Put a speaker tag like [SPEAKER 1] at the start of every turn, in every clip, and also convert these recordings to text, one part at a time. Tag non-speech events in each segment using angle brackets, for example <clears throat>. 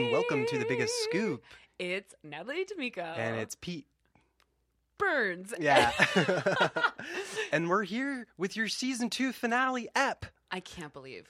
[SPEAKER 1] the biggest scoop,
[SPEAKER 2] It's Natalie D'Amico.
[SPEAKER 1] and it's Pete.
[SPEAKER 2] Burns. <laughs>
[SPEAKER 1] Yeah. <laughs> and we're here with your season two finale ep.
[SPEAKER 2] I can't believe.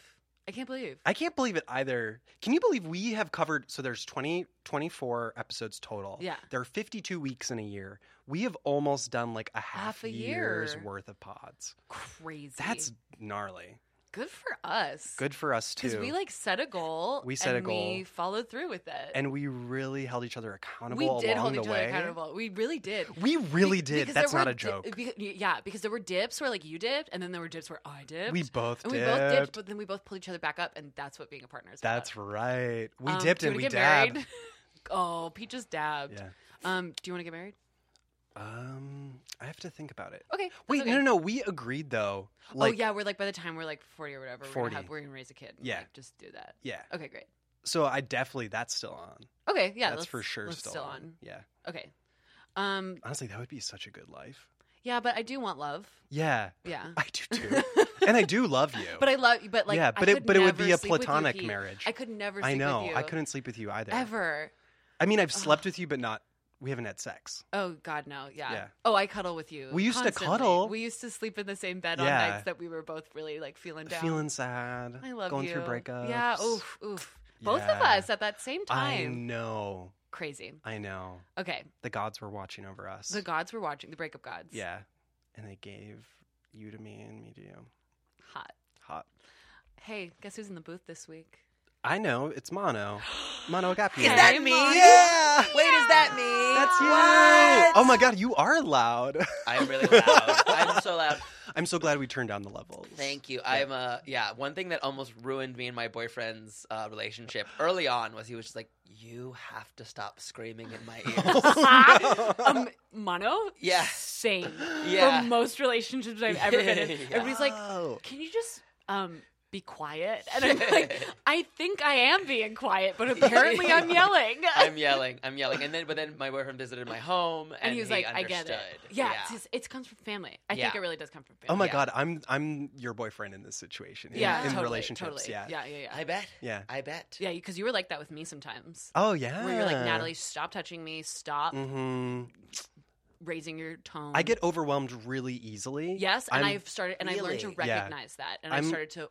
[SPEAKER 2] I can't believe.
[SPEAKER 1] I can't believe it either. Can you believe we have covered so there's 20 24 episodes total.
[SPEAKER 2] Yeah.
[SPEAKER 1] There are 52 weeks in a year. We have almost done like a half,
[SPEAKER 2] Half a
[SPEAKER 1] year's
[SPEAKER 2] year.
[SPEAKER 1] worth of pods.
[SPEAKER 2] Crazy.
[SPEAKER 1] That's gnarly.
[SPEAKER 2] good for us.
[SPEAKER 1] Good for us
[SPEAKER 2] Because
[SPEAKER 1] too.
[SPEAKER 2] we like set a goal.
[SPEAKER 1] We set a
[SPEAKER 2] and
[SPEAKER 1] goal.
[SPEAKER 2] We followed through with it.
[SPEAKER 1] and we really held each other accountable
[SPEAKER 2] we did
[SPEAKER 1] along
[SPEAKER 2] hold
[SPEAKER 1] the
[SPEAKER 2] each other
[SPEAKER 1] way.
[SPEAKER 2] accountable. We really did.
[SPEAKER 1] We really
[SPEAKER 2] Be-
[SPEAKER 1] did.
[SPEAKER 2] because
[SPEAKER 1] That's
[SPEAKER 2] there
[SPEAKER 1] not
[SPEAKER 2] were
[SPEAKER 1] a
[SPEAKER 2] di-
[SPEAKER 1] joke.
[SPEAKER 2] be- yeah, because there were dips where like you dipped, and then there were dips where I dipped.
[SPEAKER 1] we both
[SPEAKER 2] and
[SPEAKER 1] dipped.
[SPEAKER 2] we both dipped, but then we both pulled each other back up, and that's what being a partner is. about.
[SPEAKER 1] That's right. We
[SPEAKER 2] Um,
[SPEAKER 1] dipped
[SPEAKER 2] do you
[SPEAKER 1] and we
[SPEAKER 2] wanna get
[SPEAKER 1] dabbed.
[SPEAKER 2] married? <laughs> oh, Pete just dabbed.
[SPEAKER 1] Yeah.
[SPEAKER 2] Um, do you want to get married?
[SPEAKER 1] Um, I have to think about it.
[SPEAKER 2] Okay. that's
[SPEAKER 1] Wait,
[SPEAKER 2] okay.
[SPEAKER 1] no, no, no. We agreed though. Like,
[SPEAKER 2] oh yeah, we're like by the time we're like forty or whatever, we're
[SPEAKER 1] 40.
[SPEAKER 2] gonna, have, we're gonna raise a kid. and,
[SPEAKER 1] Yeah.
[SPEAKER 2] like, just do that.
[SPEAKER 1] yeah.
[SPEAKER 2] Okay, great.
[SPEAKER 1] So I definitely that's still on.
[SPEAKER 2] Okay, yeah,
[SPEAKER 1] that's
[SPEAKER 2] let's-
[SPEAKER 1] for sure
[SPEAKER 2] let's
[SPEAKER 1] still,
[SPEAKER 2] still
[SPEAKER 1] on.
[SPEAKER 2] on.
[SPEAKER 1] Yeah.
[SPEAKER 2] Okay. Um,
[SPEAKER 1] Honestly, that would be such a good life.
[SPEAKER 2] yeah, but I do want love.
[SPEAKER 1] Yeah, <laughs>
[SPEAKER 2] Yeah.
[SPEAKER 1] I
[SPEAKER 2] <laughs>
[SPEAKER 1] do too, and I do love you.
[SPEAKER 2] but I love you. But like,
[SPEAKER 1] yeah,
[SPEAKER 2] I
[SPEAKER 1] but
[SPEAKER 2] could
[SPEAKER 1] it but it would
[SPEAKER 2] never
[SPEAKER 1] be a
[SPEAKER 2] sleep with you,
[SPEAKER 1] platonic
[SPEAKER 2] Pete.
[SPEAKER 1] marriage.
[SPEAKER 2] I could never.
[SPEAKER 1] I
[SPEAKER 2] sleep
[SPEAKER 1] know.
[SPEAKER 2] With you
[SPEAKER 1] I couldn't sleep with you either.
[SPEAKER 2] ever.
[SPEAKER 1] I mean, I've slept
[SPEAKER 2] Ugh.
[SPEAKER 1] with you, but not. We haven't had sex.
[SPEAKER 2] Oh God, no. Yeah.
[SPEAKER 1] Yeah.
[SPEAKER 2] Oh, I cuddle with you.
[SPEAKER 1] We used to
[SPEAKER 2] constantly.
[SPEAKER 1] cuddle.
[SPEAKER 2] We used to sleep in the same bed on
[SPEAKER 1] Yeah.
[SPEAKER 2] nights that we were both really like feeling down.
[SPEAKER 1] Feeling sad.
[SPEAKER 2] I love
[SPEAKER 1] going
[SPEAKER 2] you.
[SPEAKER 1] through breakups.
[SPEAKER 2] Yeah. Oof. Oof. Both of
[SPEAKER 1] Yeah.
[SPEAKER 2] us at that same
[SPEAKER 1] I
[SPEAKER 2] time.
[SPEAKER 1] know.
[SPEAKER 2] Crazy.
[SPEAKER 1] I know.
[SPEAKER 2] Okay.
[SPEAKER 1] The gods were watching over us.
[SPEAKER 2] The gods were watching. The breakup gods.
[SPEAKER 1] Yeah. And they gave you to me and me to you.
[SPEAKER 2] Hot.
[SPEAKER 1] Hot.
[SPEAKER 2] Hey, guess who's in the booth this week?
[SPEAKER 1] I know. It's
[SPEAKER 2] <gasps>
[SPEAKER 1] Mono. Mono got me.
[SPEAKER 2] Is that me?
[SPEAKER 1] Yeah.
[SPEAKER 3] Wait, is that <laughs> me?
[SPEAKER 1] That's you.
[SPEAKER 3] What?
[SPEAKER 1] Oh my God, you are loud. <laughs>
[SPEAKER 3] I'm really loud. I'm
[SPEAKER 2] <laughs>
[SPEAKER 3] so loud.
[SPEAKER 1] I'm so glad we turned down the levels. <laughs>
[SPEAKER 3] Thank you. I'm uh yeah, one thing that almost ruined me and my boyfriend's uh, relationship early on was he was just like, You have to stop screaming in my
[SPEAKER 1] Oh <laughs>
[SPEAKER 2] <laughs>
[SPEAKER 3] ears.
[SPEAKER 2] um, mono.
[SPEAKER 3] Yeah.
[SPEAKER 2] Same.
[SPEAKER 3] Yeah.
[SPEAKER 2] For most relationships I've ever been in,
[SPEAKER 3] Yeah.
[SPEAKER 2] everybody's like,
[SPEAKER 1] Oh.
[SPEAKER 2] "Can you just um be quiet?" And I'm like, "I think I am being quiet, but apparently I'm yelling."
[SPEAKER 3] I'm yelling. I'm yelling. And then but then my boyfriend visited my home
[SPEAKER 2] <laughs>
[SPEAKER 3] and,
[SPEAKER 2] and he was like, "I
[SPEAKER 3] understood.
[SPEAKER 2] get it." Yeah, It's, just- it comes from family. I think
[SPEAKER 3] Yeah.
[SPEAKER 2] it really does come from family.
[SPEAKER 1] Oh my
[SPEAKER 3] Yeah.
[SPEAKER 1] God, I'm I'm your boyfriend in this situation. In,
[SPEAKER 2] yeah,
[SPEAKER 1] in
[SPEAKER 2] totally,
[SPEAKER 1] relationships.
[SPEAKER 2] totally.
[SPEAKER 1] Yeah.
[SPEAKER 2] yeah, yeah, yeah,
[SPEAKER 3] I bet.
[SPEAKER 1] Yeah.
[SPEAKER 3] I bet.
[SPEAKER 2] yeah. Because you were like that with me sometimes.
[SPEAKER 1] Oh yeah.
[SPEAKER 2] Where you're like, Natalie, stop touching me. Stop
[SPEAKER 1] Mm-hmm.
[SPEAKER 2] raising your tone.
[SPEAKER 1] I get overwhelmed really easily.
[SPEAKER 2] Mm-hmm. yes, and
[SPEAKER 1] I'm-
[SPEAKER 2] i have started, and I learned to
[SPEAKER 3] Really?
[SPEAKER 1] Yeah.
[SPEAKER 2] recognize that, and
[SPEAKER 1] I'm-
[SPEAKER 2] I started to.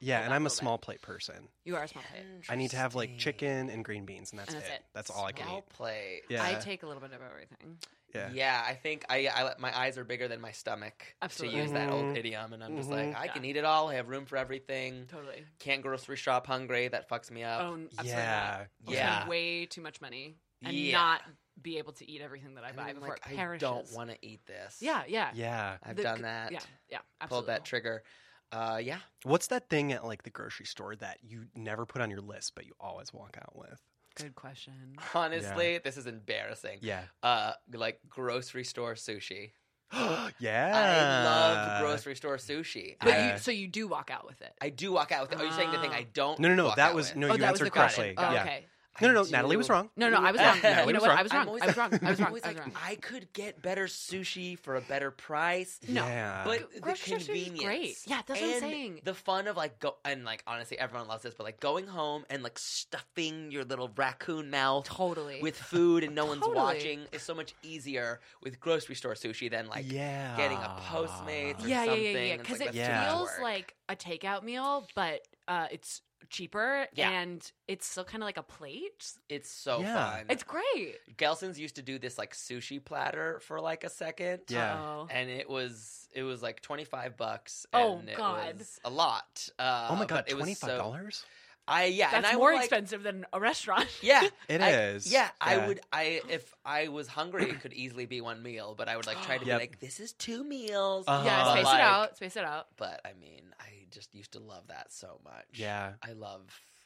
[SPEAKER 1] Yeah,
[SPEAKER 2] Hold
[SPEAKER 1] and I'm a
[SPEAKER 2] on a little bit.
[SPEAKER 1] small plate person.
[SPEAKER 2] You are a small plate.
[SPEAKER 1] I need to have like
[SPEAKER 3] Interesting.
[SPEAKER 1] chicken and green beans, and that's,
[SPEAKER 2] And that's
[SPEAKER 1] it.
[SPEAKER 2] it.
[SPEAKER 1] That's all I can
[SPEAKER 3] Small
[SPEAKER 1] eat.
[SPEAKER 3] plate.
[SPEAKER 1] Yeah.
[SPEAKER 2] I take a little bit of everything.
[SPEAKER 1] Yeah.
[SPEAKER 3] Yeah. I think I, I let- my eyes are bigger than my stomach
[SPEAKER 2] Absolutely. Mm-hmm.
[SPEAKER 3] to use that
[SPEAKER 1] Mhm.
[SPEAKER 3] old idiom, and I'm just like,
[SPEAKER 1] Mhm.
[SPEAKER 3] I
[SPEAKER 2] Yeah.
[SPEAKER 3] can eat it all. I have room for everything.
[SPEAKER 2] Totally.
[SPEAKER 3] Can't grocery shop hungry. That fucks me up.
[SPEAKER 2] Own absolutely not.
[SPEAKER 1] Yeah.
[SPEAKER 2] I'll spend
[SPEAKER 3] Uh, Yeah.
[SPEAKER 2] way too much money and
[SPEAKER 3] Yeah.
[SPEAKER 2] not be able to eat everything that I
[SPEAKER 3] And
[SPEAKER 2] buy
[SPEAKER 3] I'm
[SPEAKER 2] before
[SPEAKER 3] like,
[SPEAKER 2] it perishes.
[SPEAKER 3] I don't want to eat this.
[SPEAKER 2] Yeah, yeah,
[SPEAKER 1] Yeah.
[SPEAKER 3] I've
[SPEAKER 2] The-
[SPEAKER 3] done that.
[SPEAKER 2] yeah, yeah.
[SPEAKER 3] Pulled
[SPEAKER 2] Absolutely.
[SPEAKER 3] that trigger. Uh, yeah. <laughs>
[SPEAKER 1] What's that thing at like the grocery store that you never put on your list, but you always walk out with?
[SPEAKER 2] Good question.
[SPEAKER 3] Honestly, this is embarrassing.
[SPEAKER 1] Yeah.
[SPEAKER 3] Uh, like grocery store sushi.
[SPEAKER 1] <gasps> yeah.
[SPEAKER 3] I love grocery store sushi.
[SPEAKER 2] But
[SPEAKER 3] I,
[SPEAKER 1] Yeah.
[SPEAKER 2] you, so you do walk out with it.
[SPEAKER 3] I do walk out with. Are you saying the thing
[SPEAKER 2] Ah.
[SPEAKER 3] I don't?
[SPEAKER 1] No, no, no.
[SPEAKER 3] walk
[SPEAKER 1] That
[SPEAKER 3] out
[SPEAKER 1] was
[SPEAKER 3] with?
[SPEAKER 1] no.
[SPEAKER 2] oh,
[SPEAKER 1] you
[SPEAKER 2] that was
[SPEAKER 1] answered
[SPEAKER 2] the question.
[SPEAKER 1] correctly.
[SPEAKER 2] Oh,
[SPEAKER 1] yeah.
[SPEAKER 2] okay.
[SPEAKER 1] No, no,
[SPEAKER 3] I
[SPEAKER 1] no.
[SPEAKER 3] do-
[SPEAKER 1] Natalie was wrong.
[SPEAKER 2] No, no, I was
[SPEAKER 3] Uh,
[SPEAKER 2] wrong.
[SPEAKER 3] Natalie
[SPEAKER 2] you know
[SPEAKER 1] was
[SPEAKER 2] what?
[SPEAKER 1] wrong.
[SPEAKER 2] I was
[SPEAKER 3] I'm
[SPEAKER 2] wrong.
[SPEAKER 3] always
[SPEAKER 2] I was wrong. I was
[SPEAKER 3] I'm
[SPEAKER 2] wrong.
[SPEAKER 3] always
[SPEAKER 2] I was
[SPEAKER 3] like,
[SPEAKER 2] wrong.
[SPEAKER 3] I could get better sushi for a better price.
[SPEAKER 2] No.
[SPEAKER 1] Yeah.
[SPEAKER 3] But the
[SPEAKER 2] grocery store is great.
[SPEAKER 3] convenience,
[SPEAKER 2] Yeah, that's what I'm
[SPEAKER 3] and
[SPEAKER 2] saying.
[SPEAKER 3] The fun of like go and like honestly, everyone loves this, but like going home and like stuffing your little raccoon mouth
[SPEAKER 2] Totally.
[SPEAKER 3] with food and no one's
[SPEAKER 2] Totally.
[SPEAKER 3] watching is so much easier with grocery store sushi than like
[SPEAKER 1] yeah.
[SPEAKER 3] getting a Postmates or
[SPEAKER 2] yeah, yeah, yeah,
[SPEAKER 3] something,
[SPEAKER 2] yeah.
[SPEAKER 3] it's
[SPEAKER 2] Because
[SPEAKER 3] like,
[SPEAKER 2] it
[SPEAKER 1] that's too much
[SPEAKER 2] feels
[SPEAKER 3] work.
[SPEAKER 2] like a takeout meal, but uh, it's cheaper
[SPEAKER 3] Yeah.
[SPEAKER 2] and it's still kind of like a plate.
[SPEAKER 3] it's so
[SPEAKER 1] Yeah.
[SPEAKER 3] fun.
[SPEAKER 2] It's great.
[SPEAKER 3] Gelson's used to do this like sushi platter for like a second.
[SPEAKER 1] Yeah.
[SPEAKER 2] Uh-oh.
[SPEAKER 3] and it was it was like 25 bucks
[SPEAKER 2] Oh,
[SPEAKER 3] and
[SPEAKER 2] God.
[SPEAKER 3] it was a lot uh,
[SPEAKER 1] Oh my god,
[SPEAKER 3] but it was
[SPEAKER 1] twenty
[SPEAKER 3] so-
[SPEAKER 1] five dollars.
[SPEAKER 3] i yeah and
[SPEAKER 2] That's
[SPEAKER 3] I
[SPEAKER 2] more
[SPEAKER 3] would, like-
[SPEAKER 2] expensive than a restaurant.
[SPEAKER 3] <laughs> yeah
[SPEAKER 1] It is.
[SPEAKER 3] I- yeah, i would i if i was hungry it could easily be one meal but i would like try to
[SPEAKER 1] Yep.
[SPEAKER 3] be like this is two meals
[SPEAKER 1] Uh-huh.
[SPEAKER 2] yeah,
[SPEAKER 3] But,
[SPEAKER 2] space
[SPEAKER 3] like-
[SPEAKER 2] it out. Space it out.
[SPEAKER 3] but i mean i just used to love that so much
[SPEAKER 1] Yeah.
[SPEAKER 3] i love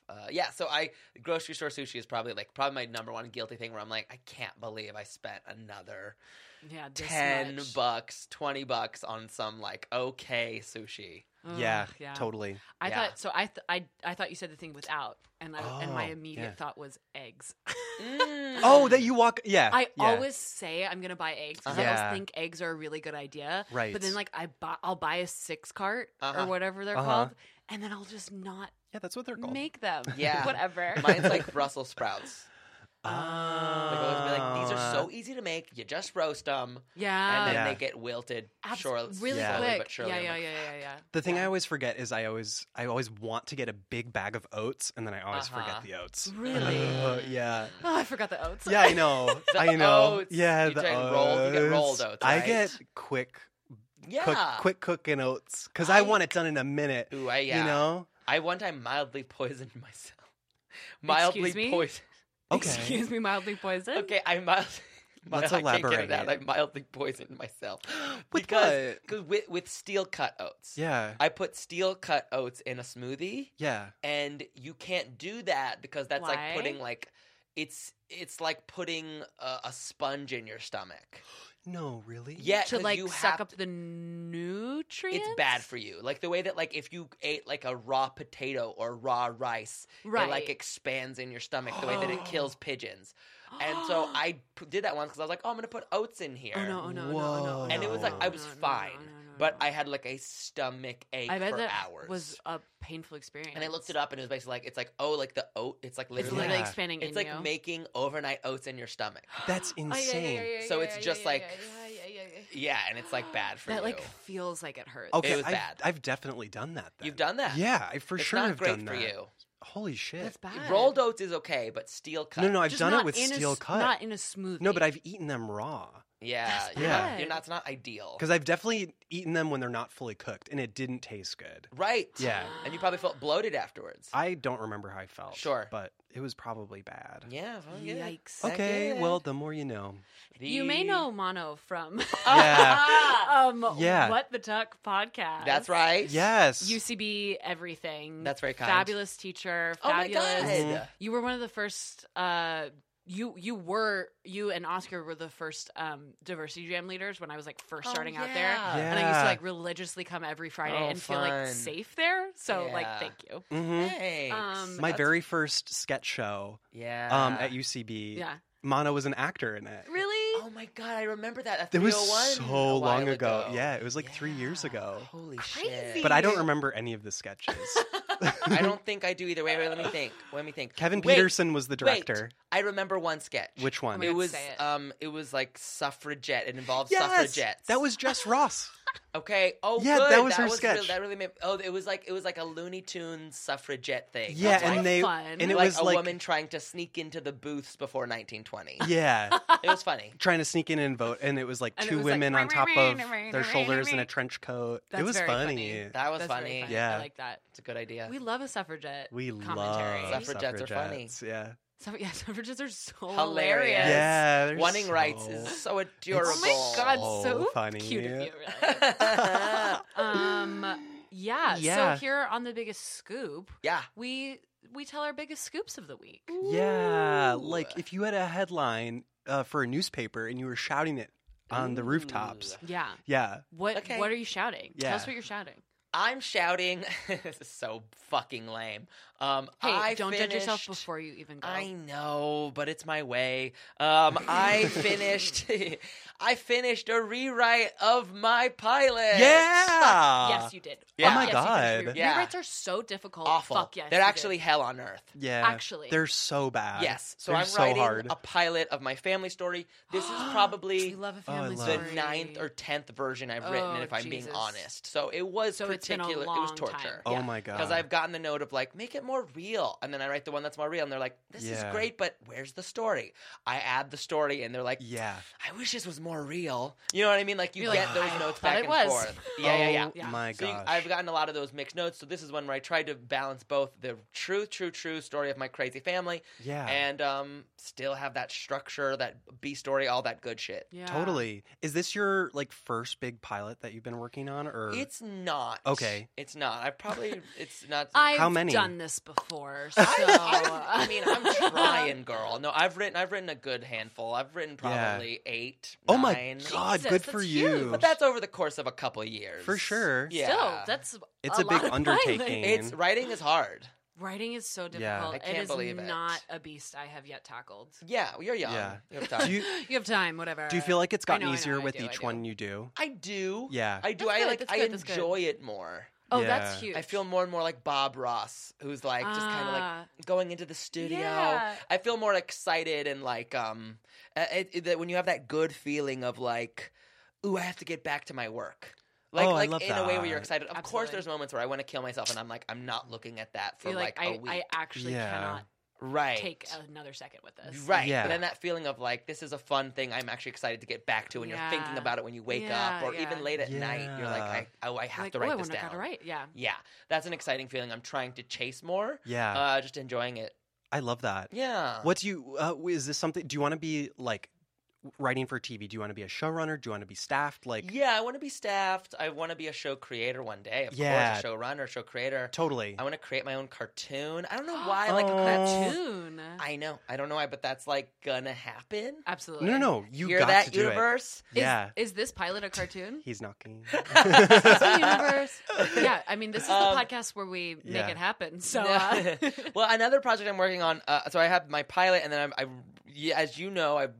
[SPEAKER 3] uh, yeah, so I grocery store sushi is probably like probably my number one guilty thing where I'm like I can't believe I spent another
[SPEAKER 2] Yeah, this
[SPEAKER 3] ten
[SPEAKER 2] much.
[SPEAKER 3] bucks, twenty bucks on some like okay sushi.
[SPEAKER 2] Ugh,
[SPEAKER 1] Yeah.
[SPEAKER 2] yeah.
[SPEAKER 1] Totally.
[SPEAKER 2] I
[SPEAKER 3] Yeah.
[SPEAKER 2] thought so. I th- I I thought you said the thing without, and I, and my
[SPEAKER 1] Oh,
[SPEAKER 2] immediate
[SPEAKER 1] yeah.
[SPEAKER 2] thought was
[SPEAKER 3] <laughs>
[SPEAKER 2] eggs.
[SPEAKER 3] Mm.
[SPEAKER 1] Oh, that you walk. Yeah.
[SPEAKER 2] I
[SPEAKER 1] yeah.
[SPEAKER 2] always say I'm gonna buy eggs. 'cause I
[SPEAKER 1] Yeah.
[SPEAKER 2] always think eggs are a really good idea.
[SPEAKER 1] Right.
[SPEAKER 2] But then like I buy, I'll buy a six cart
[SPEAKER 3] Uh-huh.
[SPEAKER 2] or whatever they're
[SPEAKER 1] Uh-huh.
[SPEAKER 2] called, and then I'll just not
[SPEAKER 1] Yeah, that's what they're called.
[SPEAKER 2] make them.
[SPEAKER 3] <laughs> Yeah.
[SPEAKER 2] Whatever.
[SPEAKER 3] Mine's like Brussels sprouts. Like always be like, these are so
[SPEAKER 1] Oh.
[SPEAKER 3] easy to make. You just roast them,
[SPEAKER 2] <laughs> Yeah.
[SPEAKER 3] and then
[SPEAKER 1] Yeah.
[SPEAKER 3] they get wilted.
[SPEAKER 2] Um, Abs-
[SPEAKER 3] Sure,
[SPEAKER 2] really
[SPEAKER 1] Yeah.
[SPEAKER 3] slowly,
[SPEAKER 2] quick.
[SPEAKER 3] but surely.
[SPEAKER 2] yeah,
[SPEAKER 3] I'm
[SPEAKER 2] yeah,
[SPEAKER 3] like,
[SPEAKER 2] yeah, yeah, yeah.
[SPEAKER 1] The thing
[SPEAKER 2] Yeah.
[SPEAKER 1] I always forget is I always I always want to get a big bag of oats and then I always
[SPEAKER 3] Uh-huh.
[SPEAKER 1] forget the oats. <laughs>
[SPEAKER 2] Really?
[SPEAKER 1] Uh, yeah.
[SPEAKER 2] <laughs> Oh, I forgot the oats. <laughs>
[SPEAKER 1] Yeah, I
[SPEAKER 3] <laughs>
[SPEAKER 1] know.
[SPEAKER 3] The
[SPEAKER 1] I know.
[SPEAKER 3] oats.
[SPEAKER 1] Yeah,
[SPEAKER 3] You
[SPEAKER 1] the
[SPEAKER 3] take
[SPEAKER 1] oats.
[SPEAKER 3] rolled- you get rolled oats,
[SPEAKER 1] I
[SPEAKER 3] right?
[SPEAKER 1] get quick
[SPEAKER 3] Yeah.
[SPEAKER 1] cook quick cooking oats cuz I,
[SPEAKER 3] I-
[SPEAKER 1] want it done in a minute.
[SPEAKER 3] Ooh, I, yeah.
[SPEAKER 1] You
[SPEAKER 3] <laughs>
[SPEAKER 1] know?
[SPEAKER 3] I one time mildly <laughs> poisoned myself. Mildly
[SPEAKER 2] me?
[SPEAKER 3] poisoned.
[SPEAKER 2] <laughs>
[SPEAKER 1] Okay.
[SPEAKER 2] Excuse me, mildly poisoned.
[SPEAKER 3] Okay, I <laughs> mildly.
[SPEAKER 1] Let's
[SPEAKER 3] I can't get
[SPEAKER 1] elaborate
[SPEAKER 3] it out. I
[SPEAKER 1] it.
[SPEAKER 3] mildly poisoned myself
[SPEAKER 1] With
[SPEAKER 3] because
[SPEAKER 1] what?
[SPEAKER 3] 'cause with, with steel cut oats.
[SPEAKER 1] Yeah.
[SPEAKER 3] I put steel cut oats in a smoothie,
[SPEAKER 1] Yeah.
[SPEAKER 3] and you can't do that because that's
[SPEAKER 2] Why?
[SPEAKER 3] like putting like it's it's like putting a, a sponge in your stomach.
[SPEAKER 1] No, really?
[SPEAKER 3] Yeah,
[SPEAKER 2] to
[SPEAKER 3] 'cause
[SPEAKER 2] like
[SPEAKER 3] you
[SPEAKER 2] suck up
[SPEAKER 3] have
[SPEAKER 2] the nutrients.
[SPEAKER 3] It's bad for you. Like the way that like if you ate like a raw potato or raw rice,
[SPEAKER 2] Right.
[SPEAKER 3] it like expands in your stomach the way that it
[SPEAKER 2] <gasps>
[SPEAKER 3] kills pigeons. And so I p- did that once because I was like, oh, I'm gonna put oats in here.
[SPEAKER 2] Oh no! Oh no! Oh, no, oh, no!
[SPEAKER 1] Whoa.
[SPEAKER 3] And it was like
[SPEAKER 2] oh,
[SPEAKER 3] I
[SPEAKER 2] no,
[SPEAKER 3] was
[SPEAKER 2] no, no, no,
[SPEAKER 3] fine,
[SPEAKER 2] no, no, no,
[SPEAKER 3] but
[SPEAKER 2] no.
[SPEAKER 3] I had like a stomach ache
[SPEAKER 2] I bet
[SPEAKER 3] for
[SPEAKER 2] that
[SPEAKER 3] hours.
[SPEAKER 2] was a painful experience.
[SPEAKER 3] and I looked it up, and it was basically like it's like oh, like the oat. It's like
[SPEAKER 2] It's
[SPEAKER 3] literally,
[SPEAKER 2] literally
[SPEAKER 1] Yeah.
[SPEAKER 2] expanding.
[SPEAKER 3] it's
[SPEAKER 2] in
[SPEAKER 3] like
[SPEAKER 2] you.
[SPEAKER 3] making overnight oats in your stomach.
[SPEAKER 2] <gasps> Oh,
[SPEAKER 1] That's insane.
[SPEAKER 3] So it's just like- Yeah, and it's like bad for
[SPEAKER 2] that.
[SPEAKER 3] you.
[SPEAKER 2] Like feels like it hurts.
[SPEAKER 1] Okay,
[SPEAKER 3] was
[SPEAKER 1] I've,
[SPEAKER 3] bad.
[SPEAKER 1] I've definitely done that. Then.
[SPEAKER 3] You've done that.
[SPEAKER 1] Yeah, I for
[SPEAKER 3] it's
[SPEAKER 1] sure
[SPEAKER 3] not
[SPEAKER 1] have
[SPEAKER 3] great
[SPEAKER 1] done
[SPEAKER 3] for
[SPEAKER 1] that.
[SPEAKER 3] you.
[SPEAKER 1] Holy shit!
[SPEAKER 2] that's bad.
[SPEAKER 3] Rolled oats is okay, but steel cut.
[SPEAKER 1] No, no, I've
[SPEAKER 2] Just
[SPEAKER 1] done
[SPEAKER 2] not
[SPEAKER 1] it with
[SPEAKER 2] in a
[SPEAKER 1] steel
[SPEAKER 2] s-
[SPEAKER 1] cut.
[SPEAKER 2] Not in a smoothie.
[SPEAKER 1] no, but I've eaten them raw
[SPEAKER 3] Yeah,
[SPEAKER 2] That's
[SPEAKER 3] you're not,
[SPEAKER 2] bad.
[SPEAKER 3] you're not. It's not ideal.
[SPEAKER 1] because I've definitely eaten them when they're not fully cooked, and it didn't taste good.
[SPEAKER 3] Right.
[SPEAKER 1] Yeah.
[SPEAKER 3] <gasps> And you probably felt bloated afterwards.
[SPEAKER 1] I don't remember how I felt.
[SPEAKER 3] Sure.
[SPEAKER 1] but it was probably bad.
[SPEAKER 3] yeah. well, oh, yeah.
[SPEAKER 2] Yikes.
[SPEAKER 3] I
[SPEAKER 1] Okay,
[SPEAKER 3] did.
[SPEAKER 1] well, the more you know.
[SPEAKER 2] You may
[SPEAKER 3] The-
[SPEAKER 2] know Mono
[SPEAKER 3] <laughs>
[SPEAKER 2] from
[SPEAKER 1] <laughs> Yeah.
[SPEAKER 2] <laughs> um
[SPEAKER 1] Yeah.
[SPEAKER 2] What the Tuck podcast.
[SPEAKER 3] That's right.
[SPEAKER 1] Yes.
[SPEAKER 2] UCB everything.
[SPEAKER 3] That's very kind.
[SPEAKER 2] Fabulous teacher.
[SPEAKER 3] Oh my
[SPEAKER 2] Fabulous.
[SPEAKER 1] Mm-hmm.
[SPEAKER 3] god.
[SPEAKER 2] You were one of the first. Uh, you you were you and Oscar were the first um, diversity jam leaders when I was like first
[SPEAKER 3] Oh,
[SPEAKER 2] starting out there,
[SPEAKER 3] yeah.
[SPEAKER 2] and I used
[SPEAKER 1] Yeah.
[SPEAKER 2] to like religiously come every Friday
[SPEAKER 3] Oh,
[SPEAKER 2] and feel like
[SPEAKER 3] fun.
[SPEAKER 2] safe there. So like,
[SPEAKER 3] Yeah.
[SPEAKER 2] thank you.
[SPEAKER 1] Mhm.
[SPEAKER 3] Thanks.
[SPEAKER 2] Um,
[SPEAKER 1] My
[SPEAKER 3] That's-
[SPEAKER 1] very first sketch show
[SPEAKER 3] Yeah.
[SPEAKER 1] um, at UCB.
[SPEAKER 2] Yeah,
[SPEAKER 1] Mono was an actor in it.
[SPEAKER 2] really.
[SPEAKER 3] Oh my god, I remember that. At
[SPEAKER 1] It was
[SPEAKER 3] 301 a
[SPEAKER 1] so long
[SPEAKER 3] while
[SPEAKER 1] ago.
[SPEAKER 3] ago.
[SPEAKER 1] Yeah, it was like three years
[SPEAKER 3] Yeah.
[SPEAKER 1] ago.
[SPEAKER 3] Holy
[SPEAKER 2] Crazy.
[SPEAKER 3] shit.
[SPEAKER 1] But I don't remember any of the
[SPEAKER 3] <laughs>
[SPEAKER 1] sketches.
[SPEAKER 3] I don't think I do either. Wait, wait, let me think. Let me think.
[SPEAKER 1] Kevin
[SPEAKER 3] Wait,
[SPEAKER 1] Peterson was the
[SPEAKER 3] wait.
[SPEAKER 1] director.
[SPEAKER 3] I remember one sketch.
[SPEAKER 1] Which one?
[SPEAKER 2] my
[SPEAKER 3] it
[SPEAKER 2] God,
[SPEAKER 3] was
[SPEAKER 2] say it.
[SPEAKER 3] um it was like suffragette. It involved
[SPEAKER 1] Yes!
[SPEAKER 3] suffragettes.
[SPEAKER 1] That was Jess Ross.
[SPEAKER 3] Okay. Oh,
[SPEAKER 1] Yeah,
[SPEAKER 3] good.
[SPEAKER 1] that was her
[SPEAKER 3] really-
[SPEAKER 1] sketch.
[SPEAKER 3] that really made. Oh, it was like it was like a Looney Tunes suffragette thing.
[SPEAKER 1] yeah,
[SPEAKER 3] Of,
[SPEAKER 1] and
[SPEAKER 3] <laughs> like,
[SPEAKER 1] they
[SPEAKER 2] fun.
[SPEAKER 1] and it
[SPEAKER 3] like
[SPEAKER 1] was
[SPEAKER 3] a
[SPEAKER 1] like
[SPEAKER 3] woman trying to sneak into the booths before 1920. <laughs>
[SPEAKER 1] yeah,
[SPEAKER 3] it was funny.
[SPEAKER 1] trying to sneak in and vote, and it was like
[SPEAKER 2] And it
[SPEAKER 1] two
[SPEAKER 2] was like,
[SPEAKER 1] women on
[SPEAKER 2] "Ring,
[SPEAKER 1] top
[SPEAKER 2] ring,
[SPEAKER 1] of
[SPEAKER 2] ring, ring,
[SPEAKER 1] their
[SPEAKER 2] ring,
[SPEAKER 1] shoulders in a
[SPEAKER 2] ring."
[SPEAKER 1] trench coat.
[SPEAKER 2] That's
[SPEAKER 1] it was
[SPEAKER 2] very
[SPEAKER 1] funny.
[SPEAKER 2] funny.
[SPEAKER 3] That was
[SPEAKER 2] That's very
[SPEAKER 3] funny.
[SPEAKER 2] funny.
[SPEAKER 1] Yeah.
[SPEAKER 2] I like that.
[SPEAKER 3] It's a good idea.
[SPEAKER 2] We love a suffragette.
[SPEAKER 1] We
[SPEAKER 2] commentary.
[SPEAKER 1] love
[SPEAKER 3] Suffragettes are funny.
[SPEAKER 1] Yeah,
[SPEAKER 2] Suff- yeah, <laughs> suffragettes are so
[SPEAKER 3] Hilarious.
[SPEAKER 2] hilarious.
[SPEAKER 1] yeah. they're
[SPEAKER 3] Wanting
[SPEAKER 1] so-
[SPEAKER 3] rights is so adorable.
[SPEAKER 2] Oh my
[SPEAKER 1] So
[SPEAKER 2] god, so
[SPEAKER 1] funny.
[SPEAKER 2] cute of you. Really.
[SPEAKER 3] god.
[SPEAKER 2] um, yeah,
[SPEAKER 1] Yeah.
[SPEAKER 2] So here on the biggest scoop,
[SPEAKER 3] <laughs> yeah.
[SPEAKER 2] we we tell our biggest scoops of the week.
[SPEAKER 1] Yeah,
[SPEAKER 3] Ooh.
[SPEAKER 1] like if you had a headline uh, for a newspaper and you were shouting it on the rooftops.
[SPEAKER 3] Ooh.
[SPEAKER 2] Yeah.
[SPEAKER 1] Yeah,
[SPEAKER 2] What
[SPEAKER 3] Okay.
[SPEAKER 2] What are you shouting?
[SPEAKER 1] Yeah.
[SPEAKER 2] Tell us what you're shouting.
[SPEAKER 3] I'm shouting. <laughs> this is so fucking lame. Um,
[SPEAKER 2] Hey,
[SPEAKER 3] I
[SPEAKER 2] don't judge yourself
[SPEAKER 3] finished-
[SPEAKER 2] before you even go.
[SPEAKER 3] I know, but it's my way. Um,
[SPEAKER 2] <laughs>
[SPEAKER 3] I finished. <laughs> I finished a rewrite of my pilot.
[SPEAKER 1] yeah.
[SPEAKER 2] yes, you did.
[SPEAKER 3] Yeah.
[SPEAKER 2] Fuck
[SPEAKER 3] Oh my
[SPEAKER 2] yes, you
[SPEAKER 1] God.
[SPEAKER 2] did. Re-
[SPEAKER 3] Yeah.
[SPEAKER 2] Rewrites are so difficult.
[SPEAKER 3] awful.
[SPEAKER 2] Fuck yes.
[SPEAKER 3] They're
[SPEAKER 2] you did.
[SPEAKER 3] actually hell on earth.
[SPEAKER 1] Yeah,
[SPEAKER 2] Actually.
[SPEAKER 1] they're so bad.
[SPEAKER 3] Yes. So
[SPEAKER 1] they're
[SPEAKER 3] I'm
[SPEAKER 1] so
[SPEAKER 3] writing
[SPEAKER 1] hard.
[SPEAKER 3] a pilot of my family story. <gasps>
[SPEAKER 2] <gasps>
[SPEAKER 3] This is probably
[SPEAKER 2] We love a
[SPEAKER 1] Oh, I
[SPEAKER 2] family
[SPEAKER 1] love
[SPEAKER 3] the
[SPEAKER 1] it.
[SPEAKER 2] story.
[SPEAKER 3] ninth or tenth version I've
[SPEAKER 2] Oh,
[SPEAKER 3] written, if I'm being
[SPEAKER 2] Jesus.
[SPEAKER 3] honest. So it was
[SPEAKER 2] So it's been a
[SPEAKER 3] particular. It was
[SPEAKER 2] long time.
[SPEAKER 3] torture.
[SPEAKER 1] oh
[SPEAKER 2] yeah.
[SPEAKER 1] my god.
[SPEAKER 3] Because I've gotten the note of like, make it more real. And then I write the one that's more real. And they're like, this
[SPEAKER 1] Yeah.
[SPEAKER 3] is great, but where's the story? I add the story and they're like,
[SPEAKER 1] yeah.
[SPEAKER 3] I wish this was more real. You know what I mean? Like, you
[SPEAKER 2] You're
[SPEAKER 3] get
[SPEAKER 2] like,
[SPEAKER 3] those
[SPEAKER 2] "I
[SPEAKER 3] notes
[SPEAKER 2] thought
[SPEAKER 3] back
[SPEAKER 2] it
[SPEAKER 3] and
[SPEAKER 2] was."
[SPEAKER 1] <laughs>
[SPEAKER 3] forth. Yeah, yeah, yeah.
[SPEAKER 1] Oh
[SPEAKER 2] Yeah.
[SPEAKER 1] my
[SPEAKER 3] So you,
[SPEAKER 1] gosh.
[SPEAKER 3] I've gotten a lot of those mixed notes. So this is one where I tried to balance both the true, true, true story of my crazy family
[SPEAKER 1] yeah.
[SPEAKER 3] and um, still have that structure, that B story, all that good shit.
[SPEAKER 2] Yeah.
[SPEAKER 1] Totally. Is this your like first big pilot that you've been working on or
[SPEAKER 3] It's not
[SPEAKER 1] Okay.
[SPEAKER 3] It's not.
[SPEAKER 2] <laughs>
[SPEAKER 3] I probably. It's not.
[SPEAKER 2] I've
[SPEAKER 1] How many?
[SPEAKER 2] done this
[SPEAKER 3] <laughs>
[SPEAKER 2] before. So uh,
[SPEAKER 3] I, I mean,
[SPEAKER 2] <laughs>
[SPEAKER 3] I'm trying, girl. No, I've written. I've written a good handful. I've written probably eight.
[SPEAKER 1] Oh my
[SPEAKER 3] nine.
[SPEAKER 1] god,
[SPEAKER 2] Jesus,
[SPEAKER 1] good
[SPEAKER 2] that's
[SPEAKER 1] for
[SPEAKER 2] huge.
[SPEAKER 1] you.
[SPEAKER 3] But that's over the course of a couple of years,
[SPEAKER 1] for sure.
[SPEAKER 3] Yeah.
[SPEAKER 2] Still, that's
[SPEAKER 1] It's
[SPEAKER 2] a,
[SPEAKER 1] a, big
[SPEAKER 2] lot of
[SPEAKER 1] undertaking.
[SPEAKER 2] violence.
[SPEAKER 3] It's writing is hard.
[SPEAKER 2] Writing is so difficult.
[SPEAKER 1] Yeah. I
[SPEAKER 2] it
[SPEAKER 3] can't
[SPEAKER 2] is
[SPEAKER 3] believe it.
[SPEAKER 2] not a beast I have yet tackled.
[SPEAKER 3] Yeah, well, you're young.
[SPEAKER 1] Yeah.
[SPEAKER 3] You have time.
[SPEAKER 1] do you
[SPEAKER 2] <laughs> You have time, whatever.
[SPEAKER 1] do you feel like it's
[SPEAKER 2] I
[SPEAKER 1] gotten
[SPEAKER 2] know, I know,
[SPEAKER 1] easier
[SPEAKER 2] I
[SPEAKER 1] with
[SPEAKER 2] do, I
[SPEAKER 1] each
[SPEAKER 2] do.
[SPEAKER 1] one you do?
[SPEAKER 3] I do.
[SPEAKER 1] Yeah.
[SPEAKER 3] I do.
[SPEAKER 2] That's
[SPEAKER 3] I
[SPEAKER 2] good,
[SPEAKER 3] like.
[SPEAKER 2] that's
[SPEAKER 3] I
[SPEAKER 2] good, that's good.
[SPEAKER 3] enjoy it more.
[SPEAKER 2] Oh, that's
[SPEAKER 1] Yeah.
[SPEAKER 2] huge.
[SPEAKER 3] I feel more and more like Bob Ross, who's like just kind of like
[SPEAKER 2] Ah,
[SPEAKER 3] going into the studio.
[SPEAKER 2] Yeah.
[SPEAKER 3] I feel more excited and like um uh, it, it- that when you have that good feeling of like, ooh, I have to get back to my work. Like
[SPEAKER 1] Oh, I
[SPEAKER 3] like
[SPEAKER 1] love
[SPEAKER 3] in a way where you're
[SPEAKER 1] that.
[SPEAKER 3] excited. Of course,
[SPEAKER 2] Absolutely.
[SPEAKER 3] there's moments where I want to kill myself and I'm like, I'm not looking at that for
[SPEAKER 2] you're
[SPEAKER 3] like,
[SPEAKER 2] like,
[SPEAKER 3] a
[SPEAKER 2] I,
[SPEAKER 3] week.
[SPEAKER 2] I actually
[SPEAKER 1] Yeah.
[SPEAKER 2] cannot
[SPEAKER 3] right.
[SPEAKER 2] take another second with this.
[SPEAKER 3] Right.
[SPEAKER 1] Yeah.
[SPEAKER 3] But then that feeling of like, this is a fun thing I'm actually excited to get back to when you're thinking
[SPEAKER 2] Yeah.
[SPEAKER 3] about it when you wake up
[SPEAKER 2] Yeah,
[SPEAKER 3] or
[SPEAKER 2] yeah.
[SPEAKER 3] even late at night, you're like,
[SPEAKER 1] Yeah.
[SPEAKER 3] I, oh, I
[SPEAKER 2] You're
[SPEAKER 3] have
[SPEAKER 2] like,
[SPEAKER 3] to
[SPEAKER 2] oh,
[SPEAKER 3] write
[SPEAKER 2] I
[SPEAKER 3] this
[SPEAKER 2] wonder-
[SPEAKER 3] down.
[SPEAKER 2] Gotta write. Yeah.
[SPEAKER 3] Yeah. That's an exciting feeling. I'm trying to chase more.
[SPEAKER 1] Yeah,
[SPEAKER 3] Uh, just enjoying it.
[SPEAKER 1] I love that.
[SPEAKER 3] Yeah.
[SPEAKER 1] What do you? Uh, is this something? Do you want to be like writing for TV? Do you want to be a showrunner? Do you want to be staffed? Like,
[SPEAKER 3] yeah, I want to be staffed. I want to be a show creator one day. Of
[SPEAKER 1] Yeah.
[SPEAKER 3] course, a showrunner, show creator.
[SPEAKER 1] totally.
[SPEAKER 3] I want to create my own cartoon. I
[SPEAKER 2] <gasps>
[SPEAKER 3] don't know why, like that's.
[SPEAKER 1] Oh.
[SPEAKER 2] Cartoon.
[SPEAKER 3] I know, I don't know why, but that's like gonna happen.
[SPEAKER 2] Absolutely.
[SPEAKER 1] No, no, no. You
[SPEAKER 3] Hear
[SPEAKER 1] got
[SPEAKER 3] that
[SPEAKER 1] to do
[SPEAKER 3] universe?
[SPEAKER 1] it. Yeah,
[SPEAKER 2] Is, is this pilot a cartoon?
[SPEAKER 1] he's knocking.
[SPEAKER 2] <laughs> Is this a universe?
[SPEAKER 3] <laughs>
[SPEAKER 2] yeah. I mean, this is the
[SPEAKER 3] Um,
[SPEAKER 2] podcast where we
[SPEAKER 1] yeah.
[SPEAKER 2] make it
[SPEAKER 3] <laughs>
[SPEAKER 2] happen. So.
[SPEAKER 3] No.
[SPEAKER 2] Uh, <laughs>
[SPEAKER 3] well, another project I'm working on. Uh, so I have my pilot, and then I'm, I, yeah, as you know, I'm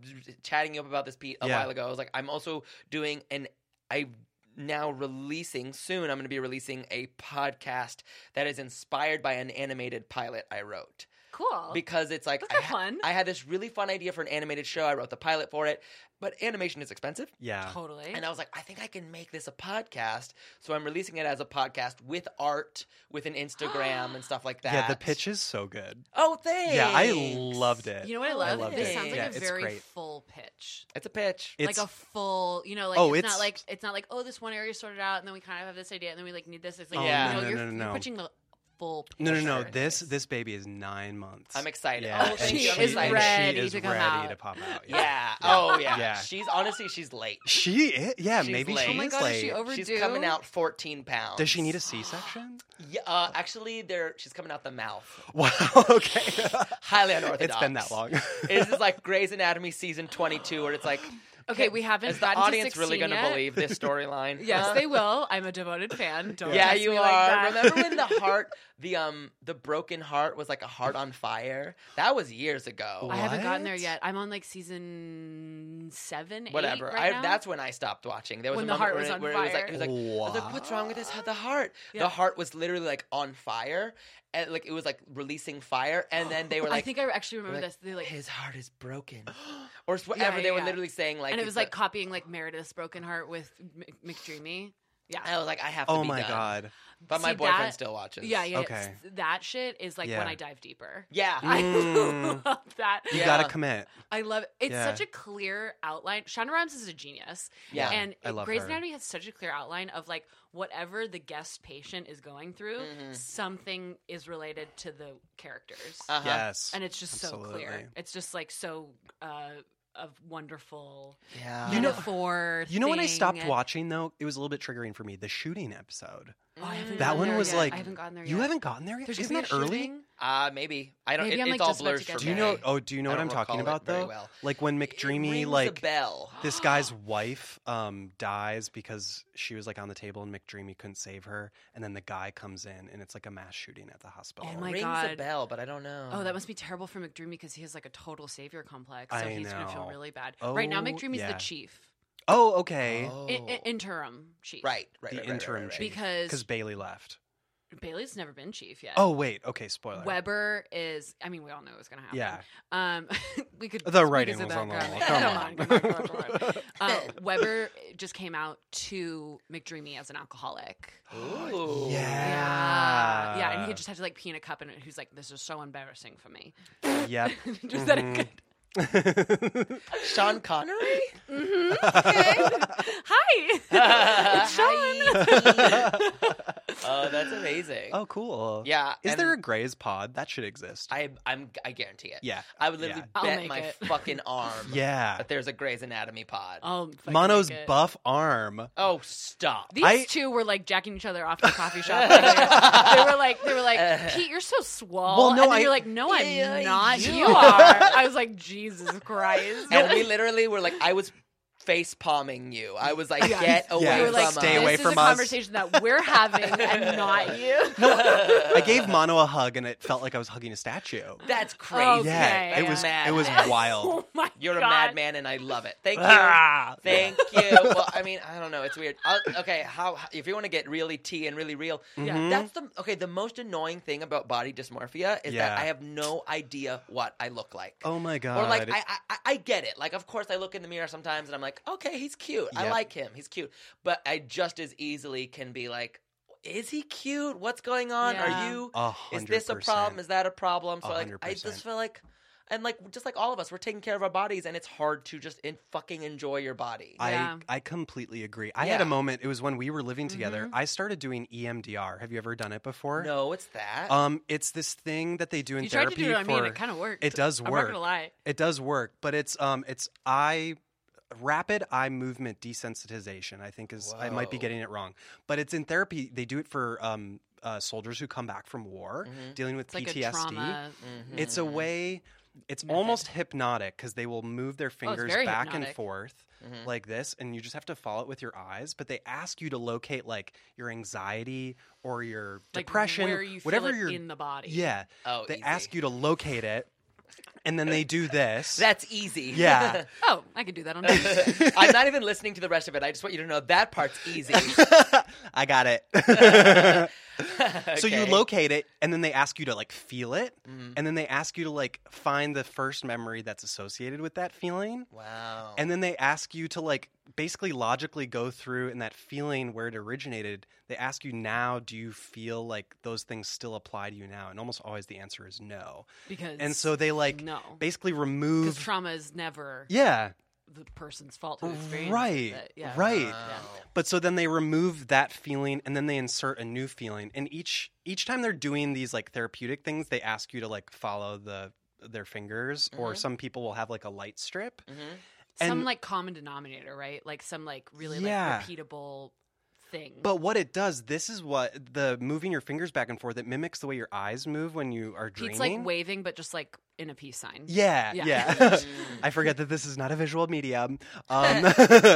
[SPEAKER 3] chatting you up about this Pete a
[SPEAKER 1] Yeah.
[SPEAKER 3] while ago. I was like, I'm also doing an, I now releasing soon. I'm going to be releasing a podcast that is inspired by an animated pilot I wrote
[SPEAKER 2] cool.
[SPEAKER 3] because it's like
[SPEAKER 2] Oh. That's
[SPEAKER 3] I,
[SPEAKER 2] not
[SPEAKER 3] ha-
[SPEAKER 2] fun.
[SPEAKER 3] I had this really fun idea for an animated show. I wrote the pilot for it, but animation is expensive.
[SPEAKER 1] <laughs> Yeah,
[SPEAKER 2] totally.
[SPEAKER 3] And uh, I was like, I think I can make this a podcast. So I'm releasing it as a podcast with art, with an Instagram and stuff like that.
[SPEAKER 1] yeah. The pitch is so good.
[SPEAKER 3] Oh, thanks.
[SPEAKER 1] Yeah, I loved it.
[SPEAKER 2] You know what I
[SPEAKER 3] I
[SPEAKER 2] love?
[SPEAKER 3] loved
[SPEAKER 2] this
[SPEAKER 3] it.
[SPEAKER 2] sounds like
[SPEAKER 3] Yeah,
[SPEAKER 2] a
[SPEAKER 1] it's
[SPEAKER 2] very
[SPEAKER 1] great.
[SPEAKER 2] full pitch.
[SPEAKER 3] It's a pitch.
[SPEAKER 1] it's
[SPEAKER 2] like a full, you know, like
[SPEAKER 1] Oh,
[SPEAKER 2] it's,
[SPEAKER 1] it's-
[SPEAKER 2] not like it's not like oh, this one area sorted out, and then we kind of have this idea, and then we like need this. It's like
[SPEAKER 3] Oh,
[SPEAKER 2] yeah,
[SPEAKER 3] no,
[SPEAKER 1] no,
[SPEAKER 2] you're,
[SPEAKER 1] no, no,
[SPEAKER 2] you're
[SPEAKER 1] no.
[SPEAKER 2] pitching the full. Pitch.
[SPEAKER 1] no, no, no.
[SPEAKER 3] Sure.
[SPEAKER 1] This this baby is nine months.
[SPEAKER 3] I'm excited.
[SPEAKER 1] Yeah,
[SPEAKER 3] Oh,
[SPEAKER 1] and
[SPEAKER 3] thank
[SPEAKER 2] she
[SPEAKER 3] you. I'm
[SPEAKER 2] is
[SPEAKER 3] excited.
[SPEAKER 2] ready
[SPEAKER 1] She is
[SPEAKER 2] to come
[SPEAKER 1] ready
[SPEAKER 2] out.
[SPEAKER 1] to pop out.
[SPEAKER 3] Yeah. Oh, yeah.
[SPEAKER 1] Yeah.
[SPEAKER 3] <laughs> She's honestly, she's late.
[SPEAKER 1] She is. Yeah,
[SPEAKER 3] She's
[SPEAKER 1] maybe
[SPEAKER 3] late.
[SPEAKER 1] she
[SPEAKER 2] Oh my
[SPEAKER 1] is
[SPEAKER 2] god,
[SPEAKER 1] late.
[SPEAKER 2] is she overdue?
[SPEAKER 3] She's coming out 14 pounds.
[SPEAKER 1] Does she
[SPEAKER 2] <gasps>
[SPEAKER 1] need a
[SPEAKER 2] <laughs>
[SPEAKER 1] C-section?
[SPEAKER 3] Yeah, uh, actually, there. She's coming out
[SPEAKER 1] <sighs>
[SPEAKER 3] the mouth.
[SPEAKER 1] wow.
[SPEAKER 2] <laughs>
[SPEAKER 1] Okay.
[SPEAKER 3] Highly unorthodox.
[SPEAKER 1] it's been that long.
[SPEAKER 3] this is like Grey's Anatomy season 22, where
[SPEAKER 2] <gasps>
[SPEAKER 3] it's like,
[SPEAKER 2] Okay, we haven't.
[SPEAKER 3] is the
[SPEAKER 2] gotten to
[SPEAKER 3] audience
[SPEAKER 2] 16
[SPEAKER 3] really going to
[SPEAKER 2] yet.
[SPEAKER 1] <laughs>
[SPEAKER 3] believe this storyline?
[SPEAKER 2] Yes,
[SPEAKER 3] Huh? <laughs>
[SPEAKER 2] they will. I'm a devoted fan. Don't
[SPEAKER 3] Yeah,
[SPEAKER 2] test
[SPEAKER 3] you
[SPEAKER 2] me
[SPEAKER 3] are.
[SPEAKER 2] Like that.
[SPEAKER 3] Remember when
[SPEAKER 2] <laughs>
[SPEAKER 3] the heart, the um, the broken heart was like a heart on fire? That was years ago.
[SPEAKER 2] I haven't gotten
[SPEAKER 1] What?
[SPEAKER 2] there yet. I'm on like season seven, eight
[SPEAKER 3] Whatever.
[SPEAKER 2] Right
[SPEAKER 3] I,
[SPEAKER 2] now.
[SPEAKER 3] that's when I stopped watching. There was
[SPEAKER 2] When
[SPEAKER 3] a
[SPEAKER 2] the heart
[SPEAKER 3] moment where,
[SPEAKER 2] was
[SPEAKER 3] it-
[SPEAKER 2] on
[SPEAKER 3] where it was like, it was like, I was like,
[SPEAKER 1] Wow.
[SPEAKER 3] what's wrong with this? The heart. The
[SPEAKER 2] Yeah.
[SPEAKER 3] heart was literally like on fire, and like it was like releasing fire, and
[SPEAKER 2] <gasps>
[SPEAKER 3] then they were
[SPEAKER 2] I
[SPEAKER 3] like,
[SPEAKER 2] think I actually remember
[SPEAKER 3] like,
[SPEAKER 2] this. They like
[SPEAKER 3] his heart is broken,
[SPEAKER 2] <gasps>
[SPEAKER 3] or whatever.
[SPEAKER 2] yeah,
[SPEAKER 3] they were
[SPEAKER 2] yeah.
[SPEAKER 3] literally saying like,
[SPEAKER 2] and it
[SPEAKER 3] it's
[SPEAKER 2] was like
[SPEAKER 3] the-
[SPEAKER 2] copying like Meredith's broken heart with M- McDreamy. Yeah.
[SPEAKER 3] <laughs> I was like, I have to
[SPEAKER 1] oh
[SPEAKER 3] be
[SPEAKER 1] my
[SPEAKER 3] done.
[SPEAKER 1] god.
[SPEAKER 3] But my
[SPEAKER 2] See,
[SPEAKER 3] boyfriend
[SPEAKER 2] that-
[SPEAKER 3] still watches.
[SPEAKER 2] Yeah, yeah.
[SPEAKER 1] Okay.
[SPEAKER 2] s- That shit is like
[SPEAKER 1] Yeah.
[SPEAKER 2] when I dive deeper. <laughs>
[SPEAKER 3] yeah.
[SPEAKER 2] I
[SPEAKER 1] Mm.
[SPEAKER 2] <laughs> love that.
[SPEAKER 1] You
[SPEAKER 3] Yeah.
[SPEAKER 1] gotta commit.
[SPEAKER 2] I love it. It's
[SPEAKER 1] Yeah.
[SPEAKER 2] such a clear outline. Shonda Rhimes is a genius.
[SPEAKER 3] Yeah.
[SPEAKER 2] And
[SPEAKER 1] I love
[SPEAKER 2] Grey's
[SPEAKER 1] her.
[SPEAKER 2] Anatomy has such a clear outline of like whatever the guest patient is going through,
[SPEAKER 3] Mhm.
[SPEAKER 2] something is related to the characters.
[SPEAKER 3] Uh-huh.
[SPEAKER 1] Yes.
[SPEAKER 2] and it's just so clear.
[SPEAKER 1] absolutely.
[SPEAKER 2] It's just like so uh, of wonderful
[SPEAKER 3] Yeah.
[SPEAKER 1] You know-
[SPEAKER 2] metaphor.
[SPEAKER 1] you know when I
[SPEAKER 2] thing.
[SPEAKER 1] stopped watching though, it was a little bit triggering for me. The shooting episode.
[SPEAKER 2] Oh, I haven't
[SPEAKER 3] Mm.
[SPEAKER 1] That
[SPEAKER 2] gotten
[SPEAKER 1] one
[SPEAKER 2] there
[SPEAKER 1] was
[SPEAKER 2] yet.
[SPEAKER 1] like-
[SPEAKER 2] I haven't
[SPEAKER 3] Oh,
[SPEAKER 2] gotten there yet.
[SPEAKER 1] You haven't gotten there yet.
[SPEAKER 2] There's
[SPEAKER 1] Isn't
[SPEAKER 2] gonna be
[SPEAKER 1] that
[SPEAKER 2] a
[SPEAKER 1] early?
[SPEAKER 2] shooting?
[SPEAKER 3] Uh, maybe I don't.
[SPEAKER 2] Maybe
[SPEAKER 3] it-
[SPEAKER 2] I'm, like,
[SPEAKER 3] it's all
[SPEAKER 2] just about to
[SPEAKER 3] blurs
[SPEAKER 2] get
[SPEAKER 3] for
[SPEAKER 2] there.
[SPEAKER 1] Do you
[SPEAKER 3] me.
[SPEAKER 1] know? Oh, do you know
[SPEAKER 3] I
[SPEAKER 1] what
[SPEAKER 3] don't
[SPEAKER 1] I'm talking
[SPEAKER 3] recall it
[SPEAKER 1] about
[SPEAKER 3] very
[SPEAKER 1] though?
[SPEAKER 3] well.
[SPEAKER 1] Like when
[SPEAKER 3] It
[SPEAKER 1] McDreamy,
[SPEAKER 3] rings
[SPEAKER 1] like
[SPEAKER 3] a bell.
[SPEAKER 2] Oh
[SPEAKER 1] this guy's wife, um, dies because she was like on the table and McDreamy couldn't save her, and then the guy comes in and it's like a mass shooting at the hospital.
[SPEAKER 2] Oh my
[SPEAKER 3] rings a
[SPEAKER 2] God.
[SPEAKER 3] bell, but I don't know.
[SPEAKER 2] Oh, that must be terrible for McDreamy because he has like a total savior complex. So
[SPEAKER 1] I
[SPEAKER 2] he's going to feel
[SPEAKER 1] know.
[SPEAKER 2] really bad. right now,
[SPEAKER 1] Oh,
[SPEAKER 2] McDreamy's
[SPEAKER 1] yeah.
[SPEAKER 2] the chief,
[SPEAKER 1] Oh, okay.
[SPEAKER 3] Oh.
[SPEAKER 2] I- I- interim chief.
[SPEAKER 3] right, right,
[SPEAKER 1] the
[SPEAKER 3] right, right,
[SPEAKER 1] interim
[SPEAKER 3] right, right,
[SPEAKER 1] chief because
[SPEAKER 2] Because uh,
[SPEAKER 1] Bailey left.
[SPEAKER 2] Bailey's never been chief yet.
[SPEAKER 1] Oh wait, okay, spoiler.
[SPEAKER 2] Weber is, I mean, we all know it was going to happen.
[SPEAKER 1] Yeah,
[SPEAKER 2] Um, <laughs> we could.
[SPEAKER 1] the
[SPEAKER 2] we
[SPEAKER 1] writing
[SPEAKER 2] could sit
[SPEAKER 1] was
[SPEAKER 2] back
[SPEAKER 1] on the wall.
[SPEAKER 2] <laughs> Come on, come on, come on,
[SPEAKER 1] <laughs>
[SPEAKER 2] come on.
[SPEAKER 1] Come
[SPEAKER 2] Uh, Weber just came out to McDreamy as an alcoholic.
[SPEAKER 3] Ooh.
[SPEAKER 1] Yeah.
[SPEAKER 2] Yeah, and he just had to like pee in a cup, and he's like, "This is so embarrassing for me." <laughs>
[SPEAKER 1] just <laughs> yep. Mm-hmm.
[SPEAKER 2] just that it
[SPEAKER 1] Mhm.
[SPEAKER 2] could. <laughs>
[SPEAKER 1] <laughs>
[SPEAKER 3] Sean Connery.
[SPEAKER 2] Mm-hmm. <laughs> Hi, it's Sean.
[SPEAKER 3] Oh, that's amazing.
[SPEAKER 1] oh, cool.
[SPEAKER 3] Yeah.
[SPEAKER 1] Is
[SPEAKER 3] and
[SPEAKER 1] there a Gray's pod that should exist?
[SPEAKER 3] I, I'm. I guarantee it.
[SPEAKER 1] yeah.
[SPEAKER 3] I would literally
[SPEAKER 2] I'll
[SPEAKER 3] bet
[SPEAKER 2] make
[SPEAKER 3] my
[SPEAKER 2] it. Oh.
[SPEAKER 3] fucking arm.
[SPEAKER 1] <laughs> Yeah.
[SPEAKER 3] That there's a Grey's Anatomy pod.
[SPEAKER 2] <laughs> I'll fucking
[SPEAKER 1] Mono's
[SPEAKER 2] make it.
[SPEAKER 1] buff arm.
[SPEAKER 3] Oh, stop.
[SPEAKER 2] These
[SPEAKER 1] I-
[SPEAKER 2] two were like jacking each other off
[SPEAKER 1] <laughs>
[SPEAKER 2] the coffee shop. they were like, they were like, Pete, you're so swole.
[SPEAKER 1] Well, no,
[SPEAKER 2] and then
[SPEAKER 1] I-
[SPEAKER 2] you're like, no, I'm
[SPEAKER 3] Yeah,
[SPEAKER 2] not.
[SPEAKER 3] you
[SPEAKER 2] You are. I was like, Jesus Christ.
[SPEAKER 3] and we literally were like, I was face palming you. I was like,
[SPEAKER 2] Yeah.
[SPEAKER 3] get
[SPEAKER 1] <laughs> Yeah.
[SPEAKER 3] away
[SPEAKER 2] You were
[SPEAKER 3] from
[SPEAKER 2] like,
[SPEAKER 3] us.
[SPEAKER 1] Stay away
[SPEAKER 2] <laughs>
[SPEAKER 3] <laughs>
[SPEAKER 2] this is
[SPEAKER 1] from
[SPEAKER 2] a
[SPEAKER 1] us.
[SPEAKER 2] conversation that we're having
[SPEAKER 1] <laughs>
[SPEAKER 2] and not you.
[SPEAKER 1] I gave Mono a hug, and it felt like I was hugging a statue.
[SPEAKER 3] That's crazy.
[SPEAKER 2] Okay.
[SPEAKER 1] Yeah, it was
[SPEAKER 3] That's
[SPEAKER 1] it was
[SPEAKER 3] madness.
[SPEAKER 1] wild.
[SPEAKER 2] <laughs> Oh my
[SPEAKER 3] You're
[SPEAKER 2] God.
[SPEAKER 3] a madman, and I love it. <laughs>
[SPEAKER 1] <laughs>
[SPEAKER 3] Thank you.
[SPEAKER 1] Ah!
[SPEAKER 3] Thank you. Well, I mean, I don't know. It's weird. I'll, okay, how if you want to get really tea and really real,
[SPEAKER 1] Mm-hmm.
[SPEAKER 2] Yeah.
[SPEAKER 3] that's the okay. The most annoying thing about body dysmorphia is
[SPEAKER 1] Yeah.
[SPEAKER 3] that I have no idea what I look like.
[SPEAKER 1] Oh my god!
[SPEAKER 3] Or like I, I- I I get it. Like of course I look in the mirror sometimes and I'm like, okay, he's cute. I
[SPEAKER 1] Yep.
[SPEAKER 3] like him. He's cute. But I just as easily can be like, is he cute? What's going on?
[SPEAKER 2] Yeah.
[SPEAKER 3] Are you?
[SPEAKER 1] A
[SPEAKER 3] Is
[SPEAKER 1] hundred
[SPEAKER 3] this a problem?
[SPEAKER 1] percent.
[SPEAKER 3] Is that a problem?
[SPEAKER 1] A
[SPEAKER 3] So like
[SPEAKER 1] hundred
[SPEAKER 3] I
[SPEAKER 1] percent.
[SPEAKER 3] just feel like. And like just like all of us, we're taking care of our bodies, and it's hard to just in, fucking enjoy your body.
[SPEAKER 2] Yeah.
[SPEAKER 1] I I completely agree. I had a
[SPEAKER 3] Yeah. Mm-hmm.
[SPEAKER 1] moment. It was when we were living together. I started doing E EMDR. Have you ever done it before?
[SPEAKER 3] No, it's that.
[SPEAKER 1] Um, it's this thing that they do in
[SPEAKER 2] You tried to
[SPEAKER 1] therapy
[SPEAKER 2] do it on
[SPEAKER 1] for
[SPEAKER 2] me, and it kind of worked.
[SPEAKER 1] it does
[SPEAKER 2] I'm not
[SPEAKER 1] work.
[SPEAKER 2] gonna lie.
[SPEAKER 1] It does work, but it's um it's eye rapid eye movement desensitization. I think is I might be
[SPEAKER 3] Whoa.
[SPEAKER 1] getting it wrong, but it's in therapy. They do it for um uh, soldiers who come back from war
[SPEAKER 3] Mhm.
[SPEAKER 1] dealing with
[SPEAKER 2] It's like
[SPEAKER 1] PTSD.
[SPEAKER 2] a trauma. Mm-hmm.
[SPEAKER 3] Mhm.
[SPEAKER 1] It's a way. It's
[SPEAKER 3] Method.
[SPEAKER 1] almost hypnotic because they will move their fingers
[SPEAKER 2] Oh, very
[SPEAKER 1] back and
[SPEAKER 2] hypnotic.
[SPEAKER 1] forth
[SPEAKER 3] Mhm.
[SPEAKER 1] like this, and you just have to follow it with your eyes. But they ask you to locate like your anxiety or your
[SPEAKER 2] Like
[SPEAKER 1] depression,
[SPEAKER 2] where you
[SPEAKER 1] whatever
[SPEAKER 2] feel it
[SPEAKER 1] your
[SPEAKER 2] in the body.
[SPEAKER 1] yeah.
[SPEAKER 3] oh,
[SPEAKER 1] They ask you to locate it, and then they do this.
[SPEAKER 2] <laughs>
[SPEAKER 3] That's easy. <laughs>
[SPEAKER 1] yeah. <laughs>
[SPEAKER 2] Oh, I could do that on Tuesday.
[SPEAKER 3] I'm not even listening to the rest of it. I just want you to know that part's easy. <laughs>
[SPEAKER 1] I got it. <laughs> So you
[SPEAKER 3] Okay.
[SPEAKER 1] locate it, and then they ask you to like feel it,
[SPEAKER 3] Mhm.
[SPEAKER 1] and then they ask you to like find the first memory that's associated with that feeling.
[SPEAKER 3] Wow.
[SPEAKER 1] And then they ask you to like basically logically go through in that feeling where it originated. They ask you now, do you feel like those things still apply to you now? And almost always the answer is no.
[SPEAKER 2] because
[SPEAKER 1] And so they like
[SPEAKER 2] no,
[SPEAKER 1] basically
[SPEAKER 2] because
[SPEAKER 1] remove.
[SPEAKER 2] trauma is never
[SPEAKER 1] yeah,
[SPEAKER 2] the person's fault who experienced
[SPEAKER 1] Right,
[SPEAKER 2] it. Yeah.
[SPEAKER 1] right.
[SPEAKER 2] Yeah.
[SPEAKER 3] Wow.
[SPEAKER 1] but so then they remove that feeling and then they insert a new feeling. And each each time they're doing these like therapeutic things, they ask you to like follow the their fingers. Or
[SPEAKER 2] Mm-hmm.
[SPEAKER 3] Mhm.
[SPEAKER 1] some people will have like a light strip.
[SPEAKER 3] Mhm.
[SPEAKER 2] Some
[SPEAKER 1] And-
[SPEAKER 2] like common denominator, right? Like some like really
[SPEAKER 1] Yeah.
[SPEAKER 2] like repeatable thing.
[SPEAKER 1] But what it does, this is what the moving your fingers back and forth. It mimics the way your eyes move when you are dreaming.
[SPEAKER 2] Pete's like waving, but just like in a peace sign.
[SPEAKER 1] Yeah,
[SPEAKER 2] <laughs> Yeah.
[SPEAKER 1] yeah. <laughs>
[SPEAKER 3] Mm.
[SPEAKER 1] I forget that this is not a visual medium.
[SPEAKER 3] <laughs>
[SPEAKER 1] Um, <laughs>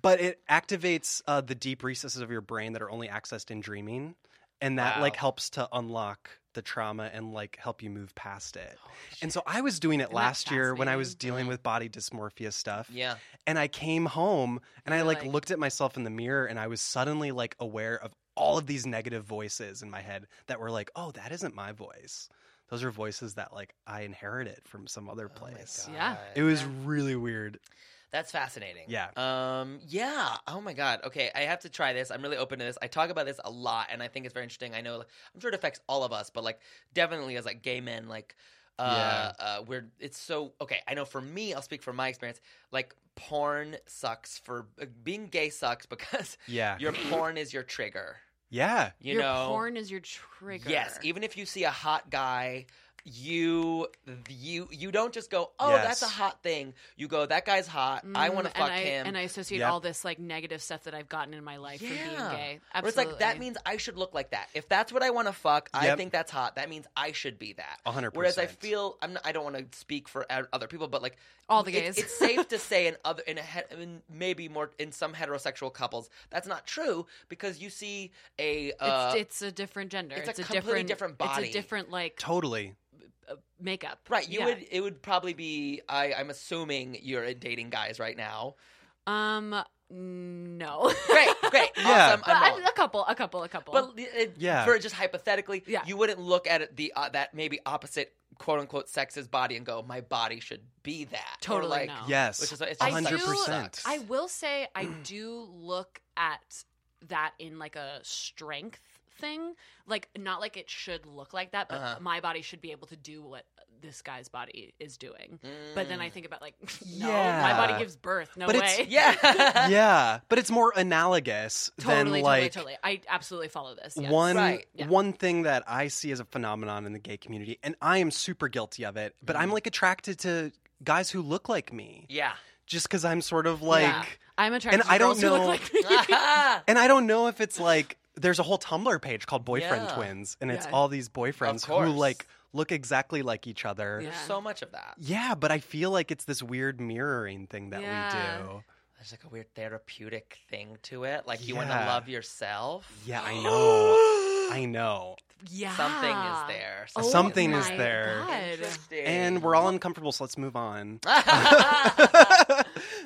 [SPEAKER 1] but it activates uh, the deep recesses of your brain that are only accessed in dreaming. And that
[SPEAKER 3] Wow.
[SPEAKER 1] like helps to unlock the trauma and like help you move past it.
[SPEAKER 3] Mm-hmm.
[SPEAKER 1] and so I was doing it
[SPEAKER 2] Isn't that
[SPEAKER 1] last year when I was
[SPEAKER 2] fascinating?
[SPEAKER 1] dealing with body dysmorphia stuff.
[SPEAKER 3] Yeah.
[SPEAKER 1] And I came home and I
[SPEAKER 2] You're
[SPEAKER 1] like,
[SPEAKER 2] like-
[SPEAKER 1] looked at myself in the mirror and I was suddenly like aware of all of these negative voices in my head that were like, oh, that isn't my voice. Those are voices that like I inherited from some other
[SPEAKER 3] Oh my
[SPEAKER 1] place.
[SPEAKER 2] Yeah.
[SPEAKER 3] God.
[SPEAKER 1] It was
[SPEAKER 2] Yeah.
[SPEAKER 1] really weird.
[SPEAKER 3] That's fascinating.
[SPEAKER 1] Yeah.
[SPEAKER 3] Um. Yeah. Oh my God. Okay. I have to try this. I'm really open to this. I talk about this a lot, and I think it's very interesting. I know. like, I'm sure it affects all of us, but like, definitely as like gay men, like, uh, uh we're it's so okay. I know for me, I'll speak from my experience. Like, porn sucks for uh, being gay sucks <laughs> because
[SPEAKER 1] Yeah.
[SPEAKER 3] your porn is your trigger.
[SPEAKER 1] yeah.
[SPEAKER 3] You
[SPEAKER 2] your
[SPEAKER 3] know.
[SPEAKER 2] porn is your trigger.
[SPEAKER 3] Yes, even if you see a hot guy, you you you don't just go, "Oh, that's a
[SPEAKER 1] Yes.
[SPEAKER 3] hot thing." You go, "That guy's hot. I
[SPEAKER 2] Mm,
[SPEAKER 3] want to
[SPEAKER 2] and
[SPEAKER 3] fuck
[SPEAKER 2] I-
[SPEAKER 3] him."
[SPEAKER 2] And I associate
[SPEAKER 1] Yep.
[SPEAKER 2] all this like negative stuff that I've gotten in my life from being
[SPEAKER 3] Yeah.
[SPEAKER 2] gay.
[SPEAKER 3] Or
[SPEAKER 2] Absolutely.
[SPEAKER 3] it's like that means I should look like that. If that's what I want to fuck, I
[SPEAKER 1] Yep.
[SPEAKER 3] think that's hot. That means I should be that.
[SPEAKER 1] 100%.
[SPEAKER 3] Whereas I feel I'm not, I don't want to speak for o- other people, but like
[SPEAKER 2] all the
[SPEAKER 3] it's-
[SPEAKER 2] gays.
[SPEAKER 3] It's, safe to say in other in, a, het- in maybe more in some heterosexual couples that's not true because you see a uh,
[SPEAKER 2] it's, it's a different gender.
[SPEAKER 3] it's a completely
[SPEAKER 2] different,
[SPEAKER 3] different body.
[SPEAKER 2] It's a different like
[SPEAKER 1] totally.
[SPEAKER 2] uh, makeup.
[SPEAKER 3] right. You
[SPEAKER 2] Yeah.
[SPEAKER 3] would it would probably be I I'm assuming you're dating guys
[SPEAKER 1] <laughs>
[SPEAKER 3] right now.
[SPEAKER 2] Um. No.
[SPEAKER 3] Great,
[SPEAKER 2] <laughs>
[SPEAKER 3] great,
[SPEAKER 1] Yeah.
[SPEAKER 3] awesome. I'm
[SPEAKER 2] I-
[SPEAKER 3] all-
[SPEAKER 2] a couple. A couple. A couple.
[SPEAKER 3] But it,
[SPEAKER 1] Yeah.
[SPEAKER 3] for just hypothetically,
[SPEAKER 2] Yeah.
[SPEAKER 3] you wouldn't look at it, the uh, that maybe opposite quote unquote sex's body and go, my body should be that. Or,
[SPEAKER 2] Totally
[SPEAKER 3] like,
[SPEAKER 2] no.
[SPEAKER 1] Yes.
[SPEAKER 3] Which is it's
[SPEAKER 2] I
[SPEAKER 3] just like-
[SPEAKER 1] 100%.
[SPEAKER 3] sucks.
[SPEAKER 2] I will say
[SPEAKER 3] <clears throat>
[SPEAKER 2] I do look at that in like a strength thing. Like not like it should look like that, but
[SPEAKER 3] Uh-huh.
[SPEAKER 2] my body should be able to do what this guy's body is doing. But then I
[SPEAKER 3] Mm.
[SPEAKER 2] think about like, <laughs> no, my
[SPEAKER 1] Yeah.
[SPEAKER 2] body gives birth. No
[SPEAKER 1] But
[SPEAKER 2] way.
[SPEAKER 1] it's-
[SPEAKER 2] <laughs>
[SPEAKER 1] <laughs>
[SPEAKER 3] yeah,
[SPEAKER 1] yeah. But it's more analogous
[SPEAKER 2] Totally,
[SPEAKER 1] than like
[SPEAKER 2] totally, totally. I absolutely follow this. Yes.
[SPEAKER 1] one
[SPEAKER 3] Right,
[SPEAKER 2] yeah.
[SPEAKER 1] one thing that I see as a phenomenon in the gay community, and I am super guilty of it. But I'm like attracted to guys who look like me,
[SPEAKER 3] <laughs> yeah.
[SPEAKER 1] just because I'm sort of like,
[SPEAKER 2] Yeah. I'm attracted
[SPEAKER 1] and
[SPEAKER 2] to
[SPEAKER 1] I don't
[SPEAKER 2] girls who look
[SPEAKER 1] know-
[SPEAKER 2] like
[SPEAKER 3] <laughs>
[SPEAKER 2] me.
[SPEAKER 1] and I don't know if it's like there's a whole Tumblr page called Boyfriend
[SPEAKER 3] Yeah.
[SPEAKER 1] Twins, and it's
[SPEAKER 2] Yeah.
[SPEAKER 1] all these boyfriends who
[SPEAKER 3] course.
[SPEAKER 1] like look exactly like each other.
[SPEAKER 2] Yeah.
[SPEAKER 3] There's so much of that.
[SPEAKER 1] Yeah, but I feel like it's this weird mirroring thing that
[SPEAKER 2] Yeah.
[SPEAKER 1] we do.
[SPEAKER 3] There's like a weird therapeutic thing to it. Like you want to
[SPEAKER 1] Yeah.
[SPEAKER 3] love yourself.
[SPEAKER 1] Yeah,
[SPEAKER 2] <gasps>
[SPEAKER 1] I know. I know.
[SPEAKER 2] <laughs> Yeah.
[SPEAKER 3] Something is there.
[SPEAKER 1] Oh
[SPEAKER 3] is
[SPEAKER 1] Something is
[SPEAKER 2] Ah. my
[SPEAKER 1] there.
[SPEAKER 3] <laughs>
[SPEAKER 2] God.
[SPEAKER 3] Interesting.
[SPEAKER 1] And we're all <laughs> uncomfortable, so let's move
[SPEAKER 2] <laughs>
[SPEAKER 1] on. <laughs>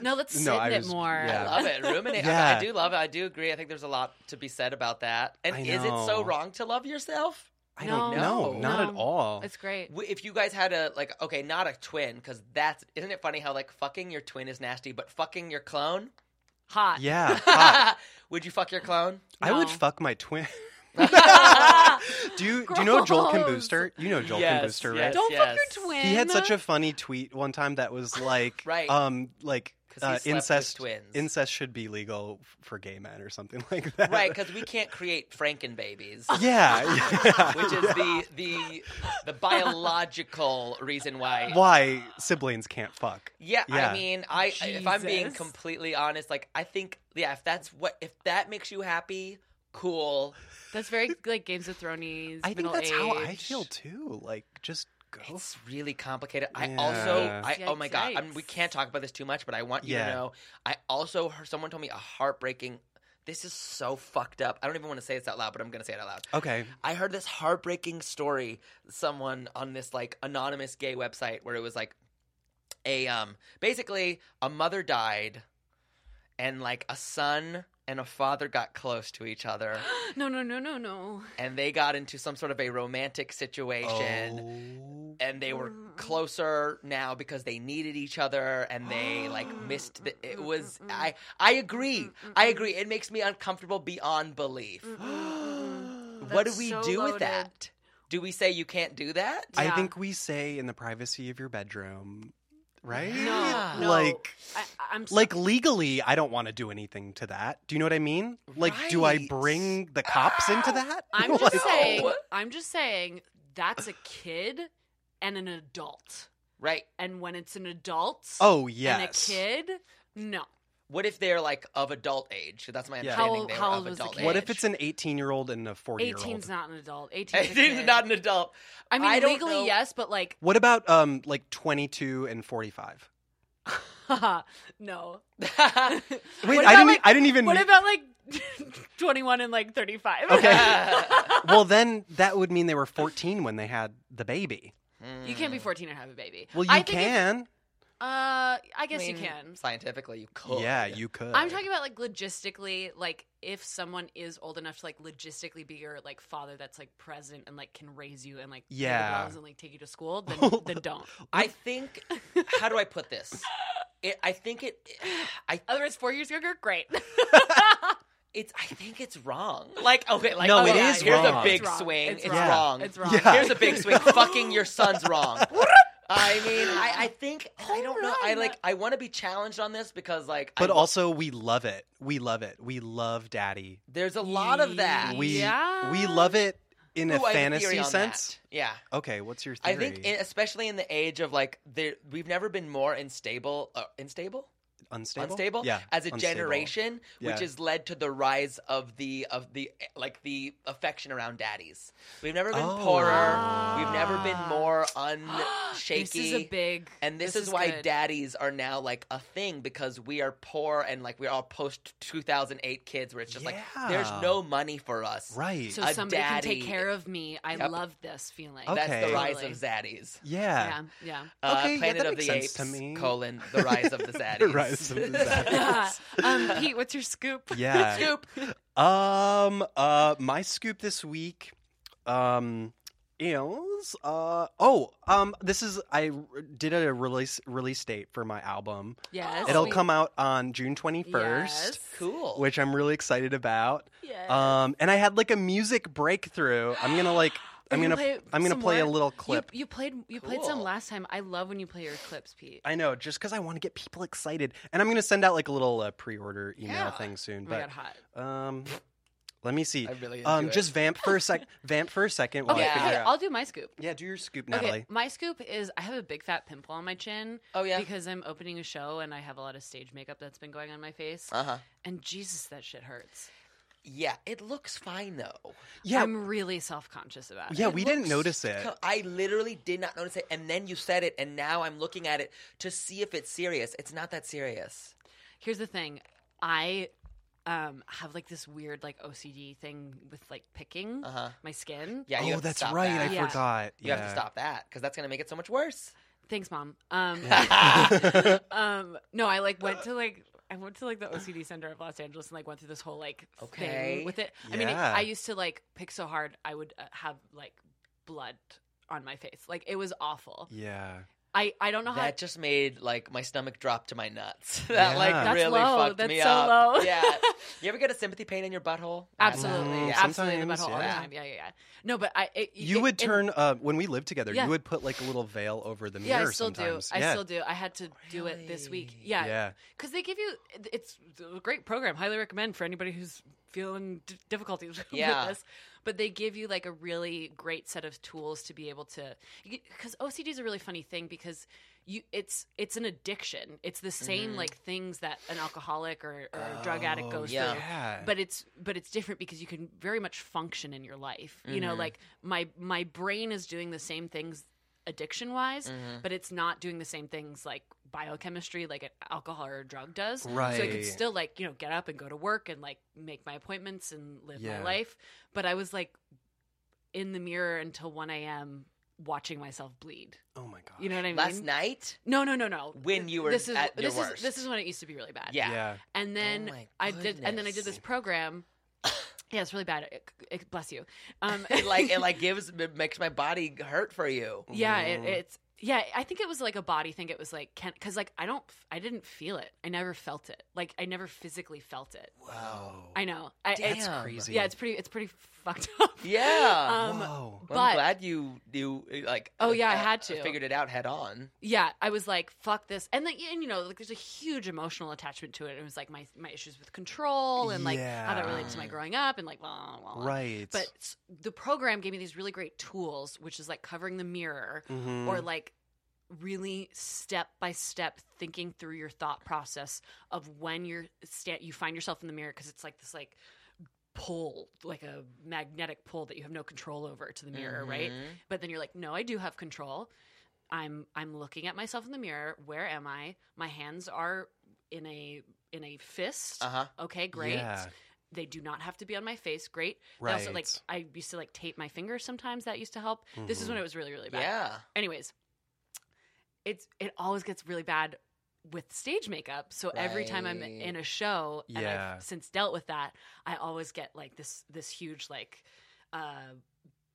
[SPEAKER 2] No, let's sit
[SPEAKER 1] No, I
[SPEAKER 2] in it
[SPEAKER 1] was-
[SPEAKER 2] more.
[SPEAKER 1] yeah.
[SPEAKER 3] I
[SPEAKER 2] <laughs>
[SPEAKER 3] love it. Ruminate. I- I,
[SPEAKER 1] Yeah.
[SPEAKER 3] do love it. I do agree. I think there's a lot to be said about that. And
[SPEAKER 1] I
[SPEAKER 3] is it so
[SPEAKER 1] know.
[SPEAKER 3] wrong to love yourself?
[SPEAKER 1] I don't know.
[SPEAKER 2] No,
[SPEAKER 1] Not
[SPEAKER 2] no.
[SPEAKER 1] at all.
[SPEAKER 2] It's great.
[SPEAKER 3] W- If you guys had a like, okay, not a twin, because that's isn't it funny how like fucking your twin is nasty, but fucking your clone.
[SPEAKER 2] Hot. <laughs>
[SPEAKER 1] yeah. hot.
[SPEAKER 3] <laughs> Would you fuck
[SPEAKER 1] <laughs>
[SPEAKER 3] your clone?
[SPEAKER 1] I would
[SPEAKER 2] No.
[SPEAKER 1] fuck my
[SPEAKER 2] <laughs>
[SPEAKER 1] twin. <laughs>
[SPEAKER 2] Don't
[SPEAKER 1] do you do you know Joel Kim
[SPEAKER 2] Gross.
[SPEAKER 1] Booster? You know Joel
[SPEAKER 3] Yes,
[SPEAKER 1] Kim Booster,
[SPEAKER 3] yes.
[SPEAKER 1] right?
[SPEAKER 2] fuck
[SPEAKER 3] Yes.
[SPEAKER 2] your twin.
[SPEAKER 1] He had such a funny tweet one time that
[SPEAKER 2] <laughs>
[SPEAKER 1] was like,
[SPEAKER 3] Right.
[SPEAKER 1] um, like
[SPEAKER 3] Because
[SPEAKER 1] uh, incest.
[SPEAKER 3] twins.
[SPEAKER 1] Incest should be legal f- for gay men or something <laughs> like that.
[SPEAKER 3] right? Because we can't create Franken
[SPEAKER 1] <laughs>
[SPEAKER 3] babies.
[SPEAKER 1] yeah,
[SPEAKER 3] <laughs>
[SPEAKER 1] yeah.
[SPEAKER 3] Which is the the the biological reason why
[SPEAKER 1] why siblings can't fuck.
[SPEAKER 3] Yeah, I
[SPEAKER 1] Yeah.
[SPEAKER 3] mean, I if I'm being
[SPEAKER 2] Jesus.
[SPEAKER 3] completely honest, like I think, yeah, if that's what if that makes you happy, cool.
[SPEAKER 1] <laughs>
[SPEAKER 2] That's very like Games of Thrones.
[SPEAKER 1] I think
[SPEAKER 2] middle
[SPEAKER 1] that's how I
[SPEAKER 2] age. <gasps>
[SPEAKER 1] feel too. Like, just go.
[SPEAKER 3] It's really complicated. I also,
[SPEAKER 1] Yeah.
[SPEAKER 3] I oh my god, I
[SPEAKER 2] Yikes.
[SPEAKER 3] mean, we can't talk about this too much, but I want you to
[SPEAKER 1] Yeah.
[SPEAKER 3] know. I also heard someone told me a heartbreaking. This is so fucked up. I don't even want to say this out loud, but I'm gonna say it out loud.
[SPEAKER 1] Okay.
[SPEAKER 3] I heard this heartbreaking story someone on this like anonymous gay website where it was like a um basically a mother died and like a son and a father got close to each other
[SPEAKER 2] No, no, no, no, no.
[SPEAKER 1] <gasps>
[SPEAKER 3] and they got into some sort of a romantic situation
[SPEAKER 1] Oh.
[SPEAKER 3] and they were
[SPEAKER 2] Mm.
[SPEAKER 3] closer now because they needed each other and they like missed the, it was I I agree. I agree. It makes me uncomfortable beyond belief.
[SPEAKER 1] Oh.
[SPEAKER 2] <gasps>
[SPEAKER 3] what do
[SPEAKER 2] That's
[SPEAKER 3] we
[SPEAKER 2] so
[SPEAKER 3] do with
[SPEAKER 2] loaded.
[SPEAKER 3] that? Do we say you can't do that?
[SPEAKER 1] I
[SPEAKER 2] Yeah.
[SPEAKER 1] think we say in the privacy of your bedroom, right?
[SPEAKER 3] No,
[SPEAKER 2] no.
[SPEAKER 1] Like,
[SPEAKER 2] I, I'm so-
[SPEAKER 1] like legally, I don't want to do anything to that. Do you know what I mean? Like, do I
[SPEAKER 3] Right.
[SPEAKER 1] bring the cops into that?
[SPEAKER 2] <gasps> I'm
[SPEAKER 1] <laughs> Like-
[SPEAKER 2] just saying.
[SPEAKER 3] No.
[SPEAKER 2] I'm just saying that's a kid and an adult.
[SPEAKER 3] Right.
[SPEAKER 2] And when it's an adult,
[SPEAKER 1] Oh yes.
[SPEAKER 2] and a kid, no.
[SPEAKER 3] What if they're like of adult age? 'Cause That's my
[SPEAKER 1] Yeah.
[SPEAKER 2] How-
[SPEAKER 3] understanding. they were
[SPEAKER 2] how
[SPEAKER 3] of
[SPEAKER 2] old was the
[SPEAKER 3] adult
[SPEAKER 2] kid?
[SPEAKER 1] What if
[SPEAKER 3] age.
[SPEAKER 1] it's an 18 year old and a 40 year
[SPEAKER 2] 18's
[SPEAKER 1] old?
[SPEAKER 2] not an adult.
[SPEAKER 3] <laughs>
[SPEAKER 2] 18's a
[SPEAKER 3] It's
[SPEAKER 2] kid.
[SPEAKER 3] not an adult. <laughs>
[SPEAKER 2] I mean,
[SPEAKER 3] I don't
[SPEAKER 2] legally,
[SPEAKER 3] know.
[SPEAKER 2] yes, but like, <laughs>
[SPEAKER 1] What about um like 22 and 45?
[SPEAKER 2] no.
[SPEAKER 1] Wait,
[SPEAKER 2] What
[SPEAKER 1] I
[SPEAKER 2] about,
[SPEAKER 1] didn't. e-
[SPEAKER 2] like-
[SPEAKER 1] I didn't even.
[SPEAKER 2] What about like <laughs> 21 and like 35?
[SPEAKER 3] Okay.
[SPEAKER 1] well, then that would mean they were 14 when they had the baby.
[SPEAKER 2] <laughs> you can't be 14 and have a baby.
[SPEAKER 1] Well, you
[SPEAKER 2] I think if-
[SPEAKER 1] can.
[SPEAKER 2] Uh, I
[SPEAKER 3] I
[SPEAKER 2] guess you
[SPEAKER 3] mean,
[SPEAKER 2] can.
[SPEAKER 3] Hmm. Scientifically, you could.
[SPEAKER 1] yeah, you could.
[SPEAKER 2] I'm talking about like logistically, like if someone is old enough to like logistically be your like father that's like present and like can raise you and like pay the
[SPEAKER 1] Yeah.
[SPEAKER 2] bills and like take you to
[SPEAKER 1] <laughs>
[SPEAKER 2] school, then then don't.
[SPEAKER 3] I think. How do I put this? It, I think it. I
[SPEAKER 2] Otherwise, four years younger, great. <laughs>
[SPEAKER 3] it's. I think it's wrong. Like okay, like
[SPEAKER 1] No,
[SPEAKER 2] Oh,
[SPEAKER 3] okay,
[SPEAKER 1] it is
[SPEAKER 3] here's a
[SPEAKER 1] wrong.
[SPEAKER 3] big
[SPEAKER 2] It's wrong.
[SPEAKER 3] swing.
[SPEAKER 2] It's
[SPEAKER 3] It's,
[SPEAKER 2] wrong.
[SPEAKER 3] wrong.
[SPEAKER 2] it's wrong.
[SPEAKER 1] Yeah.
[SPEAKER 3] Here's a big
[SPEAKER 1] <laughs>
[SPEAKER 3] swing. Fucking your son's wrong. I mean, I, I think I don't know. I like. I want to be challenged on this because like.
[SPEAKER 1] But
[SPEAKER 3] I,
[SPEAKER 1] also, we love it. We love it. We love daddy.
[SPEAKER 3] there's a lot of that.
[SPEAKER 1] We
[SPEAKER 2] Yeah.
[SPEAKER 1] we love it in a
[SPEAKER 3] Ooh, I have a theory
[SPEAKER 1] fantasy
[SPEAKER 3] on that.
[SPEAKER 1] sense.
[SPEAKER 3] Yeah.
[SPEAKER 1] Okay, what's your theory?
[SPEAKER 3] I think, in, especially in the age of like, there, we've never been more unstable, uh, unstable,
[SPEAKER 1] unstable.
[SPEAKER 3] unstable,
[SPEAKER 1] Yeah,
[SPEAKER 3] as a
[SPEAKER 1] unstable.
[SPEAKER 3] generation, which
[SPEAKER 1] Yeah.
[SPEAKER 3] has led to the rise of the of the like the affection around daddies. We've never been
[SPEAKER 1] Oh.
[SPEAKER 3] poorer. We've never been
[SPEAKER 2] Ah.
[SPEAKER 1] <gasps>
[SPEAKER 3] more
[SPEAKER 2] <gasps> This is a
[SPEAKER 3] unshaky.
[SPEAKER 2] big.
[SPEAKER 3] And this, is, why
[SPEAKER 2] good.
[SPEAKER 3] daddies are now like a thing because we are poor and like we're all post 2008 kids where it's just like there's
[SPEAKER 1] Yeah.
[SPEAKER 3] no money for us.
[SPEAKER 1] Right.
[SPEAKER 2] So
[SPEAKER 3] a
[SPEAKER 2] somebody can
[SPEAKER 3] daddy-
[SPEAKER 2] take care of me. I
[SPEAKER 3] Yep.
[SPEAKER 2] love this feeling.
[SPEAKER 1] Okay.
[SPEAKER 3] That's the rise
[SPEAKER 2] Totally.
[SPEAKER 3] of zaddies.
[SPEAKER 1] yeah.
[SPEAKER 2] Yeah, yeah.
[SPEAKER 3] Uh,
[SPEAKER 1] Okay, yeah,
[SPEAKER 3] Planet
[SPEAKER 1] that
[SPEAKER 3] of
[SPEAKER 1] makes
[SPEAKER 3] the
[SPEAKER 1] sense
[SPEAKER 3] Apes,
[SPEAKER 1] to me.
[SPEAKER 3] colon, The
[SPEAKER 1] <laughs>
[SPEAKER 3] Rise of the Zaddies.
[SPEAKER 1] The Rise of the
[SPEAKER 3] <laughs>
[SPEAKER 1] Zaddies.
[SPEAKER 2] <laughs> um, Pete, what's your <laughs> scoop?
[SPEAKER 1] Yeah.
[SPEAKER 3] Scoop.
[SPEAKER 1] Um. Uh. My scoop this week. Um. Is uh. Oh. Um. This is I r- did a release release date for my album.
[SPEAKER 2] Yes.
[SPEAKER 1] It'll
[SPEAKER 2] we- <laughs>
[SPEAKER 1] come out on June twenty first,
[SPEAKER 2] Oh, Yes.
[SPEAKER 3] Cool.
[SPEAKER 1] which I'm really excited about.
[SPEAKER 2] Yes.
[SPEAKER 1] Um. And I had like a music breakthrough. I'm gonna
[SPEAKER 2] <gasps>
[SPEAKER 1] like. I'm
[SPEAKER 2] Are you
[SPEAKER 1] gonna.
[SPEAKER 2] play
[SPEAKER 1] I'm gonna
[SPEAKER 2] some
[SPEAKER 1] play a
[SPEAKER 2] more?
[SPEAKER 1] little clip.
[SPEAKER 2] You, you played. You played some
[SPEAKER 3] Cool.
[SPEAKER 2] last time. I love when you play your clips, Pete.
[SPEAKER 1] I know, just because I want to get people excited, and I'm going to send out like a little uh, pre-order email
[SPEAKER 3] Yeah.
[SPEAKER 1] thing soon.
[SPEAKER 2] Oh my god,
[SPEAKER 1] But
[SPEAKER 2] hot.
[SPEAKER 1] um, let me see.
[SPEAKER 3] I really into
[SPEAKER 1] um,
[SPEAKER 3] it.
[SPEAKER 1] just vamp for a
[SPEAKER 2] <laughs>
[SPEAKER 1] sec. vamp for a second while
[SPEAKER 2] Okay,
[SPEAKER 1] I
[SPEAKER 3] Yeah.
[SPEAKER 1] figure
[SPEAKER 2] okay,
[SPEAKER 1] out.
[SPEAKER 2] I'll do my scoop.
[SPEAKER 1] Yeah, do your scoop, Natalie.
[SPEAKER 2] Okay, my scoop is I have a big fat pimple on my chin
[SPEAKER 3] Oh yeah.
[SPEAKER 2] because I'm opening a show and I have a lot of stage makeup that's been going on my face.
[SPEAKER 3] Uh huh.
[SPEAKER 2] and Jesus, that shit hurts.
[SPEAKER 3] Yeah, it looks fine though.
[SPEAKER 1] Yeah,
[SPEAKER 2] I'm really self conscious about it.
[SPEAKER 1] yeah,
[SPEAKER 3] It
[SPEAKER 1] we didn't
[SPEAKER 3] looks-
[SPEAKER 1] notice it.
[SPEAKER 3] I literally did not notice it, and then you said it, and now I'm looking at it to see if it's serious. It's not that serious.
[SPEAKER 2] here's the thing i um have like this weird like ocd thing with like picking
[SPEAKER 3] Uh huh.
[SPEAKER 2] my skin
[SPEAKER 3] Yeah. you
[SPEAKER 1] oh,
[SPEAKER 3] have to
[SPEAKER 1] that's
[SPEAKER 3] stop
[SPEAKER 1] right.
[SPEAKER 3] That.
[SPEAKER 1] I
[SPEAKER 2] Yeah.
[SPEAKER 1] forgot.
[SPEAKER 3] You have to
[SPEAKER 1] Yeah.
[SPEAKER 3] stop that because that's gonna make it so much worse.
[SPEAKER 2] thanks mom um
[SPEAKER 3] <laughs>
[SPEAKER 1] Yeah.
[SPEAKER 2] um no i like went to like i went to like the ocd center of los angeles and like went through this whole like
[SPEAKER 3] Okay.
[SPEAKER 2] thing with it i mean it,
[SPEAKER 1] Yeah.
[SPEAKER 2] i used to like pick so hard i would uh, have like blood on my face like it was awful
[SPEAKER 1] <laughs> yeah.
[SPEAKER 2] i i don't know how
[SPEAKER 3] That just made like my stomach drop to my nuts. <laughs> that like
[SPEAKER 1] Yeah.
[SPEAKER 2] <laughs> That's
[SPEAKER 3] really
[SPEAKER 2] low.
[SPEAKER 3] fucked
[SPEAKER 2] That's
[SPEAKER 3] me
[SPEAKER 2] so
[SPEAKER 3] up.
[SPEAKER 2] low.
[SPEAKER 3] yeah. You ever get a sympathy pain in your butthole? I have
[SPEAKER 2] <laughs>
[SPEAKER 3] that.
[SPEAKER 2] Absolutely,
[SPEAKER 1] Mm,
[SPEAKER 2] absolutely, the
[SPEAKER 1] sometimes,
[SPEAKER 2] butthole all the
[SPEAKER 3] yeah.
[SPEAKER 2] time. Yeah, yeah, yeah. No, but I it,
[SPEAKER 1] You
[SPEAKER 2] it-
[SPEAKER 1] would
[SPEAKER 2] and-
[SPEAKER 1] turn uh, when we lived together.
[SPEAKER 2] Yeah.
[SPEAKER 1] You would put like a little veil over the
[SPEAKER 2] Yeah,
[SPEAKER 1] mirror.
[SPEAKER 2] I still
[SPEAKER 1] sometimes.
[SPEAKER 2] do. I
[SPEAKER 1] yeah.
[SPEAKER 2] still do. I had to do it this week.
[SPEAKER 3] Really?
[SPEAKER 2] Yeah,
[SPEAKER 1] yeah.
[SPEAKER 2] because they give you it's a great program. Highly recommend for anybody who's feeling d- difficulties <laughs>
[SPEAKER 3] Yeah.
[SPEAKER 2] with this. But they give you like a really great set of tools to be able to because OCD is a really funny thing because you it's it's an addiction. It's the same
[SPEAKER 3] Mhm.
[SPEAKER 2] like things that an alcoholic or, or a drug addict
[SPEAKER 1] Oh,
[SPEAKER 2] goes
[SPEAKER 3] yeah.
[SPEAKER 2] through. but it's but it's different because you can very much function in your life you know
[SPEAKER 3] Mhm.
[SPEAKER 2] like my my brain is doing the same things addiction wise
[SPEAKER 3] Mhm.
[SPEAKER 2] but it's not doing the same things like biochemistry like an alcohol or a drug does
[SPEAKER 1] right.
[SPEAKER 2] so i could still like you know get up and go to work and like make my appointments and live
[SPEAKER 1] Yeah.
[SPEAKER 2] my life but i was like in the mirror until 1 a.m watching myself bleed
[SPEAKER 1] oh my god.
[SPEAKER 2] you know what i mean
[SPEAKER 3] Last night
[SPEAKER 2] no no no no
[SPEAKER 3] when you were
[SPEAKER 2] this is
[SPEAKER 3] at your
[SPEAKER 2] this
[SPEAKER 3] worst.
[SPEAKER 2] is this is when it used to be really bad
[SPEAKER 3] Yeah.
[SPEAKER 1] Yeah.
[SPEAKER 2] and then
[SPEAKER 3] Oh my
[SPEAKER 2] I did, and then I did
[SPEAKER 3] goodness.
[SPEAKER 2] this program. <coughs> yeah, it's really bad. It, it- bless you. Um,
[SPEAKER 3] it <laughs> like
[SPEAKER 2] <laughs>
[SPEAKER 3] it like gives it makes my body hurt for you.
[SPEAKER 2] yeah, it,
[SPEAKER 1] Mm.
[SPEAKER 2] it's yeah. I think it was like a body thing. It was like can because like I don't, I didn't feel it. I never felt it. Like I never physically felt it.
[SPEAKER 1] Wow.
[SPEAKER 2] I know. I, it's
[SPEAKER 3] Damn.
[SPEAKER 1] crazy.
[SPEAKER 2] yeah, it's pretty. It's pretty <laughs> fucked up.
[SPEAKER 3] Yeah.
[SPEAKER 2] Um,
[SPEAKER 1] Whoa.
[SPEAKER 3] Well, I'm
[SPEAKER 2] but-
[SPEAKER 3] glad you you uh, like.
[SPEAKER 2] Oh,
[SPEAKER 3] like,
[SPEAKER 2] yeah, I
[SPEAKER 3] uh,
[SPEAKER 2] had to.
[SPEAKER 3] figured it out head on.
[SPEAKER 2] yeah, I was like, fuck this, and like, and you know, like, there's a huge emotional attachment to it. It was like my my issues with control and like how that
[SPEAKER 1] Yeah.
[SPEAKER 2] relates to my growing up and like blah blah blah. blah.
[SPEAKER 1] Right.
[SPEAKER 2] But s- the program gave me these really great tools, which is like covering the mirror
[SPEAKER 1] Mhm.
[SPEAKER 2] or like really step by step thinking through your thought process of when you're sta- you find yourself in the mirror because it's like this like pull like a magnetic pull that you have no control over to the mirror right
[SPEAKER 1] Mm-hmm.
[SPEAKER 3] Mhm.
[SPEAKER 2] but then you're like no i do have control i'm i'm looking at myself in the mirror where am i my hands are in a in a fist
[SPEAKER 3] Uh-huh.
[SPEAKER 2] okay great
[SPEAKER 1] Uh, Yeah.
[SPEAKER 2] they do not have to be on my face great
[SPEAKER 1] Right.
[SPEAKER 2] they also like I used to like tape my fingers sometimes. That used to help. This is
[SPEAKER 1] Mhm.
[SPEAKER 2] when it was really really bad.
[SPEAKER 3] Yeah.
[SPEAKER 2] Anyways, it's it always gets really bad with stage makeup. So every time I'm
[SPEAKER 3] Right.
[SPEAKER 2] in a show, and
[SPEAKER 1] Yeah.
[SPEAKER 2] I've since dealt with that, I always get like this this huge like. uh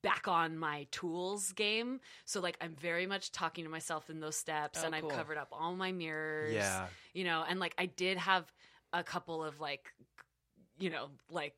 [SPEAKER 2] back on my tools game so like i'm very much talking to myself in those steps
[SPEAKER 3] Oh,
[SPEAKER 2] and i've
[SPEAKER 3] cool.
[SPEAKER 2] covered up all my mirrors
[SPEAKER 1] Mm-hmm. Yeah.
[SPEAKER 2] you know and like i did have a couple of like you know like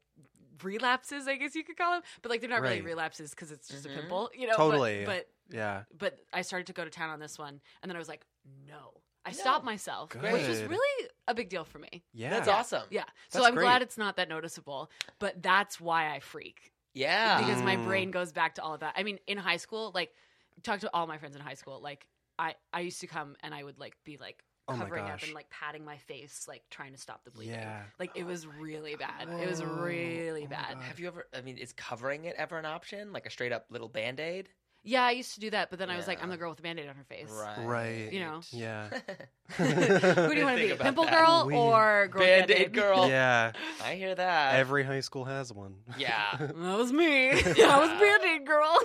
[SPEAKER 2] relapses i guess you could call them but like they're not really
[SPEAKER 1] Right.
[SPEAKER 2] relapses because it's just
[SPEAKER 3] Mhm.
[SPEAKER 2] a pimple you know but-
[SPEAKER 1] Totally.
[SPEAKER 2] but,
[SPEAKER 1] Yeah.
[SPEAKER 2] but i started to go to town on this one and then i was like no i
[SPEAKER 3] No.
[SPEAKER 2] stopped myself which was
[SPEAKER 1] Good.
[SPEAKER 2] really a big deal for me
[SPEAKER 1] Yeah.
[SPEAKER 3] That's awesome.
[SPEAKER 2] yeah so
[SPEAKER 1] That's
[SPEAKER 2] i'm glad
[SPEAKER 1] great.
[SPEAKER 2] it's not that noticeable but that's why i freak
[SPEAKER 3] Yeah.
[SPEAKER 2] because my
[SPEAKER 1] Mm.
[SPEAKER 2] brain goes back to all of that i mean in high school like talk to all my friends in high school like i i used to come and i would like be like
[SPEAKER 1] Oh my
[SPEAKER 2] covering up
[SPEAKER 1] gosh.
[SPEAKER 2] and like patting my face like trying to stop the bleeding
[SPEAKER 1] Yeah.
[SPEAKER 2] like <laughs> it
[SPEAKER 3] Oh
[SPEAKER 2] was really bad. It was
[SPEAKER 1] Whoa.
[SPEAKER 2] really
[SPEAKER 1] Oh my
[SPEAKER 2] bad.
[SPEAKER 1] God.
[SPEAKER 3] Have you ever? I mean, is covering it ever an option? Like a straight up little band aid?
[SPEAKER 2] Yeah, I used to do that, but then I was like, I'm
[SPEAKER 3] Yeah.
[SPEAKER 2] the girl with the band-aid on her face.
[SPEAKER 1] Right.
[SPEAKER 2] You know.
[SPEAKER 3] <laughs>
[SPEAKER 1] Yeah.
[SPEAKER 2] <laughs> Who do you
[SPEAKER 1] <laughs>
[SPEAKER 3] Didn't
[SPEAKER 2] want to
[SPEAKER 3] think
[SPEAKER 2] be?
[SPEAKER 3] about
[SPEAKER 2] Pimple
[SPEAKER 3] that.
[SPEAKER 2] girl
[SPEAKER 1] Weird.
[SPEAKER 2] or girl with
[SPEAKER 3] Band aid
[SPEAKER 2] Band-Aid?
[SPEAKER 3] girl.
[SPEAKER 1] yeah.
[SPEAKER 3] I hear that.
[SPEAKER 1] Every high school has one.
[SPEAKER 3] <laughs> yeah.
[SPEAKER 2] That was me. <laughs> I was
[SPEAKER 3] Yeah.
[SPEAKER 1] <laughs>
[SPEAKER 2] band-aid girl.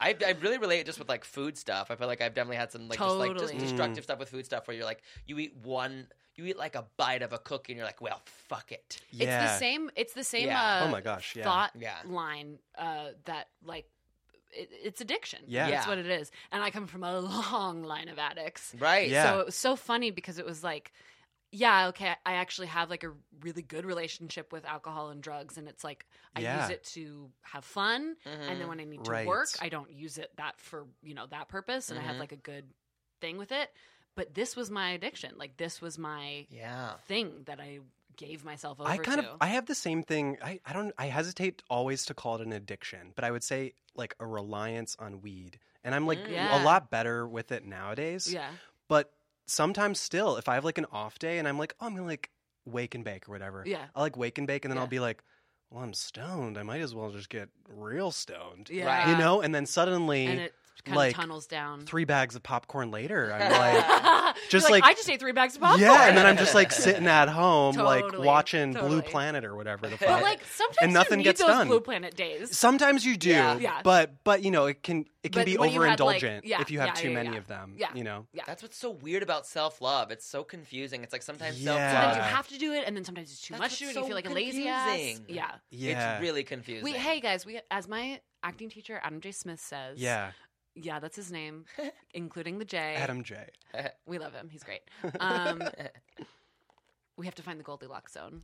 [SPEAKER 3] I, I really relate it just with like food stuff. I feel like I've definitely had some like just like
[SPEAKER 2] Totally.
[SPEAKER 3] just
[SPEAKER 1] Mm.
[SPEAKER 3] destructive stuff with food stuff where you're like you eat one you eat like a bite of a cookie and you're like, well, fuck it.
[SPEAKER 1] yeah.
[SPEAKER 2] It's the same it's the same
[SPEAKER 3] Yeah.
[SPEAKER 2] uh,
[SPEAKER 1] Oh my gosh, yeah.
[SPEAKER 2] thought
[SPEAKER 3] Yeah.
[SPEAKER 2] line uh, that like it, it's addiction.
[SPEAKER 1] Yeah.
[SPEAKER 2] That's
[SPEAKER 3] Yeah.
[SPEAKER 2] what it is. And I come from a <laughs> long line of addicts.
[SPEAKER 3] Right.
[SPEAKER 1] Yeah.
[SPEAKER 2] So it was so funny because it was like, yeah, okay, I actually have like a really good relationship with alcohol and drugs, and it's like I
[SPEAKER 1] Yeah. Mm,
[SPEAKER 2] use it to have fun,
[SPEAKER 3] Mm-hmm.
[SPEAKER 2] and then when I need to
[SPEAKER 1] Right. Mm-hmm.
[SPEAKER 2] work, I don't use it that for you know that purpose, and I
[SPEAKER 3] Mhm.
[SPEAKER 2] have like a good thing with it. But this was my addiction. Like this was my
[SPEAKER 3] yeah.
[SPEAKER 2] thing that I gave myself over
[SPEAKER 1] I kind
[SPEAKER 2] to.
[SPEAKER 1] of I have the same thing. I, I don't I hesitate always to call it an addiction, but I would say like a reliance on weed. And I'm like
[SPEAKER 3] Mm.
[SPEAKER 1] a
[SPEAKER 2] Yeah.
[SPEAKER 1] lot better with it nowadays.
[SPEAKER 2] yeah,
[SPEAKER 1] But sometimes still, if I have like an off day and I'm like, oh I'm gonna like wake and bake or whatever.
[SPEAKER 2] yeah,
[SPEAKER 1] I'll like wake and bake and then
[SPEAKER 2] Yeah.
[SPEAKER 1] I'll be like, Well, I'm stoned. I might as well just get real stoned.
[SPEAKER 2] yeah.
[SPEAKER 3] Right.
[SPEAKER 1] You know, and then suddenly
[SPEAKER 2] and it mm. kind
[SPEAKER 1] like
[SPEAKER 2] of tunnels down. <laughs>
[SPEAKER 1] three bags of popcorn later, I'm like, just
[SPEAKER 2] You're
[SPEAKER 1] like-
[SPEAKER 2] I just ate three bags of <laughs> popcorn.
[SPEAKER 1] yeah, and then I'm just like sitting
[SPEAKER 2] <laughs>
[SPEAKER 1] at home, like
[SPEAKER 2] Totally,
[SPEAKER 1] watching Blue
[SPEAKER 2] totally.
[SPEAKER 1] Planet or whatever the fuck.
[SPEAKER 2] <laughs> but like sometimes
[SPEAKER 1] And nothing
[SPEAKER 2] you need
[SPEAKER 1] gets
[SPEAKER 2] those
[SPEAKER 1] done.
[SPEAKER 2] Blue Planet days.
[SPEAKER 1] Sometimes you do,
[SPEAKER 3] Yeah.
[SPEAKER 2] Yeah.
[SPEAKER 1] but but you know it can it can
[SPEAKER 2] But
[SPEAKER 1] be
[SPEAKER 2] when you had, like-
[SPEAKER 1] overindulgent
[SPEAKER 2] yeah,
[SPEAKER 1] if you have
[SPEAKER 2] yeah,
[SPEAKER 1] too
[SPEAKER 2] yeah,
[SPEAKER 1] many
[SPEAKER 2] yeah.
[SPEAKER 1] of them.
[SPEAKER 2] Yeah.
[SPEAKER 1] You know,
[SPEAKER 3] That's what's so weird about self love. It's so confusing. It's like sometimes
[SPEAKER 1] Yeah.
[SPEAKER 2] Sometimes you
[SPEAKER 1] Uh,
[SPEAKER 3] self
[SPEAKER 2] have to do it, and then sometimes it's too
[SPEAKER 3] That's
[SPEAKER 2] much to do,
[SPEAKER 3] what's
[SPEAKER 2] and you
[SPEAKER 3] so
[SPEAKER 2] feel like a lazy ass.
[SPEAKER 3] confusing.
[SPEAKER 2] Yeah.
[SPEAKER 1] yeah,
[SPEAKER 3] It's really confusing.
[SPEAKER 2] We hey guys, we as my acting teacher Adam J Smith says.
[SPEAKER 1] yeah.
[SPEAKER 2] Yeah, that's his
[SPEAKER 3] <laughs>
[SPEAKER 2] name, including the J.
[SPEAKER 1] Adam J.
[SPEAKER 2] We love him.
[SPEAKER 1] <laughs>
[SPEAKER 2] He's great.
[SPEAKER 3] <laughs>
[SPEAKER 2] Um, we have to find the Goldilocks zone.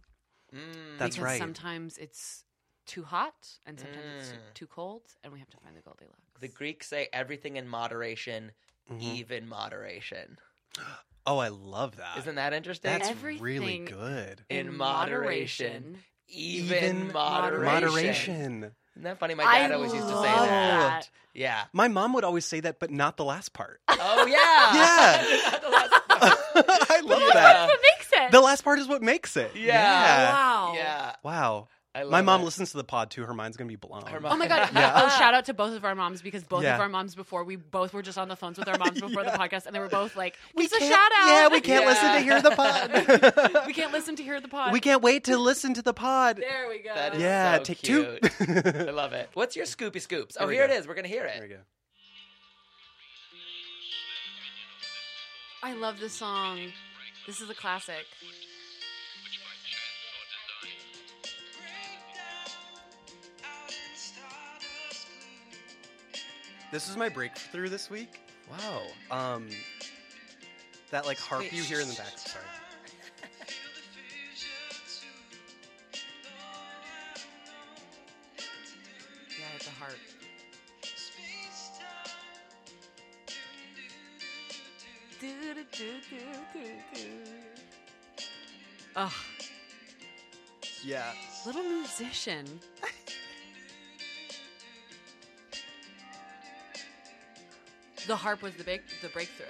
[SPEAKER 3] Mm.
[SPEAKER 1] That's
[SPEAKER 2] because
[SPEAKER 1] right.
[SPEAKER 2] Sometimes it's too hot, and sometimes it's
[SPEAKER 3] Mm.
[SPEAKER 2] too cold, and we have to find the Goldilocks.
[SPEAKER 3] The Greeks say everything in moderation,
[SPEAKER 2] E
[SPEAKER 1] Mhm.
[SPEAKER 3] even moderation.
[SPEAKER 1] Oh, I love that.
[SPEAKER 3] Isn't that interesting?
[SPEAKER 1] That's
[SPEAKER 2] Everything
[SPEAKER 1] really good.
[SPEAKER 3] in moderation. even,
[SPEAKER 1] Even
[SPEAKER 3] moderation.
[SPEAKER 1] Moderation.
[SPEAKER 3] Isn't that funny? My
[SPEAKER 2] I
[SPEAKER 3] dad always used to say
[SPEAKER 1] love
[SPEAKER 3] that.
[SPEAKER 2] that.
[SPEAKER 3] Yeah.
[SPEAKER 1] My mom would always say that, but not the last
[SPEAKER 2] <laughs>
[SPEAKER 1] part. <laughs>
[SPEAKER 3] Oh yeah. <laughs>
[SPEAKER 1] Yeah.
[SPEAKER 3] Not the last part.
[SPEAKER 1] I love
[SPEAKER 3] Yeah.
[SPEAKER 1] that.
[SPEAKER 2] What makes it?
[SPEAKER 1] Uh, The last part is what makes it.
[SPEAKER 3] Yeah.
[SPEAKER 2] wow.
[SPEAKER 3] Yeah.
[SPEAKER 1] Wow.
[SPEAKER 3] I love
[SPEAKER 1] My mom
[SPEAKER 3] it.
[SPEAKER 1] listens to the pod too. Her mind's gonna be blown.
[SPEAKER 3] Her
[SPEAKER 2] Oh my
[SPEAKER 3] <laughs>
[SPEAKER 2] god!
[SPEAKER 1] <laughs> Yeah.
[SPEAKER 2] Oh, shout out to both of our moms because both
[SPEAKER 1] Yeah.
[SPEAKER 2] of our moms before we both were just on the phones with
[SPEAKER 1] <laughs>
[SPEAKER 2] our moms before
[SPEAKER 1] Yeah.
[SPEAKER 2] the podcast, and they were both like,
[SPEAKER 1] We
[SPEAKER 2] "It's a
[SPEAKER 1] can't-
[SPEAKER 2] shout out."
[SPEAKER 1] Yeah, we can't
[SPEAKER 3] Yeah.
[SPEAKER 1] listen to hear the pod.
[SPEAKER 3] <laughs>
[SPEAKER 2] we can't listen to hear the pod.
[SPEAKER 1] we can't wait to listen to the pod.
[SPEAKER 2] There we go.
[SPEAKER 3] That is
[SPEAKER 1] Yeah,
[SPEAKER 3] so
[SPEAKER 1] take
[SPEAKER 3] cute.
[SPEAKER 1] two. <laughs>
[SPEAKER 3] I love it. What's your Scoopy Scoops? Oh,
[SPEAKER 1] Here we
[SPEAKER 3] here
[SPEAKER 1] go.
[SPEAKER 3] it is. We're gonna hear
[SPEAKER 1] There we
[SPEAKER 3] it.
[SPEAKER 1] go.
[SPEAKER 2] I love this song. This is a classic.
[SPEAKER 1] This is my breakthrough this week.
[SPEAKER 3] Wow.
[SPEAKER 1] Um, that like harp
[SPEAKER 3] Wait,
[SPEAKER 1] you
[SPEAKER 3] sh-
[SPEAKER 1] hear in the
[SPEAKER 3] sh-
[SPEAKER 1] back. Sorry.
[SPEAKER 2] Yeah, it's a heart. Ugh,
[SPEAKER 1] Yeah.
[SPEAKER 2] little musician. <laughs> the harp was the big the breakthrough.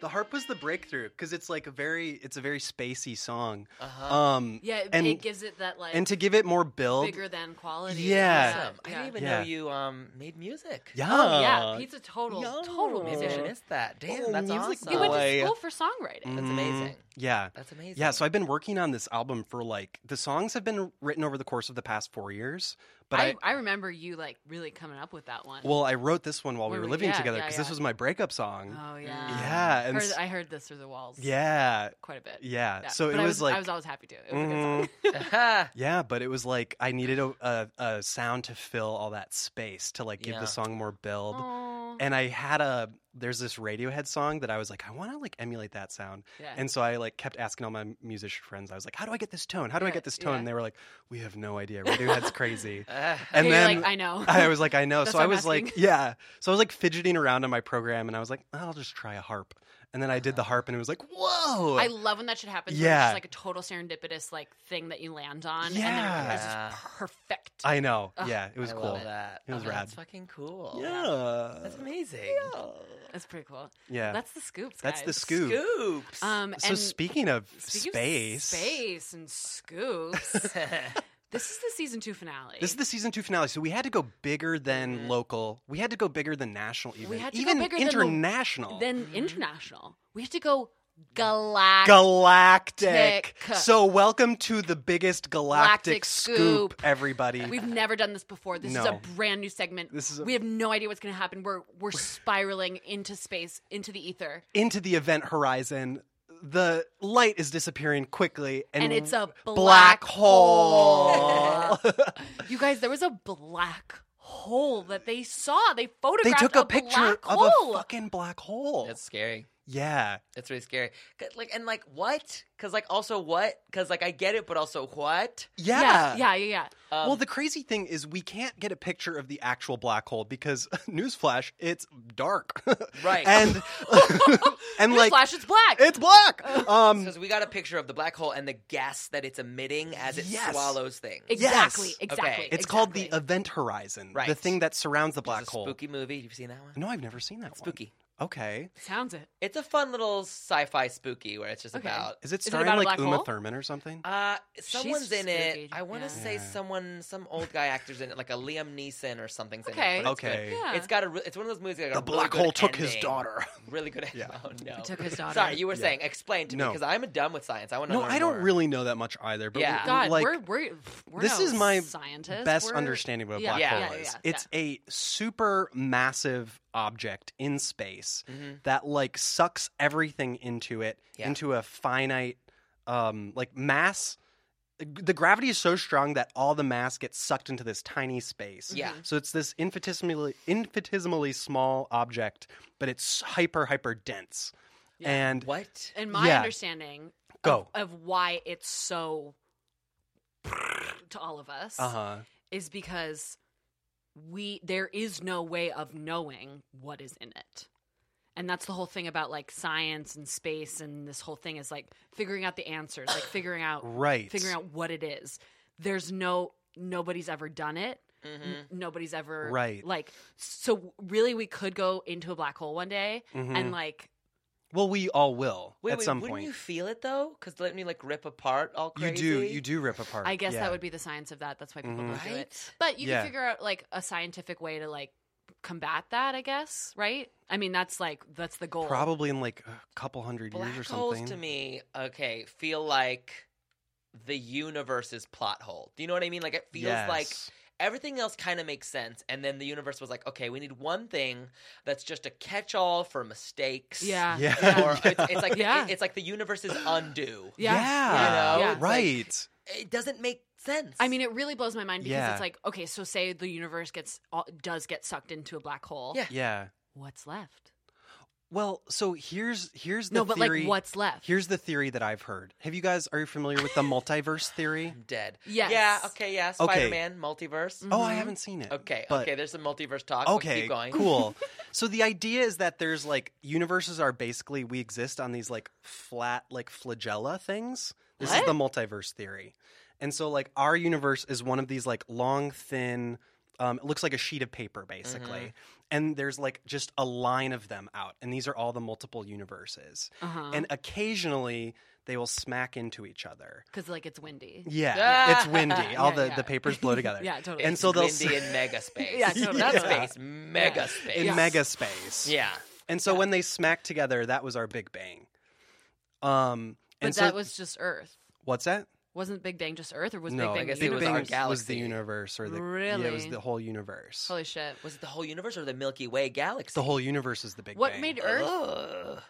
[SPEAKER 1] The harp was the breakthrough because it's like a very, it's a very spacey song.
[SPEAKER 3] Uh huh.
[SPEAKER 1] Um,
[SPEAKER 2] Yeah, it,
[SPEAKER 1] And-
[SPEAKER 2] it gives it that like
[SPEAKER 1] and to give it more build.
[SPEAKER 2] bigger than quality.
[SPEAKER 1] Yeah.
[SPEAKER 3] awesome. I didn't even know
[SPEAKER 1] Yeah.
[SPEAKER 3] you um made music.
[SPEAKER 1] yeah.
[SPEAKER 2] Oh yeah, he's a total
[SPEAKER 1] Yo.
[SPEAKER 2] total
[SPEAKER 3] Maybe I
[SPEAKER 2] musician.
[SPEAKER 3] missed that. Damn,
[SPEAKER 1] Oh,
[SPEAKER 3] that's
[SPEAKER 1] music
[SPEAKER 3] awesome.
[SPEAKER 2] He went
[SPEAKER 1] Boy.
[SPEAKER 2] to school for songwriting.
[SPEAKER 1] Mm,
[SPEAKER 3] That's amazing.
[SPEAKER 1] Yeah.
[SPEAKER 3] That's amazing.
[SPEAKER 1] Yeah,
[SPEAKER 3] <laughs>
[SPEAKER 1] so I've been working on this album for like the songs have been written over the course of the past four years, but I,
[SPEAKER 2] I, I remember you like really coming up with that one.
[SPEAKER 1] well I wrote this one while we
[SPEAKER 2] Wait,
[SPEAKER 1] were
[SPEAKER 2] wait,
[SPEAKER 1] living
[SPEAKER 2] yeah,
[SPEAKER 1] together
[SPEAKER 2] yeah,
[SPEAKER 1] because this
[SPEAKER 2] yeah.
[SPEAKER 1] was my breakup song.
[SPEAKER 2] oh yeah,
[SPEAKER 1] yeah, and
[SPEAKER 2] Heard-
[SPEAKER 1] s-
[SPEAKER 2] I heard this through the walls.
[SPEAKER 1] yeah,
[SPEAKER 2] quite a bit.
[SPEAKER 1] yeah, So
[SPEAKER 2] But
[SPEAKER 1] it
[SPEAKER 2] I
[SPEAKER 1] was, like
[SPEAKER 2] I was always happy to. It was a
[SPEAKER 1] mhm.
[SPEAKER 2] good song.
[SPEAKER 3] Aha.
[SPEAKER 1] yeah, but it was like I needed a, a, a sound to fill all that space to like give
[SPEAKER 3] Yeah.
[SPEAKER 1] the song more build.
[SPEAKER 2] Aw.
[SPEAKER 1] And I had a there's this Radiohead song that I was like I want to like emulate that sound.
[SPEAKER 2] yeah.
[SPEAKER 1] And so I like kept asking all my musician friends. I was like, "How do I get this tone? How do I
[SPEAKER 2] Yeah,
[SPEAKER 1] get this tone?"
[SPEAKER 2] yeah.
[SPEAKER 1] And they were like, "We have no
[SPEAKER 2] <laughs>
[SPEAKER 1] idea. Radiohead's crazy."
[SPEAKER 3] Ah.
[SPEAKER 1] And
[SPEAKER 2] Yeah, you're
[SPEAKER 1] then
[SPEAKER 2] like, I know.
[SPEAKER 1] <laughs> I was like, I know.
[SPEAKER 2] That's
[SPEAKER 1] so
[SPEAKER 2] what
[SPEAKER 1] I
[SPEAKER 2] I'm
[SPEAKER 1] was like,
[SPEAKER 2] asking.
[SPEAKER 1] yeah. So I was like fidgeting around on my program, and I was like, I'll just try a harp. And then I did the harp, and it was like, whoa.
[SPEAKER 2] Uh-huh. I love when that shit happens. where it's
[SPEAKER 1] Yeah.
[SPEAKER 2] just like a total serendipitous like thing that you land on, and then you're like, this
[SPEAKER 3] Yeah.
[SPEAKER 2] is perfect.
[SPEAKER 1] I know.
[SPEAKER 2] Ugh,
[SPEAKER 1] yeah, it was
[SPEAKER 3] I
[SPEAKER 1] cool.
[SPEAKER 3] Love that.
[SPEAKER 1] It was
[SPEAKER 3] Oh,
[SPEAKER 1] rad.
[SPEAKER 3] That's fucking cool.
[SPEAKER 1] Yeah.
[SPEAKER 3] That's amazing.
[SPEAKER 2] That's pretty cool.
[SPEAKER 1] Yeah.
[SPEAKER 2] That's the scoops.
[SPEAKER 1] That's the
[SPEAKER 2] guys.
[SPEAKER 1] scoop. Scoop.
[SPEAKER 3] Scoops. <laughs>
[SPEAKER 2] Um,
[SPEAKER 1] so
[SPEAKER 2] and
[SPEAKER 1] speaking of
[SPEAKER 2] speaking of
[SPEAKER 1] space,
[SPEAKER 2] space
[SPEAKER 1] <laughs>
[SPEAKER 2] and scoops. this is the season two finale.
[SPEAKER 1] this is the season two finale. So we had to go bigger than
[SPEAKER 3] Mhm.
[SPEAKER 1] local. We had to go bigger than national. Even
[SPEAKER 2] Mm-hmm. had to go
[SPEAKER 1] even
[SPEAKER 2] bigger than lo-
[SPEAKER 1] international.
[SPEAKER 2] then international. We have to go galactic.
[SPEAKER 1] galactic.
[SPEAKER 2] Galactic.
[SPEAKER 1] So welcome to the biggest galactic,
[SPEAKER 2] Galactic
[SPEAKER 1] scoop,
[SPEAKER 2] scoop.
[SPEAKER 1] everybody.
[SPEAKER 2] We've never done this before. This is a
[SPEAKER 1] No.
[SPEAKER 2] brand new segment.
[SPEAKER 1] This is a-
[SPEAKER 2] we have no idea what's going to happen. We're
[SPEAKER 1] <laughs>
[SPEAKER 2] we're spiraling into space, into the ether,
[SPEAKER 1] into the event horizon. The light is disappearing quickly, and,
[SPEAKER 2] and, it's a black,
[SPEAKER 1] black hole. <laughs>
[SPEAKER 2] hole. you guys, there was a black hole that they saw. They
[SPEAKER 1] they
[SPEAKER 2] photographed.
[SPEAKER 1] took a,
[SPEAKER 2] black
[SPEAKER 1] picture of a
[SPEAKER 2] hole.
[SPEAKER 1] fucking black hole.
[SPEAKER 3] That's scary.
[SPEAKER 1] Yeah,
[SPEAKER 3] That's really scary. 'Cause, like and like what? Because like also what? Because like I get it, but also what?
[SPEAKER 1] yeah,
[SPEAKER 2] yeah, yeah, yeah. yeah.
[SPEAKER 3] Um, <laughs>
[SPEAKER 1] Well, the crazy thing is, we can't get a picture of the actual black hole because, <laughs> newsflash, it's dark. <laughs>
[SPEAKER 3] Right.
[SPEAKER 2] <laughs>
[SPEAKER 1] and and like
[SPEAKER 2] Flash, it's black.
[SPEAKER 1] it's
[SPEAKER 2] <laughs>
[SPEAKER 1] black. Um,
[SPEAKER 3] because we got a picture of the black hole and the gas that it's emitting as it
[SPEAKER 1] Yes.
[SPEAKER 3] swallows things.
[SPEAKER 2] exactly,
[SPEAKER 1] yes.
[SPEAKER 2] exactly.
[SPEAKER 3] Okay.
[SPEAKER 1] It's called the
[SPEAKER 2] exactly.
[SPEAKER 1] event horizon,
[SPEAKER 3] Right.
[SPEAKER 1] the thing that surrounds the black
[SPEAKER 3] It's a
[SPEAKER 1] hole.
[SPEAKER 3] spooky movie. You've seen that one?
[SPEAKER 1] No, I've never seen that
[SPEAKER 3] Spooky.
[SPEAKER 1] Okay.
[SPEAKER 2] Sounds it.
[SPEAKER 3] It's a fun little sci-fi spooky where it's just
[SPEAKER 2] Okay.
[SPEAKER 3] about.
[SPEAKER 1] Is it
[SPEAKER 2] it
[SPEAKER 1] starring
[SPEAKER 2] about a
[SPEAKER 1] like
[SPEAKER 2] black
[SPEAKER 1] Uma
[SPEAKER 2] hole?
[SPEAKER 1] Thurman or something?
[SPEAKER 3] Uh, someone's
[SPEAKER 2] just
[SPEAKER 3] in
[SPEAKER 2] a
[SPEAKER 3] it.
[SPEAKER 2] spooky,
[SPEAKER 3] I want
[SPEAKER 2] yeah.
[SPEAKER 3] to say
[SPEAKER 1] Yeah.
[SPEAKER 3] someone, some old guy actors in it, like a Liam Neeson or something's
[SPEAKER 2] Okay.
[SPEAKER 3] in it. but it's good.
[SPEAKER 1] okay.
[SPEAKER 2] Yeah.
[SPEAKER 3] It's got a. Re- it's one of those movies. That got
[SPEAKER 1] The
[SPEAKER 3] a really
[SPEAKER 1] black
[SPEAKER 3] good
[SPEAKER 1] hole took his
[SPEAKER 3] ending.
[SPEAKER 1] daughter.
[SPEAKER 3] Really good.
[SPEAKER 1] Yeah.
[SPEAKER 3] Oh no.
[SPEAKER 2] It <laughs> took his daughter.
[SPEAKER 3] Sorry, you were
[SPEAKER 1] Yeah.
[SPEAKER 3] saying. Explain to me
[SPEAKER 1] No.
[SPEAKER 3] because I'm dumb with science. I want to.
[SPEAKER 1] No, I don't really know that much either. But
[SPEAKER 3] Yeah.
[SPEAKER 2] God,
[SPEAKER 1] like
[SPEAKER 2] we're, we're, we're
[SPEAKER 1] this
[SPEAKER 2] no
[SPEAKER 1] is my
[SPEAKER 2] scientists.
[SPEAKER 1] best
[SPEAKER 2] We're-
[SPEAKER 1] understanding of what a
[SPEAKER 2] Yeah,
[SPEAKER 1] black
[SPEAKER 3] yeah,
[SPEAKER 1] hole
[SPEAKER 2] yeah,
[SPEAKER 1] is.
[SPEAKER 2] yeah,
[SPEAKER 1] It's a super massive object in space
[SPEAKER 3] Mhm.
[SPEAKER 1] that like sucks everything into it
[SPEAKER 3] Yeah.
[SPEAKER 1] into a finite um like mass the gravity is so strong that all the mass gets sucked into this tiny space.
[SPEAKER 3] Yeah.
[SPEAKER 1] So it's this infinitesimally infinitesimally small object, but it's hyper hyper dense.
[SPEAKER 2] Yeah.
[SPEAKER 1] And
[SPEAKER 3] What?
[SPEAKER 2] And my
[SPEAKER 1] Yeah.
[SPEAKER 2] understanding
[SPEAKER 1] go.
[SPEAKER 2] of why it's so to all of us
[SPEAKER 1] Uh-huh.
[SPEAKER 2] is because we there is no way of knowing what is in it. And that's the whole thing about like science and space and this whole thing is like figuring out the answers, like figuring out
[SPEAKER 1] Right.
[SPEAKER 2] figuring out what it is. There's no nobody's ever done it.
[SPEAKER 3] Mm-hmm.
[SPEAKER 2] N- nobody's ever
[SPEAKER 1] Right.
[SPEAKER 2] like so really we could go into a black hole one day
[SPEAKER 1] Mhm.
[SPEAKER 2] and like
[SPEAKER 1] well, we all will
[SPEAKER 3] Wait,
[SPEAKER 1] at
[SPEAKER 3] wait,
[SPEAKER 1] some
[SPEAKER 3] wouldn't
[SPEAKER 1] point.
[SPEAKER 3] you feel it though? Because let me like rip apart all
[SPEAKER 1] You
[SPEAKER 3] crazy.
[SPEAKER 1] do. You do rip apart.
[SPEAKER 2] I guess
[SPEAKER 1] Yeah.
[SPEAKER 2] that would be the science of that. That's why people
[SPEAKER 1] Mhm.
[SPEAKER 2] don't do it.
[SPEAKER 3] Right?
[SPEAKER 2] But you
[SPEAKER 1] Yeah.
[SPEAKER 2] can figure out like a scientific way to like combat that, I guess, right? I mean, that's like that's the goal.
[SPEAKER 1] probably in like a couple hundred
[SPEAKER 3] Black
[SPEAKER 1] years or
[SPEAKER 3] holes
[SPEAKER 1] something.
[SPEAKER 3] to me, okay, feel like the universe's plot hole. Do you know what I mean? Like it feels like
[SPEAKER 1] Yes.
[SPEAKER 3] everything else kind of makes sense, and then the universe was like, okay, we need one thing that's just a catch-all for mistakes.
[SPEAKER 2] Yeah.
[SPEAKER 1] Yeah. <laughs>
[SPEAKER 3] Or ah, it's, it's like
[SPEAKER 2] Yeah.
[SPEAKER 3] it's like the universe is undo.
[SPEAKER 2] Yeah.
[SPEAKER 1] Yeah.
[SPEAKER 3] You know?
[SPEAKER 2] Yeah.
[SPEAKER 3] It's like,
[SPEAKER 1] Right.
[SPEAKER 3] it doesn't make sense.
[SPEAKER 2] I mean, it really blows my mind because
[SPEAKER 1] Yeah.
[SPEAKER 2] it's like, okay, so say the universe gets all- does get sucked into a black hole.
[SPEAKER 3] Yeah.
[SPEAKER 1] yeah.
[SPEAKER 2] What's left?
[SPEAKER 1] Well, so here's here's the
[SPEAKER 2] no, but
[SPEAKER 1] theory.
[SPEAKER 2] like what's left?
[SPEAKER 1] Here's the theory that I've heard. Have you guys are you familiar
[SPEAKER 3] <laughs>
[SPEAKER 1] with the multiverse theory?
[SPEAKER 3] I'm dead.
[SPEAKER 2] Yes.
[SPEAKER 3] Yeah. Okay. Yeah.
[SPEAKER 1] Okay.
[SPEAKER 3] Spider Man multiverse.
[SPEAKER 1] Oh, I
[SPEAKER 2] Mhm.
[SPEAKER 1] haven't seen it.
[SPEAKER 3] Okay.
[SPEAKER 1] But-
[SPEAKER 3] okay. There's some multiverse talk. but
[SPEAKER 1] Okay.
[SPEAKER 3] Keep going.
[SPEAKER 1] Cool. so the idea is that there's like universes are basically we exist on these like flat like flagella things. This is
[SPEAKER 2] What?
[SPEAKER 1] the multiverse theory. And so like our universe is one of these like long thin um, it looks like a sheet of paper basically. And there's like just a line of them out and these are all the multiple universes.
[SPEAKER 2] Uh-huh.
[SPEAKER 1] and occasionally they will smack into each other.
[SPEAKER 2] Because like it's windy.
[SPEAKER 1] Yeah,
[SPEAKER 3] Ah!
[SPEAKER 1] it's windy. All
[SPEAKER 2] Yeah,
[SPEAKER 1] the,
[SPEAKER 2] yeah.
[SPEAKER 1] the papers blow together.
[SPEAKER 2] Yeah, totally.
[SPEAKER 1] And so they'll
[SPEAKER 3] It's
[SPEAKER 1] s-
[SPEAKER 3] windy
[SPEAKER 2] <laughs>
[SPEAKER 3] in mega space.
[SPEAKER 2] Yeah, totally.
[SPEAKER 3] Not
[SPEAKER 1] Yeah.
[SPEAKER 3] space, mega
[SPEAKER 2] Yeah.
[SPEAKER 3] space.
[SPEAKER 1] in
[SPEAKER 2] Yes.
[SPEAKER 1] mega space.
[SPEAKER 3] yeah.
[SPEAKER 1] And so when they smack together, that was our Big Bang. Um,
[SPEAKER 2] but
[SPEAKER 1] and
[SPEAKER 2] that
[SPEAKER 1] so
[SPEAKER 2] was just Earth.
[SPEAKER 1] what's that?
[SPEAKER 2] Wasn't Big Bang just Earth, or was
[SPEAKER 1] no,
[SPEAKER 2] Big Bang?
[SPEAKER 3] I guess
[SPEAKER 2] the
[SPEAKER 1] Big
[SPEAKER 3] it was
[SPEAKER 1] Bang
[SPEAKER 3] our
[SPEAKER 2] universe?
[SPEAKER 1] the
[SPEAKER 3] galaxy.
[SPEAKER 1] universe, or the yeah, it was
[SPEAKER 2] Really?
[SPEAKER 1] the whole universe.
[SPEAKER 2] Holy shit!
[SPEAKER 3] Was it the whole universe or the Milky Way galaxy?
[SPEAKER 1] the whole universe is the Big
[SPEAKER 2] What
[SPEAKER 1] Bang.
[SPEAKER 2] made Earth?
[SPEAKER 3] Ugh.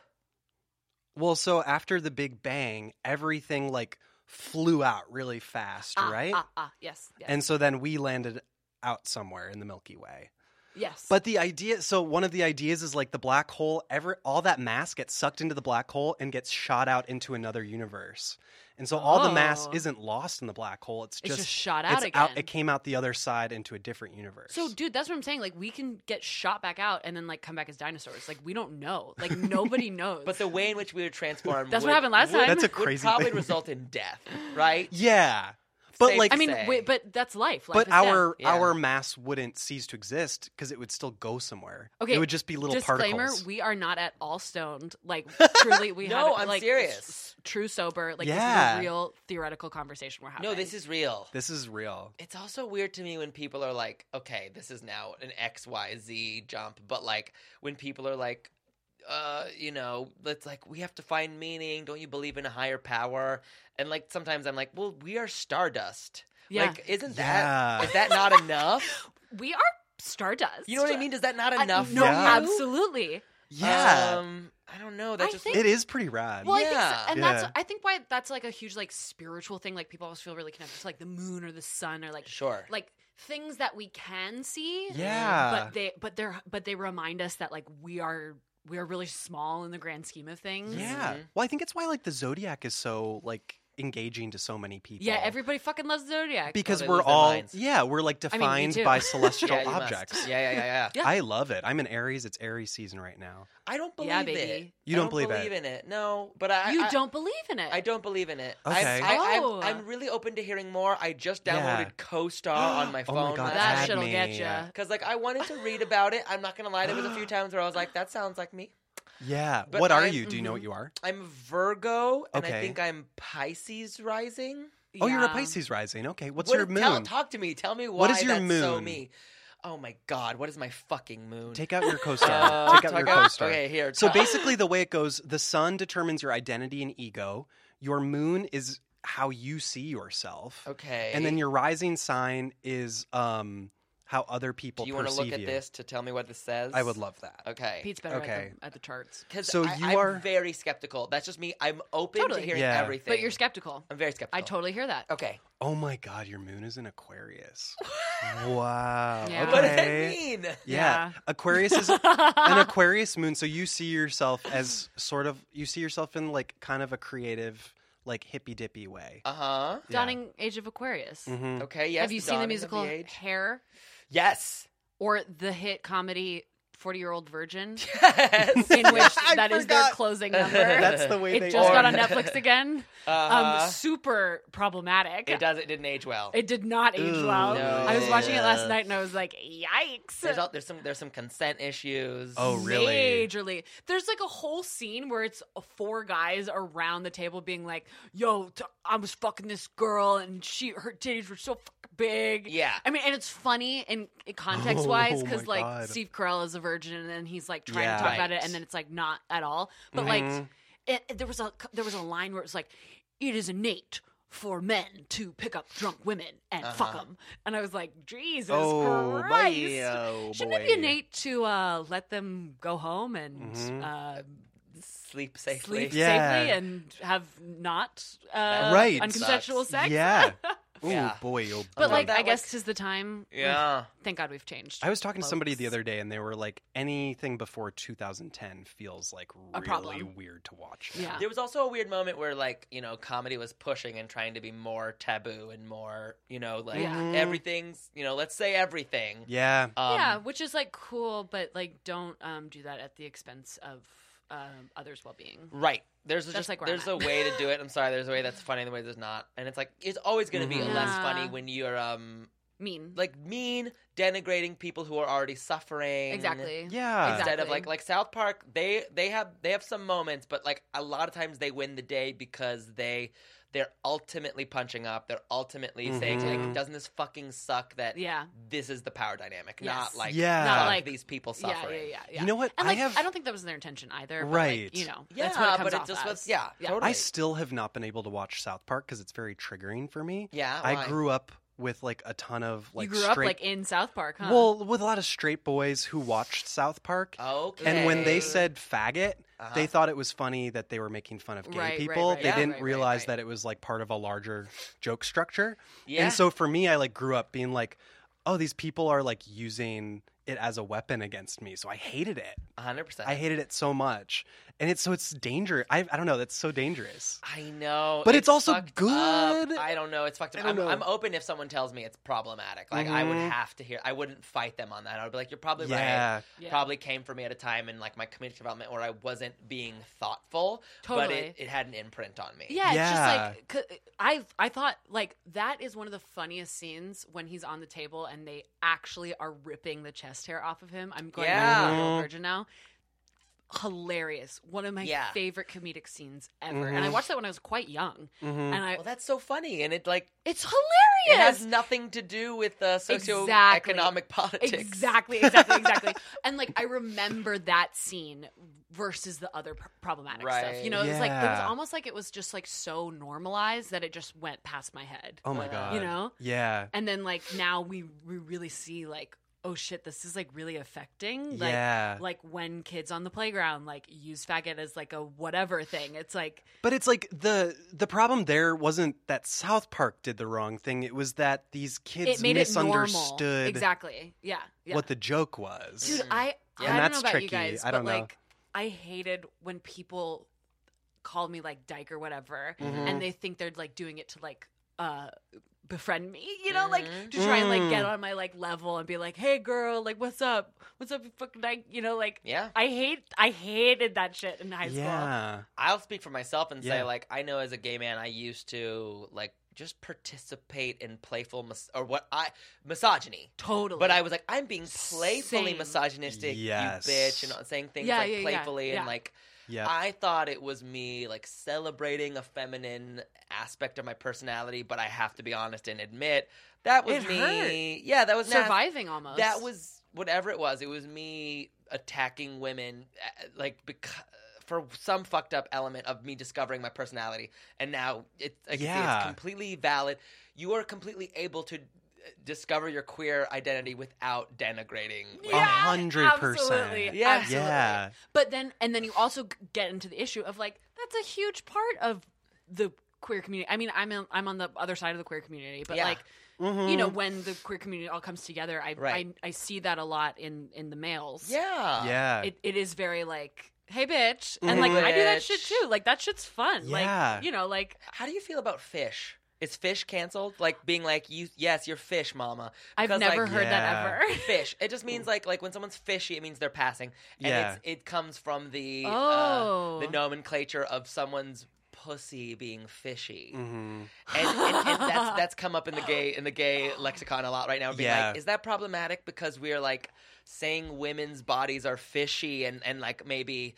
[SPEAKER 1] well, so after the Big Bang, everything like flew out really fast,
[SPEAKER 2] Ah,
[SPEAKER 1] right?
[SPEAKER 2] Ah, ah, yes, yes,
[SPEAKER 1] And so then we landed out somewhere in the Milky Way.
[SPEAKER 2] yes.
[SPEAKER 1] But the idea, so one of the ideas is like the black hole. Ever all that mass gets sucked into the black hole and gets shot out into another universe, and so all the mass
[SPEAKER 2] Oh.
[SPEAKER 1] isn't lost in the black hole. It's
[SPEAKER 2] it's
[SPEAKER 1] just,
[SPEAKER 2] just, shot out
[SPEAKER 1] it's
[SPEAKER 2] again.
[SPEAKER 1] It came out the other side into a different universe.
[SPEAKER 2] So, dude, that's what I'm saying. Like, we can get shot back out and then like come back as dinosaurs. Like, we don't know.
[SPEAKER 3] <laughs>
[SPEAKER 2] Like, nobody knows.
[SPEAKER 3] But the way in which we were transformed.
[SPEAKER 2] That's what
[SPEAKER 3] would-
[SPEAKER 2] happened last
[SPEAKER 3] would-
[SPEAKER 2] time. That's
[SPEAKER 1] a
[SPEAKER 3] would
[SPEAKER 1] crazy
[SPEAKER 3] probably
[SPEAKER 1] thing.
[SPEAKER 3] result in death, right?
[SPEAKER 1] yeah, but
[SPEAKER 3] Safe
[SPEAKER 1] like,
[SPEAKER 2] I mean,
[SPEAKER 3] say.
[SPEAKER 2] wait, but that's life. life
[SPEAKER 1] but
[SPEAKER 2] is
[SPEAKER 1] our
[SPEAKER 3] Yeah.
[SPEAKER 1] our mass wouldn't cease to exist because it would still go somewhere.
[SPEAKER 2] Okay,
[SPEAKER 1] it would just be
[SPEAKER 2] death.
[SPEAKER 1] little
[SPEAKER 2] disclaimer:
[SPEAKER 1] particles.
[SPEAKER 2] we are not at all stoned.
[SPEAKER 3] <laughs>
[SPEAKER 2] Like, truly, we
[SPEAKER 3] No,
[SPEAKER 2] have
[SPEAKER 3] I'm
[SPEAKER 2] like,
[SPEAKER 3] serious.
[SPEAKER 2] s- True sober. Like, this
[SPEAKER 1] Yeah.
[SPEAKER 2] is a real theoretical conversation we're having.
[SPEAKER 3] No, this is real.
[SPEAKER 1] this is real.
[SPEAKER 3] It's also weird to me when people are like, okay, this is now an X, Y, Z jump, but like when people are like, uh, you know, it's like we have to find meaning. Don't you believe in a higher power? And like sometimes I'm like, well, we are stardust.
[SPEAKER 2] yeah.
[SPEAKER 3] Like, isn't
[SPEAKER 1] Yeah.
[SPEAKER 3] that is that not enough?
[SPEAKER 2] we are stardust.
[SPEAKER 3] You know what I mean? Is that not
[SPEAKER 2] I-
[SPEAKER 3] enough?
[SPEAKER 2] no,
[SPEAKER 3] for
[SPEAKER 1] Yeah.
[SPEAKER 3] you?
[SPEAKER 2] absolutely. <laughs>
[SPEAKER 1] Yeah,
[SPEAKER 3] Um, I don't know. That
[SPEAKER 2] I
[SPEAKER 3] just
[SPEAKER 2] think-
[SPEAKER 1] it is pretty rad.
[SPEAKER 2] Well, I
[SPEAKER 3] Yeah.
[SPEAKER 2] think so, and
[SPEAKER 1] Yeah.
[SPEAKER 2] that's I think why that's like a huge like spiritual thing. Like people always feel really connected to like the moon or the sun or like
[SPEAKER 3] sure.
[SPEAKER 2] like things that we can see.
[SPEAKER 1] yeah,
[SPEAKER 2] But they but they're but they remind us that like we are we are really small in the grand scheme of things.
[SPEAKER 1] Yeah.
[SPEAKER 3] Mhm.
[SPEAKER 1] Well, I think it's why like the zodiac is so like engaging to so many people.
[SPEAKER 2] Yeah, everybody fucking loves Zodiac.
[SPEAKER 1] because
[SPEAKER 3] they
[SPEAKER 1] we're
[SPEAKER 3] lose their
[SPEAKER 1] all
[SPEAKER 3] minds.
[SPEAKER 1] yeah we're like
[SPEAKER 2] mean, me
[SPEAKER 1] defined
[SPEAKER 2] too.
[SPEAKER 3] <laughs>
[SPEAKER 1] by
[SPEAKER 2] Yeah,
[SPEAKER 1] celestial
[SPEAKER 3] yeah, you must.
[SPEAKER 1] objects.
[SPEAKER 3] Yeah, yeah, yeah, yeah.
[SPEAKER 2] Yeah.
[SPEAKER 1] I love it. I'm an Aries. It's Aries season right now.
[SPEAKER 3] I don't believe
[SPEAKER 2] Yeah,
[SPEAKER 3] it.
[SPEAKER 2] baby.
[SPEAKER 1] You
[SPEAKER 3] I
[SPEAKER 1] don't believe it.
[SPEAKER 3] in it. No, but I
[SPEAKER 2] you
[SPEAKER 3] I-
[SPEAKER 2] don't believe in it.
[SPEAKER 3] I don't believe in it.
[SPEAKER 1] Okay.
[SPEAKER 3] I'm, I, I'm-
[SPEAKER 2] Oh.
[SPEAKER 3] I'm, really open to hearing more. I just downloaded
[SPEAKER 1] Yeah.
[SPEAKER 3] CoStar on my
[SPEAKER 1] <gasps> Oh
[SPEAKER 3] phone.
[SPEAKER 1] my God,
[SPEAKER 2] That
[SPEAKER 1] add
[SPEAKER 2] shit'll
[SPEAKER 1] me.
[SPEAKER 2] get you.
[SPEAKER 1] <gasps>
[SPEAKER 3] Because like I wanted to read about it. I'm not gonna lie, there was a few times where I was like, "That sounds like me."
[SPEAKER 1] Yeah.
[SPEAKER 3] But
[SPEAKER 1] what are
[SPEAKER 3] I'm-
[SPEAKER 1] you? Do you know
[SPEAKER 3] mhm.
[SPEAKER 1] what you are?
[SPEAKER 3] I'm Virgo, and I
[SPEAKER 1] Okay.
[SPEAKER 3] think I'm Pisces rising.
[SPEAKER 1] Oh, you're a
[SPEAKER 2] Yeah.
[SPEAKER 1] Pisces rising. Okay. What's
[SPEAKER 3] What-
[SPEAKER 1] your moon?
[SPEAKER 3] tell- talk to me. Tell me why
[SPEAKER 1] What is your
[SPEAKER 3] that's so
[SPEAKER 1] moon?
[SPEAKER 3] me. Oh my God, what is my fucking moon?
[SPEAKER 1] Take
[SPEAKER 3] <laughs>
[SPEAKER 1] out your co-star.
[SPEAKER 3] Uh,
[SPEAKER 1] Take out your
[SPEAKER 3] talk-
[SPEAKER 1] co-star.
[SPEAKER 3] Okay, here.
[SPEAKER 1] So
[SPEAKER 3] tell-
[SPEAKER 1] basically, the way it goes, the sun determines your identity and ego. Your moon is how you see yourself,
[SPEAKER 3] okay,
[SPEAKER 1] and then your rising sign is um, how other people
[SPEAKER 3] Do you want to
[SPEAKER 1] perceive
[SPEAKER 3] look at
[SPEAKER 1] you.
[SPEAKER 3] this to tell me what this says?
[SPEAKER 1] I would love that.
[SPEAKER 3] Okay.
[SPEAKER 2] Pete's better
[SPEAKER 1] Okay.
[SPEAKER 2] at, the, at the charts,
[SPEAKER 3] Because
[SPEAKER 1] So
[SPEAKER 3] I,
[SPEAKER 1] you
[SPEAKER 3] I'm
[SPEAKER 1] are-
[SPEAKER 3] very skeptical. That's just me. I'm open
[SPEAKER 2] Totally.
[SPEAKER 3] to hearing
[SPEAKER 1] Yeah.
[SPEAKER 3] everything.
[SPEAKER 2] but you're skeptical.
[SPEAKER 3] I'm very skeptical.
[SPEAKER 2] I totally hear <laughs> that.
[SPEAKER 3] Okay.
[SPEAKER 1] Oh my God, your moon is in
[SPEAKER 3] <laughs>
[SPEAKER 1] Aquarius. wow.
[SPEAKER 2] Yeah.
[SPEAKER 1] Okay.
[SPEAKER 3] What does that mean?
[SPEAKER 1] Yeah.
[SPEAKER 2] Yeah.
[SPEAKER 1] Aquarius
[SPEAKER 2] <laughs>
[SPEAKER 1] is an Aquarius moon, so you see yourself as sort of you see yourself in like kind of a creative, like hippy dippy
[SPEAKER 2] Oh,
[SPEAKER 1] way.
[SPEAKER 3] Uh huh.
[SPEAKER 1] Yeah.
[SPEAKER 2] Dawning Age of Aquarius.
[SPEAKER 1] Mhm.
[SPEAKER 3] Okay. Yes.
[SPEAKER 2] Have you seen the
[SPEAKER 3] Dawn is of
[SPEAKER 2] musical
[SPEAKER 3] age.
[SPEAKER 2] Hair
[SPEAKER 3] Yes. <laughs>
[SPEAKER 2] or the hit comedy Forty Year
[SPEAKER 1] <laughs>
[SPEAKER 2] Old Virgin,
[SPEAKER 3] Yes.
[SPEAKER 2] in which
[SPEAKER 1] I
[SPEAKER 2] that is their
[SPEAKER 1] forgot. <laughs>
[SPEAKER 2] closing number?
[SPEAKER 1] That's the way
[SPEAKER 2] it
[SPEAKER 1] they
[SPEAKER 2] just
[SPEAKER 1] are.
[SPEAKER 2] got on
[SPEAKER 1] <laughs>
[SPEAKER 2] Netflix again.
[SPEAKER 3] Uh-huh.
[SPEAKER 2] Um, super problematic.
[SPEAKER 3] it does. It didn't age well.
[SPEAKER 2] It did not age
[SPEAKER 1] Ooh.
[SPEAKER 2] well.
[SPEAKER 1] No.
[SPEAKER 2] I was watching it
[SPEAKER 3] Yeah.
[SPEAKER 2] last night and I was like, yikes.
[SPEAKER 3] There's, all, there's some there's some consent issues.
[SPEAKER 1] Oh, really?
[SPEAKER 2] Majorly. There's like a whole scene where it's four guys around the table being like, yo, t- I was fucking this girl and she her titties were so fucking big.
[SPEAKER 3] Yeah.
[SPEAKER 2] I mean, and it's funny in, context wise
[SPEAKER 1] Oh
[SPEAKER 2] because
[SPEAKER 1] my
[SPEAKER 2] like
[SPEAKER 1] God.
[SPEAKER 2] Steve Carell is a virgin and then he's like trying
[SPEAKER 1] Yeah.
[SPEAKER 2] to talk about
[SPEAKER 3] Right. Mm-hmm.
[SPEAKER 2] it and then it's like not at all. But like,
[SPEAKER 1] Mhm.
[SPEAKER 2] it, it- there was a there was a line where it was like, "It is innate for men to pick up drunk women and fuck 'em. fuck
[SPEAKER 3] Uh-huh.
[SPEAKER 2] them," and I was like, "Jesus
[SPEAKER 1] Oh,
[SPEAKER 2] Christ!"
[SPEAKER 1] boy, oh,
[SPEAKER 2] Shouldn't it
[SPEAKER 1] boy.
[SPEAKER 2] be innate to uh, let them go home and
[SPEAKER 1] Mhm.
[SPEAKER 2] uh,
[SPEAKER 3] Sleep Mm-hmm. safely.
[SPEAKER 2] sleep
[SPEAKER 1] Yeah.
[SPEAKER 2] safely and have not uh,
[SPEAKER 1] Right.
[SPEAKER 2] unconsensual
[SPEAKER 3] Sucks.
[SPEAKER 2] sex?
[SPEAKER 1] Yeah. Ooh
[SPEAKER 3] Yeah.
[SPEAKER 1] boy, oh boy.
[SPEAKER 2] <laughs> But
[SPEAKER 3] Well,
[SPEAKER 2] like,
[SPEAKER 3] that,
[SPEAKER 2] I
[SPEAKER 3] like-
[SPEAKER 2] guess 'tis the time. We've-
[SPEAKER 3] Yeah.
[SPEAKER 2] Thank God we've changed.
[SPEAKER 1] I was talking to somebody the
[SPEAKER 2] folks.
[SPEAKER 1] other day, and they were like, anything before 2010 feels like
[SPEAKER 2] A problem.
[SPEAKER 1] really weird to watch.
[SPEAKER 2] Yeah.
[SPEAKER 3] There was also a weird moment where, like, you know, comedy was pushing and trying to be more taboo and more, you know, like
[SPEAKER 2] Yeah.
[SPEAKER 1] Mhm.
[SPEAKER 3] everything's, you know, let's say everything.
[SPEAKER 1] Yeah.
[SPEAKER 3] Um,
[SPEAKER 2] yeah, which is like cool, but like don't um, do that at the expense of um, others' well being.
[SPEAKER 3] Right. There's
[SPEAKER 2] That's
[SPEAKER 3] just
[SPEAKER 2] like where
[SPEAKER 3] there's a
[SPEAKER 2] I'm at.
[SPEAKER 3] way to do it. I'm sorry. There's a way that's funny and the way there's not, and it's like it's always going to be
[SPEAKER 1] Mhm.
[SPEAKER 3] less
[SPEAKER 2] Yeah.
[SPEAKER 3] funny when you're um
[SPEAKER 2] Mean.
[SPEAKER 3] like mean, denigrating people who are already suffering.
[SPEAKER 2] exactly.
[SPEAKER 1] Yeah.
[SPEAKER 3] Instead of
[SPEAKER 2] Exactly.
[SPEAKER 3] like like South Park, they they have they have some moments, but like a lot of times they win the day because they they're ultimately punching up. They're ultimately saying like,
[SPEAKER 1] Mhm.
[SPEAKER 3] doesn't this fucking suck that
[SPEAKER 2] Yeah.
[SPEAKER 3] this is the power dynamic,
[SPEAKER 2] Yes.
[SPEAKER 3] not like
[SPEAKER 1] Yeah.
[SPEAKER 2] Not
[SPEAKER 3] fuck
[SPEAKER 2] like-
[SPEAKER 3] these people
[SPEAKER 2] Yeah, yeah,
[SPEAKER 3] suffering.
[SPEAKER 2] yeah, yeah.
[SPEAKER 1] You know what?
[SPEAKER 2] and like,
[SPEAKER 1] I have.
[SPEAKER 2] I don't think that was their intention either. but, like,
[SPEAKER 1] Right.
[SPEAKER 2] you know,
[SPEAKER 3] Yeah,
[SPEAKER 2] that's what it comes
[SPEAKER 3] but
[SPEAKER 2] off
[SPEAKER 3] it just
[SPEAKER 2] as.
[SPEAKER 3] was yeah,
[SPEAKER 2] Yeah. I
[SPEAKER 3] totally.
[SPEAKER 1] I still have not been able to watch South Park because it's very triggering for me.
[SPEAKER 3] yeah, why?
[SPEAKER 1] I grew up with like a ton of like
[SPEAKER 2] you grew
[SPEAKER 1] straight.
[SPEAKER 2] up like in South Park, huh?
[SPEAKER 1] Well, with a lot of straight boys who watched South Park,
[SPEAKER 2] Oh,
[SPEAKER 3] Okay.
[SPEAKER 1] and when they
[SPEAKER 2] Okay.
[SPEAKER 1] said faggot,
[SPEAKER 3] Uh-huh.
[SPEAKER 1] they thought it was funny that they were making fun of gay
[SPEAKER 2] Right, right,
[SPEAKER 1] people.
[SPEAKER 2] right,
[SPEAKER 1] they
[SPEAKER 3] yeah.
[SPEAKER 1] didn't
[SPEAKER 2] right, right,
[SPEAKER 1] realize
[SPEAKER 2] right.
[SPEAKER 1] that it was like part of a larger joke structure.
[SPEAKER 3] yeah.
[SPEAKER 1] And so for me, I like grew up being like, oh, these people are like using it as a weapon against me. So I hated it.
[SPEAKER 3] hundred percent.
[SPEAKER 1] I hated it so much. And it's so it's dangerous. I, I don't know. That's so dangerous.
[SPEAKER 3] I know,
[SPEAKER 1] But it's also
[SPEAKER 3] fucked up.
[SPEAKER 1] good.
[SPEAKER 3] I don't know. It's fucked up.
[SPEAKER 1] I
[SPEAKER 3] I'm,
[SPEAKER 1] don't know.
[SPEAKER 3] I'm open if someone tells me it's problematic. Like I would
[SPEAKER 1] Mhm.
[SPEAKER 3] have to hear. I wouldn't fight them on that. I would be like, "You're probably right."
[SPEAKER 1] yeah.
[SPEAKER 2] Yeah.
[SPEAKER 3] Probably came for me at a time in like my community development where I wasn't being thoughtful, but
[SPEAKER 2] Totally.
[SPEAKER 3] it, it had an imprint on me.
[SPEAKER 2] Yeah,
[SPEAKER 1] Yeah.
[SPEAKER 2] it's just like c- I I thought like that is one of the funniest scenes when he's on the table and they actually are ripping the chest hair off of him. I'm going
[SPEAKER 3] Yeah.
[SPEAKER 2] back to
[SPEAKER 1] Mm-hmm.
[SPEAKER 2] Real Virgin now. Hilarious. One of my
[SPEAKER 3] Yeah.
[SPEAKER 2] favorite comedic scenes ever. And I
[SPEAKER 1] Mhm.
[SPEAKER 2] watched that when I was quite young.
[SPEAKER 1] Mhm.
[SPEAKER 2] And I
[SPEAKER 3] Well, that's so funny, and Mm-hmm. it like
[SPEAKER 2] it's
[SPEAKER 3] it
[SPEAKER 2] hilarious.
[SPEAKER 3] has nothing to do with uh, socioeconomic
[SPEAKER 2] Exactly.
[SPEAKER 3] politics.
[SPEAKER 2] Exactly, exactly, exactly. <laughs> and like I remember that scene versus the other pr- problematic stuff.
[SPEAKER 3] Right.
[SPEAKER 2] You know, it was like it was
[SPEAKER 1] Yeah.
[SPEAKER 2] almost like it was just like so normalized that it just went past my head.
[SPEAKER 1] Oh my
[SPEAKER 3] Uh,
[SPEAKER 1] God.
[SPEAKER 2] you know?
[SPEAKER 1] Yeah.
[SPEAKER 2] And then like now we we really see like oh shit this is like really affecting like
[SPEAKER 1] yeah.
[SPEAKER 2] like when kids on the playground like use faggot as like a whatever thing. It's like
[SPEAKER 1] But it's like the the problem there wasn't that South Park did the wrong thing. It was that these kids
[SPEAKER 2] it made it normal.
[SPEAKER 1] misunderstood
[SPEAKER 2] Exactly. Yeah. yeah.
[SPEAKER 1] what the joke was.
[SPEAKER 2] Dude,
[SPEAKER 3] Mm.
[SPEAKER 2] I I
[SPEAKER 3] Yeah.
[SPEAKER 1] And
[SPEAKER 2] don't know
[SPEAKER 1] that's
[SPEAKER 2] about
[SPEAKER 1] tricky.
[SPEAKER 2] you guys,
[SPEAKER 1] I don't
[SPEAKER 2] but
[SPEAKER 1] know.
[SPEAKER 2] like I hated when people called me like dyke or whatever,
[SPEAKER 1] Mhm.
[SPEAKER 2] and they think they're like doing it to like uh befriend me, you know, like to try and like
[SPEAKER 1] Mm.
[SPEAKER 2] get on my like level and be like, "Hey, girl, like, what's up? What's up, you fucking like, you know, like."
[SPEAKER 3] Yeah.
[SPEAKER 2] I hate, I hated that shit in high school.
[SPEAKER 1] yeah.
[SPEAKER 3] I'll speak for myself and say
[SPEAKER 1] Yeah.
[SPEAKER 3] like I know as a gay man I used to like just participate in playful mis- or what I misogyny.
[SPEAKER 2] Totally.
[SPEAKER 3] But I was like, I'm being playfully
[SPEAKER 2] Same.
[SPEAKER 3] misogynistic,
[SPEAKER 1] Yes.
[SPEAKER 3] you bitch, and saying things
[SPEAKER 2] Yeah,
[SPEAKER 3] like
[SPEAKER 2] yeah, yeah,
[SPEAKER 3] playfully
[SPEAKER 2] yeah.
[SPEAKER 3] and like
[SPEAKER 1] Yeah.
[SPEAKER 3] I thought it was me like celebrating a feminine aspect of my personality, but I have to be honest and admit that was
[SPEAKER 2] It
[SPEAKER 3] me.
[SPEAKER 2] hurt.
[SPEAKER 3] Yeah, that was nasty.
[SPEAKER 2] surviving almost.
[SPEAKER 3] That was whatever it was. It was me attacking women, uh, like because. For some fucked up element of me discovering my personality, and now it, I can see
[SPEAKER 1] Yeah.
[SPEAKER 3] it's completely valid. You are completely able to uh, discover your queer identity without denigrating.
[SPEAKER 1] A
[SPEAKER 2] Yeah,
[SPEAKER 3] women.
[SPEAKER 1] hundred
[SPEAKER 2] absolutely,
[SPEAKER 1] percent.
[SPEAKER 3] Yeah.
[SPEAKER 2] absolutely.
[SPEAKER 1] Yeah.
[SPEAKER 2] But then, and then you also g- get into the issue of like that's a huge part of the queer community. I mean, I'm in, I'm on the other side of the queer community, but
[SPEAKER 3] Yeah.
[SPEAKER 2] like you
[SPEAKER 1] Mm-hmm.
[SPEAKER 2] know, when the queer community all comes together, I
[SPEAKER 3] Right.
[SPEAKER 2] I, I see that a lot in in the males.
[SPEAKER 3] Yeah.
[SPEAKER 1] Yeah.
[SPEAKER 2] uh, it, it is very like. Hey bitch, and like
[SPEAKER 3] Mhm.
[SPEAKER 2] I do that
[SPEAKER 3] Bitch.
[SPEAKER 2] shit too. Like that shit's fun.
[SPEAKER 1] Mm-hmm. Yeah.
[SPEAKER 2] Like you know, like
[SPEAKER 3] How do you feel about fish? Is fish canceled? Like being like you? Yes, you're fish, mama.
[SPEAKER 2] I've
[SPEAKER 3] Because,
[SPEAKER 2] never
[SPEAKER 3] like,
[SPEAKER 2] heard
[SPEAKER 1] Yeah.
[SPEAKER 2] that ever. <laughs>
[SPEAKER 3] fish. It just means like like when someone's fishy, it means they're passing. And
[SPEAKER 1] Yeah.
[SPEAKER 3] it's, it comes from the
[SPEAKER 2] Oh.
[SPEAKER 3] uh, the nomenclature of someone's pussy being fishy,
[SPEAKER 1] hmm
[SPEAKER 3] and, and, and that's that's come up in the gay in the gay lexicon a lot right now. Being
[SPEAKER 1] Yeah.
[SPEAKER 3] like, is that problematic because we're like saying women's bodies are fishy and and like maybe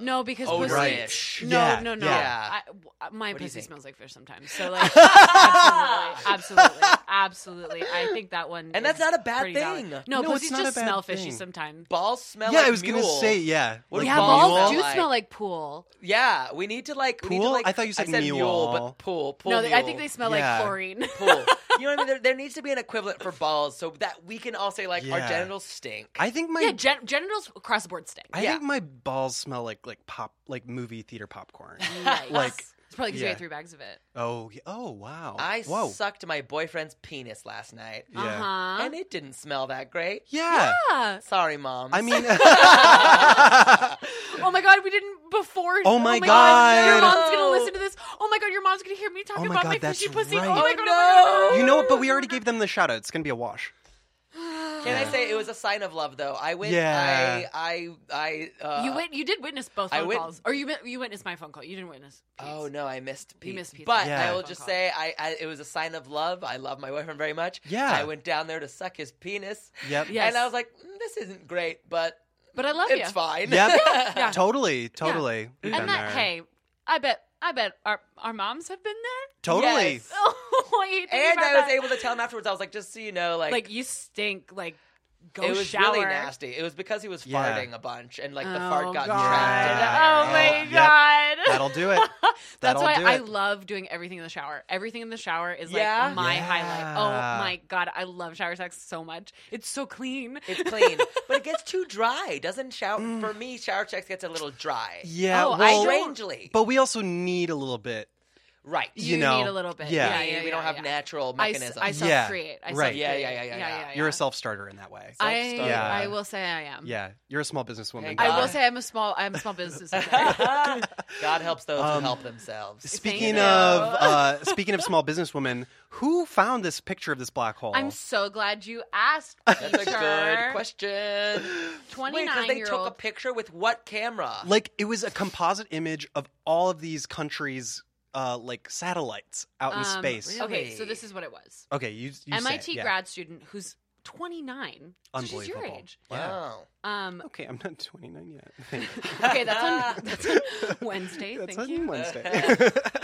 [SPEAKER 2] No, because
[SPEAKER 3] Oh,
[SPEAKER 2] pussy.
[SPEAKER 1] right.
[SPEAKER 2] No,
[SPEAKER 1] Yeah,
[SPEAKER 2] no, no.
[SPEAKER 3] yeah.
[SPEAKER 2] I w uh, my
[SPEAKER 3] What do you
[SPEAKER 2] pussy
[SPEAKER 3] think?
[SPEAKER 2] smells like fish sometimes. So like, <laughs> absolutely, absolutely, absolutely. I think that one,
[SPEAKER 3] And
[SPEAKER 2] is
[SPEAKER 3] that's not a bad
[SPEAKER 2] pretty valid.
[SPEAKER 3] thing.
[SPEAKER 2] No,
[SPEAKER 1] No, it's
[SPEAKER 2] pussies
[SPEAKER 1] not a
[SPEAKER 2] just
[SPEAKER 1] bad
[SPEAKER 2] smell fishy
[SPEAKER 1] thing.
[SPEAKER 2] sometimes.
[SPEAKER 3] balls smell.
[SPEAKER 1] Yeah,
[SPEAKER 3] like
[SPEAKER 1] I was
[SPEAKER 3] mule.
[SPEAKER 1] gonna say yeah. like
[SPEAKER 3] What do
[SPEAKER 2] yeah,
[SPEAKER 3] balls
[SPEAKER 2] balls
[SPEAKER 3] smell
[SPEAKER 2] do
[SPEAKER 3] like?
[SPEAKER 2] smell like pool.
[SPEAKER 3] Yeah, we need to like We need to,
[SPEAKER 1] Pool?
[SPEAKER 3] like,
[SPEAKER 1] I thought you said
[SPEAKER 3] mule.
[SPEAKER 1] mule.
[SPEAKER 3] but pool, pool.
[SPEAKER 2] no, they- I
[SPEAKER 3] mule.
[SPEAKER 2] think they smell
[SPEAKER 1] Yeah. <laughs>
[SPEAKER 2] like chlorine. <laughs>
[SPEAKER 3] pool. You know what I mean? There, there needs to be an equivalent for balls so that we can all say like our
[SPEAKER 1] Yeah.
[SPEAKER 3] genitals stink.
[SPEAKER 1] I think my
[SPEAKER 2] yeah, gen- genitals across the board
[SPEAKER 1] <laughs>
[SPEAKER 2] stink.
[SPEAKER 1] I
[SPEAKER 3] yeah.
[SPEAKER 1] think my balls smell like like pop like movie theater
[SPEAKER 3] <laughs>
[SPEAKER 1] popcorn.
[SPEAKER 2] Yikes.
[SPEAKER 1] like-
[SPEAKER 2] it's probably because you
[SPEAKER 1] yeah.
[SPEAKER 2] ate three bags of it.
[SPEAKER 1] oh yeah. oh wow.
[SPEAKER 3] I
[SPEAKER 1] Whoa.
[SPEAKER 3] sucked my boyfriend's penis last night,
[SPEAKER 1] Yeah.
[SPEAKER 2] Uh huh.
[SPEAKER 3] and it didn't smell that great.
[SPEAKER 1] yeah.
[SPEAKER 2] Yeah.
[SPEAKER 3] Sorry, mom.
[SPEAKER 1] I
[SPEAKER 3] <laughs>
[SPEAKER 1] mean <laughs>
[SPEAKER 2] Oh my god, we didn't before.
[SPEAKER 1] Oh my
[SPEAKER 2] Your
[SPEAKER 1] God.
[SPEAKER 2] mom's gonna
[SPEAKER 3] No.
[SPEAKER 2] listen to this. Oh my god, your mom's gonna hear me talking
[SPEAKER 1] Oh my
[SPEAKER 2] about
[SPEAKER 1] God,
[SPEAKER 2] my
[SPEAKER 1] that's
[SPEAKER 2] fishy pussy.
[SPEAKER 1] right.
[SPEAKER 2] Oh my
[SPEAKER 3] Oh
[SPEAKER 2] god, oh my
[SPEAKER 3] no.
[SPEAKER 2] God, oh my God.
[SPEAKER 1] You know what, but
[SPEAKER 2] <sighs>
[SPEAKER 1] we already gave them the shout out. It's gonna be a wash.
[SPEAKER 3] can I say it was a sign of love though? I went.
[SPEAKER 1] Yeah.
[SPEAKER 3] I. I. I uh,
[SPEAKER 2] you wit- you did witness both
[SPEAKER 3] I
[SPEAKER 2] phone
[SPEAKER 3] wit-
[SPEAKER 2] calls, or you mi- you witnessed my phone call. You didn't witness. Pete's.
[SPEAKER 3] Oh no, I missed Pete.
[SPEAKER 2] missed Pete's
[SPEAKER 3] But
[SPEAKER 1] Yeah.
[SPEAKER 3] I will
[SPEAKER 2] phone
[SPEAKER 3] just
[SPEAKER 2] call.
[SPEAKER 3] say, I, I it was a sign of love. I love my boyfriend very much.
[SPEAKER 1] Yeah.
[SPEAKER 3] I went down there to suck his penis.
[SPEAKER 1] Yep.
[SPEAKER 2] Yeah. Yes.
[SPEAKER 3] And I was like, "Mm, this isn't great, but
[SPEAKER 2] But I love
[SPEAKER 3] it's
[SPEAKER 2] you.
[SPEAKER 3] <laughs> fine.
[SPEAKER 1] Yep.
[SPEAKER 2] Yeah.
[SPEAKER 1] Totally, totally. We've been
[SPEAKER 2] And that
[SPEAKER 1] there.
[SPEAKER 2] hey, I bet I bet our our moms have been there. <laughs>
[SPEAKER 1] Totally.
[SPEAKER 3] Yes.
[SPEAKER 2] Oh, I hate thinking
[SPEAKER 3] and
[SPEAKER 2] about
[SPEAKER 3] I was
[SPEAKER 2] that.
[SPEAKER 3] able to tell him afterwards. I was like, just so you know, like,
[SPEAKER 2] like you stink. Like go
[SPEAKER 3] it was
[SPEAKER 2] shower.
[SPEAKER 3] really nasty. It was because he was
[SPEAKER 1] Yeah.
[SPEAKER 3] farting a bunch, and like the
[SPEAKER 2] oh,
[SPEAKER 3] fart got
[SPEAKER 2] God.
[SPEAKER 3] trapped. In
[SPEAKER 1] Yeah.
[SPEAKER 2] Oh
[SPEAKER 3] there.
[SPEAKER 2] my
[SPEAKER 1] Yep.
[SPEAKER 2] god.
[SPEAKER 1] That'll
[SPEAKER 2] <laughs>
[SPEAKER 1] do it.
[SPEAKER 2] That's
[SPEAKER 1] That'll
[SPEAKER 2] why
[SPEAKER 1] do
[SPEAKER 2] I
[SPEAKER 1] it.
[SPEAKER 2] love doing everything in the shower. Everything in the shower is
[SPEAKER 3] Yeah?
[SPEAKER 2] like my
[SPEAKER 1] Yeah.
[SPEAKER 2] highlight. Oh my god, I love shower sex so much. It's so clean.
[SPEAKER 3] It's clean, but it gets too dry. Doesn't shower for me? Shower checks gets a little dry.
[SPEAKER 1] Mm. yeah,
[SPEAKER 2] Oh, I
[SPEAKER 1] well,
[SPEAKER 2] don't-
[SPEAKER 3] strangely,
[SPEAKER 1] but we also need a little bit.
[SPEAKER 3] right?
[SPEAKER 1] You
[SPEAKER 2] need
[SPEAKER 1] know,
[SPEAKER 2] a little bit.
[SPEAKER 1] yeah.
[SPEAKER 2] Yeah,
[SPEAKER 3] I mean,
[SPEAKER 2] yeah,
[SPEAKER 3] we don't
[SPEAKER 2] yeah,
[SPEAKER 3] have
[SPEAKER 2] yeah.
[SPEAKER 3] natural
[SPEAKER 2] I,
[SPEAKER 3] mechanisms. <laughs>
[SPEAKER 2] I
[SPEAKER 1] self- Yeah.
[SPEAKER 2] self-create. I
[SPEAKER 1] Right.
[SPEAKER 3] Yeah,
[SPEAKER 2] self-create.
[SPEAKER 3] yeah, yeah, yeah, yeah.
[SPEAKER 1] You're a self starter in that way.
[SPEAKER 2] I,
[SPEAKER 3] Self-starter.
[SPEAKER 1] Yeah.
[SPEAKER 2] I will say I am.
[SPEAKER 1] yeah, you're a small businesswoman.
[SPEAKER 3] Hey,
[SPEAKER 2] I
[SPEAKER 3] God.
[SPEAKER 2] will say I'm a small I'm a small
[SPEAKER 3] <laughs>
[SPEAKER 2] business.
[SPEAKER 3] God helps those
[SPEAKER 1] Um,
[SPEAKER 3] who help themselves.
[SPEAKER 1] Speaking
[SPEAKER 2] Thank
[SPEAKER 1] of
[SPEAKER 2] you. <laughs>
[SPEAKER 1] uh, speaking of small businesswomen, who found this picture of this black hole?
[SPEAKER 2] I'm so glad you asked.
[SPEAKER 3] That's a good question. Wait,
[SPEAKER 2] Twenty
[SPEAKER 3] because
[SPEAKER 2] nine
[SPEAKER 3] they
[SPEAKER 2] year
[SPEAKER 3] took a
[SPEAKER 2] old.
[SPEAKER 3] picture with what camera?
[SPEAKER 1] like it was a composite image of all of these countries, uh, like satellites out in
[SPEAKER 2] um,
[SPEAKER 1] space.
[SPEAKER 3] really?
[SPEAKER 2] Okay, so this is what it was.
[SPEAKER 1] Okay, you, you say
[SPEAKER 2] MIT
[SPEAKER 1] it, yeah.
[SPEAKER 2] grad student who's 29. So she's your
[SPEAKER 1] Unbelievable.
[SPEAKER 2] age.
[SPEAKER 1] Yeah.
[SPEAKER 3] wow.
[SPEAKER 2] Um,
[SPEAKER 3] <laughs>
[SPEAKER 1] Okay, I'm not 29
[SPEAKER 2] <laughs>
[SPEAKER 1] yet. Thank you.
[SPEAKER 2] okay, that's
[SPEAKER 1] <laughs>
[SPEAKER 2] on, that's on <laughs> Wednesday.
[SPEAKER 1] That's on
[SPEAKER 2] Thank you.
[SPEAKER 1] Wednesday.
[SPEAKER 2] <laughs>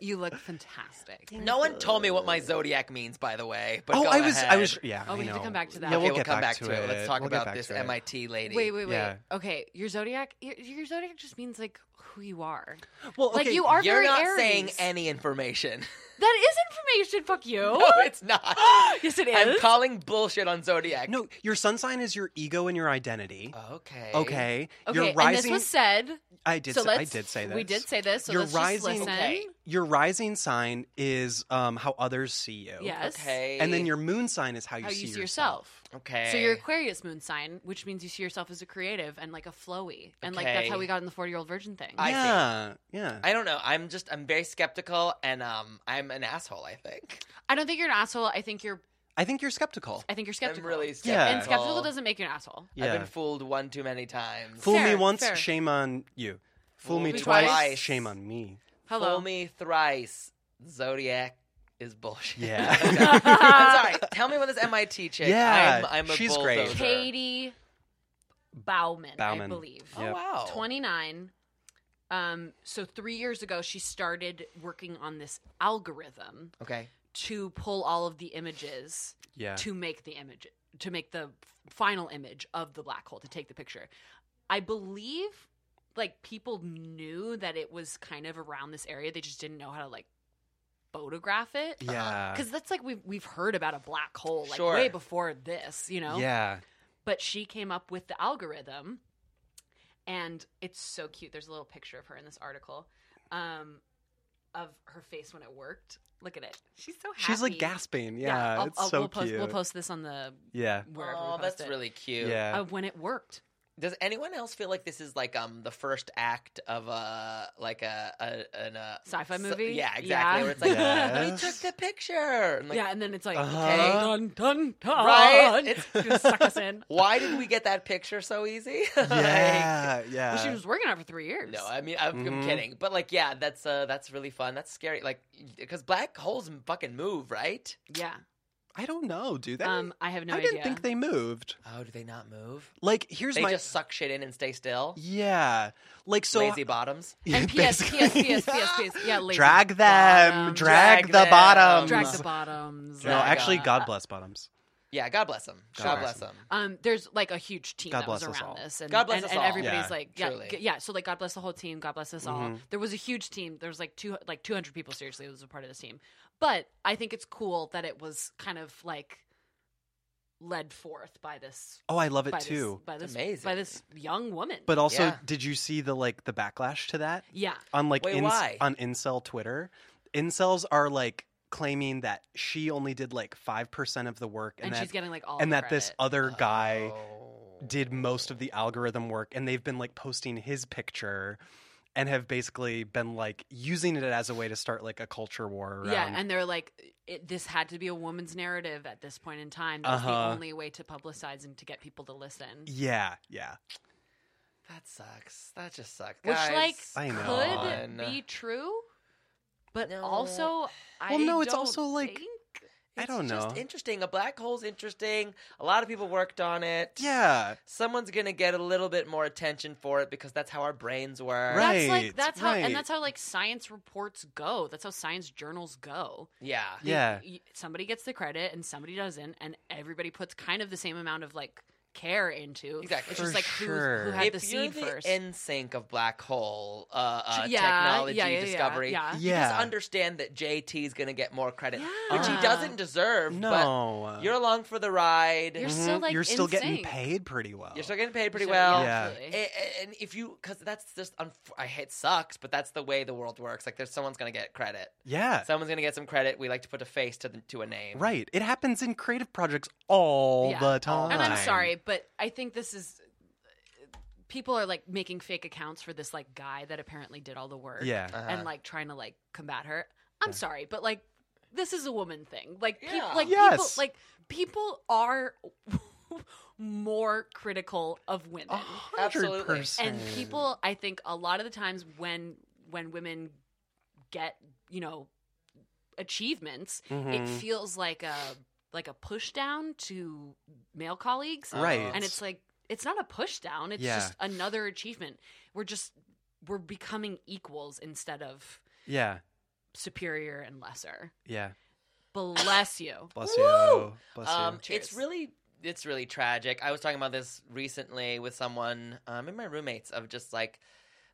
[SPEAKER 2] You look fantastic.
[SPEAKER 3] No one told me what my zodiac means, by the way. But
[SPEAKER 1] <laughs> oh,
[SPEAKER 3] go
[SPEAKER 1] I was, I
[SPEAKER 3] ahead.
[SPEAKER 1] was, yeah.
[SPEAKER 2] Oh,
[SPEAKER 1] I
[SPEAKER 2] we have to
[SPEAKER 1] know.
[SPEAKER 2] come back to that.
[SPEAKER 1] Yeah,
[SPEAKER 3] okay,
[SPEAKER 1] we'll, get
[SPEAKER 3] come
[SPEAKER 1] back,
[SPEAKER 3] to it. Let's talk
[SPEAKER 1] We'll get
[SPEAKER 3] about
[SPEAKER 1] back
[SPEAKER 3] this
[SPEAKER 1] to it.
[SPEAKER 3] MIT lady.
[SPEAKER 2] Wait, wait, wait.
[SPEAKER 1] Yeah.
[SPEAKER 2] Okay, your zodiac. Your, your zodiac just means like who you are.
[SPEAKER 1] Well,
[SPEAKER 2] Like
[SPEAKER 1] okay,
[SPEAKER 2] you are
[SPEAKER 3] You're
[SPEAKER 2] very
[SPEAKER 3] not
[SPEAKER 2] Aries.
[SPEAKER 3] saying any information. <laughs>
[SPEAKER 2] That is information. Fuck you.
[SPEAKER 3] no,
[SPEAKER 2] <gasps>
[SPEAKER 3] it's not.
[SPEAKER 2] yes, it is.
[SPEAKER 3] I'm calling bullshit on zodiac.
[SPEAKER 1] No, your sun sign is your ego and your identity.
[SPEAKER 3] Okay.
[SPEAKER 1] Okay.
[SPEAKER 2] okay,
[SPEAKER 1] Your
[SPEAKER 2] and this
[SPEAKER 1] rising
[SPEAKER 2] was said.
[SPEAKER 1] I did
[SPEAKER 2] so
[SPEAKER 1] say, I
[SPEAKER 2] let's-
[SPEAKER 1] did say this.
[SPEAKER 2] We did say this. So
[SPEAKER 1] Your
[SPEAKER 2] let's
[SPEAKER 1] rising-
[SPEAKER 2] just listen.
[SPEAKER 3] Okay.
[SPEAKER 1] your rising sign is um, how others see you.
[SPEAKER 2] Yes.
[SPEAKER 3] Okay.
[SPEAKER 1] And then your moon sign is how you
[SPEAKER 2] How
[SPEAKER 1] see
[SPEAKER 2] you see
[SPEAKER 1] yourself.
[SPEAKER 2] yourself.
[SPEAKER 3] okay.
[SPEAKER 2] So you're Aquarius moon sign, which means you see yourself as a creative and like a flowy, and like that's
[SPEAKER 3] Okay.
[SPEAKER 2] how we got in the forty year old virgin thing.
[SPEAKER 3] I see.
[SPEAKER 1] yeah. Yeah.
[SPEAKER 3] I don't know. I'm just I'm very skeptical and um I'm an asshole, I think.
[SPEAKER 2] I don't think you're an asshole. I think you're
[SPEAKER 1] I think you're skeptical.
[SPEAKER 2] I think you're skeptical.
[SPEAKER 3] I'm really skeptical.
[SPEAKER 1] Yeah.
[SPEAKER 2] and skeptical doesn't make you an asshole.
[SPEAKER 1] Yeah.
[SPEAKER 3] I've been fooled one too many times.
[SPEAKER 1] Fool me
[SPEAKER 2] Fair,
[SPEAKER 1] once,
[SPEAKER 2] fair.
[SPEAKER 1] shame on you. Fool
[SPEAKER 3] Fool
[SPEAKER 1] me
[SPEAKER 2] me
[SPEAKER 1] twice,
[SPEAKER 3] twice.
[SPEAKER 1] shame on
[SPEAKER 2] <laughs>
[SPEAKER 1] me.
[SPEAKER 2] Hello.
[SPEAKER 3] Fool me <laughs> thrice. Zodiac is bullshit.
[SPEAKER 1] Yeah.
[SPEAKER 3] <laughs>
[SPEAKER 2] <laughs>
[SPEAKER 3] I'm sorry. Tell me about this MIT chick.
[SPEAKER 1] Yeah,
[SPEAKER 3] I'm, I'm a
[SPEAKER 1] she's great.
[SPEAKER 3] bulldozer.
[SPEAKER 2] Katie Bauman,
[SPEAKER 1] Bauman.
[SPEAKER 2] I believe.
[SPEAKER 3] Oh
[SPEAKER 1] Yep.
[SPEAKER 3] wow.
[SPEAKER 2] 29. Um, so three years ago, she started working on this algorithm
[SPEAKER 3] Okay.
[SPEAKER 2] to pull all of the images
[SPEAKER 1] Yeah.
[SPEAKER 2] to make the image to make the final image of the black hole to take the picture. I believe like people knew that it was kind of around this area. They just didn't know how to like photograph it.
[SPEAKER 1] Yeah.
[SPEAKER 2] Cuz that's like we've we've heard about a black hole like
[SPEAKER 3] Sure.
[SPEAKER 2] way before this, you know?
[SPEAKER 1] Yeah.
[SPEAKER 2] but she came up with the algorithm and it's so cute there's a little picture of her in this article um, of her face when it worked look at it she's so happy
[SPEAKER 1] She's like gasping. Yeah.
[SPEAKER 2] I'll-
[SPEAKER 1] it's
[SPEAKER 2] I'll-
[SPEAKER 1] so
[SPEAKER 2] we'll post,
[SPEAKER 1] cute.
[SPEAKER 2] we'll post this on the <laughs>
[SPEAKER 1] yeah.
[SPEAKER 2] wherever we
[SPEAKER 3] Oh,
[SPEAKER 2] post
[SPEAKER 3] that's
[SPEAKER 2] it.
[SPEAKER 3] really
[SPEAKER 1] <laughs>
[SPEAKER 3] cute.
[SPEAKER 1] Yeah.
[SPEAKER 2] <laughs> uh, when it worked
[SPEAKER 3] Does anyone else feel like this is like um the first act of a like a, a an uh
[SPEAKER 2] sci-fi
[SPEAKER 3] s-
[SPEAKER 2] movie
[SPEAKER 3] yeah, exactly. Where it's
[SPEAKER 1] <laughs>
[SPEAKER 3] like
[SPEAKER 1] Yeah.
[SPEAKER 3] we took the picture. And like,
[SPEAKER 2] yeah and then it's like
[SPEAKER 1] Uh-huh.
[SPEAKER 2] okay dun dun dun
[SPEAKER 3] Right?
[SPEAKER 2] You're
[SPEAKER 3] <laughs>
[SPEAKER 2] gonna suck us in
[SPEAKER 3] Why did we get that picture so easy? <laughs> Like,
[SPEAKER 1] yeah. yeah.
[SPEAKER 2] Well, she was working on it for three years
[SPEAKER 3] No, I mean I'm,
[SPEAKER 1] Mhm.
[SPEAKER 3] I'm kidding, but like, yeah, that's uh, that's really fun. That's scary, like, because black holes m- fucking move, right?
[SPEAKER 2] yeah
[SPEAKER 1] I don't know, do they?
[SPEAKER 2] um i have no
[SPEAKER 1] I
[SPEAKER 2] idea
[SPEAKER 1] didn't think they moved.
[SPEAKER 3] Oh, do they not move?
[SPEAKER 1] Like, here's
[SPEAKER 3] they
[SPEAKER 1] my.
[SPEAKER 3] just suck shit in and stay still.
[SPEAKER 1] Yeah. Like, so.
[SPEAKER 3] Lazy bottoms.
[SPEAKER 2] and PS, PS, PS, PS, yeah, lazy
[SPEAKER 1] Drag them.
[SPEAKER 2] bottoms.
[SPEAKER 1] Drag,
[SPEAKER 3] Drag
[SPEAKER 1] the
[SPEAKER 3] them.
[SPEAKER 1] bottoms.
[SPEAKER 2] drag the bottoms. uh,
[SPEAKER 1] No,
[SPEAKER 3] Drag
[SPEAKER 1] actually,
[SPEAKER 3] them.
[SPEAKER 1] God bless bottoms.
[SPEAKER 3] Yeah, God bless them.
[SPEAKER 1] God
[SPEAKER 3] God,
[SPEAKER 1] bless
[SPEAKER 3] bless them.
[SPEAKER 2] Um, there's like a huge team
[SPEAKER 1] God
[SPEAKER 2] that was
[SPEAKER 1] bless us all.
[SPEAKER 2] around this, and
[SPEAKER 3] God bless
[SPEAKER 2] and,
[SPEAKER 3] us
[SPEAKER 2] and
[SPEAKER 3] all.
[SPEAKER 2] everybody's
[SPEAKER 1] Yeah,
[SPEAKER 2] like, yeah,
[SPEAKER 3] truly.
[SPEAKER 2] g- yeah. So like, God bless the whole team. God bless us all.
[SPEAKER 1] Mhm.
[SPEAKER 2] There was a huge team. There was like two, like 200 people. Seriously, was a part of this team. But I think it's cool that it was kind of like led forth by this,
[SPEAKER 1] Oh, I love it
[SPEAKER 2] by
[SPEAKER 1] too.
[SPEAKER 2] this, by this,
[SPEAKER 3] Amazing.
[SPEAKER 2] by this young woman.
[SPEAKER 1] But also,
[SPEAKER 3] Yeah.
[SPEAKER 1] did you see the like the backlash to that
[SPEAKER 2] yeah,
[SPEAKER 1] on like
[SPEAKER 3] Wait,
[SPEAKER 1] ins-
[SPEAKER 3] why?
[SPEAKER 1] on incel Twitter? Incels are like claiming that she only did like five percent of the work, and,
[SPEAKER 2] and,
[SPEAKER 1] that
[SPEAKER 2] she's getting like all
[SPEAKER 1] and
[SPEAKER 2] the
[SPEAKER 1] that this
[SPEAKER 2] credit.
[SPEAKER 1] other guy
[SPEAKER 3] Oh.
[SPEAKER 1] did most of the algorithm work, and they've been like posting his picture, and have basically been like using it as a way to start like a culture war. Around.
[SPEAKER 2] Yeah, and they're like, it, this had to be a woman's narrative at this point in time. That was
[SPEAKER 1] Uh-huh.
[SPEAKER 2] the only way to publicize and to get people to listen.
[SPEAKER 1] yeah, yeah,
[SPEAKER 3] That sucks. That just sucks.
[SPEAKER 2] Which,
[SPEAKER 3] Guys,
[SPEAKER 2] like,
[SPEAKER 1] I know.
[SPEAKER 2] could
[SPEAKER 3] Come on.
[SPEAKER 2] be true, but
[SPEAKER 3] No.
[SPEAKER 2] also, I
[SPEAKER 1] Well, no, it's
[SPEAKER 2] don't
[SPEAKER 1] also, like,
[SPEAKER 2] think-
[SPEAKER 1] I
[SPEAKER 3] It's
[SPEAKER 1] don't know.
[SPEAKER 3] Just interesting. A black hole's interesting. A lot of people worked on it.
[SPEAKER 1] yeah.
[SPEAKER 3] Someone's gonna get a little bit more attention for it because that's how our brains work.
[SPEAKER 1] Right.
[SPEAKER 2] that's like that's how
[SPEAKER 1] right.
[SPEAKER 2] and that's how like science reports go. That's how science journals go.
[SPEAKER 3] Yeah.
[SPEAKER 2] They-
[SPEAKER 1] Yeah.
[SPEAKER 2] y- somebody gets the credit and somebody doesn't, and everybody puts kind of the same amount of like care into.
[SPEAKER 3] Exactly.
[SPEAKER 2] It's
[SPEAKER 1] For
[SPEAKER 2] just like who's,
[SPEAKER 1] sure.
[SPEAKER 2] who had
[SPEAKER 3] if
[SPEAKER 2] the
[SPEAKER 3] you're
[SPEAKER 2] seed
[SPEAKER 3] the
[SPEAKER 2] first.
[SPEAKER 3] NSYNC of black hole uh, uh,
[SPEAKER 2] yeah,
[SPEAKER 3] technology
[SPEAKER 2] yeah, yeah, yeah,
[SPEAKER 3] discovery,
[SPEAKER 2] Yeah.
[SPEAKER 3] you just
[SPEAKER 1] Yeah.
[SPEAKER 3] understand that JT is going to get more credit, which
[SPEAKER 1] Yeah.
[SPEAKER 3] he doesn't deserve.
[SPEAKER 1] No,
[SPEAKER 3] but you're along for the ride.
[SPEAKER 2] You're still,
[SPEAKER 1] Mhm.
[SPEAKER 2] like,
[SPEAKER 1] you're still
[SPEAKER 2] in
[SPEAKER 1] getting
[SPEAKER 2] sync.
[SPEAKER 1] paid pretty well.
[SPEAKER 3] You're still getting paid pretty
[SPEAKER 2] So,
[SPEAKER 3] well.
[SPEAKER 1] Yeah.
[SPEAKER 2] absolutely.
[SPEAKER 3] A- a- And if you, because that's just, unf- I hate sucks, but that's the way the world works. Like, there's someone's gonna get credit.
[SPEAKER 1] yeah.
[SPEAKER 3] Someone's gonna get some credit. We like to put a face to the, to a name.
[SPEAKER 1] Right. It happens in creative projects all
[SPEAKER 2] Yeah.
[SPEAKER 1] the time.
[SPEAKER 2] And I'm sorry, but I think this is people are like making fake accounts for this like guy that apparently did all the work.
[SPEAKER 1] Yeah.
[SPEAKER 3] Uh-huh.
[SPEAKER 2] and like trying to like combat her. I'm
[SPEAKER 1] Yeah.
[SPEAKER 2] sorry, but like this is a woman thing. Like peop
[SPEAKER 3] Yeah.
[SPEAKER 2] like people
[SPEAKER 1] Yes.
[SPEAKER 2] like people are <laughs> more critical of women.
[SPEAKER 1] A hundred
[SPEAKER 3] Absolutely.
[SPEAKER 1] percent.
[SPEAKER 2] and people I think a lot of the times when when women get, you know, achievements, it
[SPEAKER 1] Mhm.
[SPEAKER 2] feels like a like a push down to male colleagues.
[SPEAKER 1] right.
[SPEAKER 2] And it's like it's not a push down, it's
[SPEAKER 1] Oh, Yeah.
[SPEAKER 2] just another achievement. We're just we're becoming equals instead of
[SPEAKER 1] yeah,
[SPEAKER 2] superior and lesser.
[SPEAKER 1] yeah.
[SPEAKER 2] Bless you.
[SPEAKER 1] Bless
[SPEAKER 3] Woo!
[SPEAKER 1] you. Bless
[SPEAKER 3] Um,
[SPEAKER 1] you.
[SPEAKER 3] it's
[SPEAKER 2] Cheers.
[SPEAKER 3] really it's really tragic. I was talking about this recently with someone, um, and my roommates of just like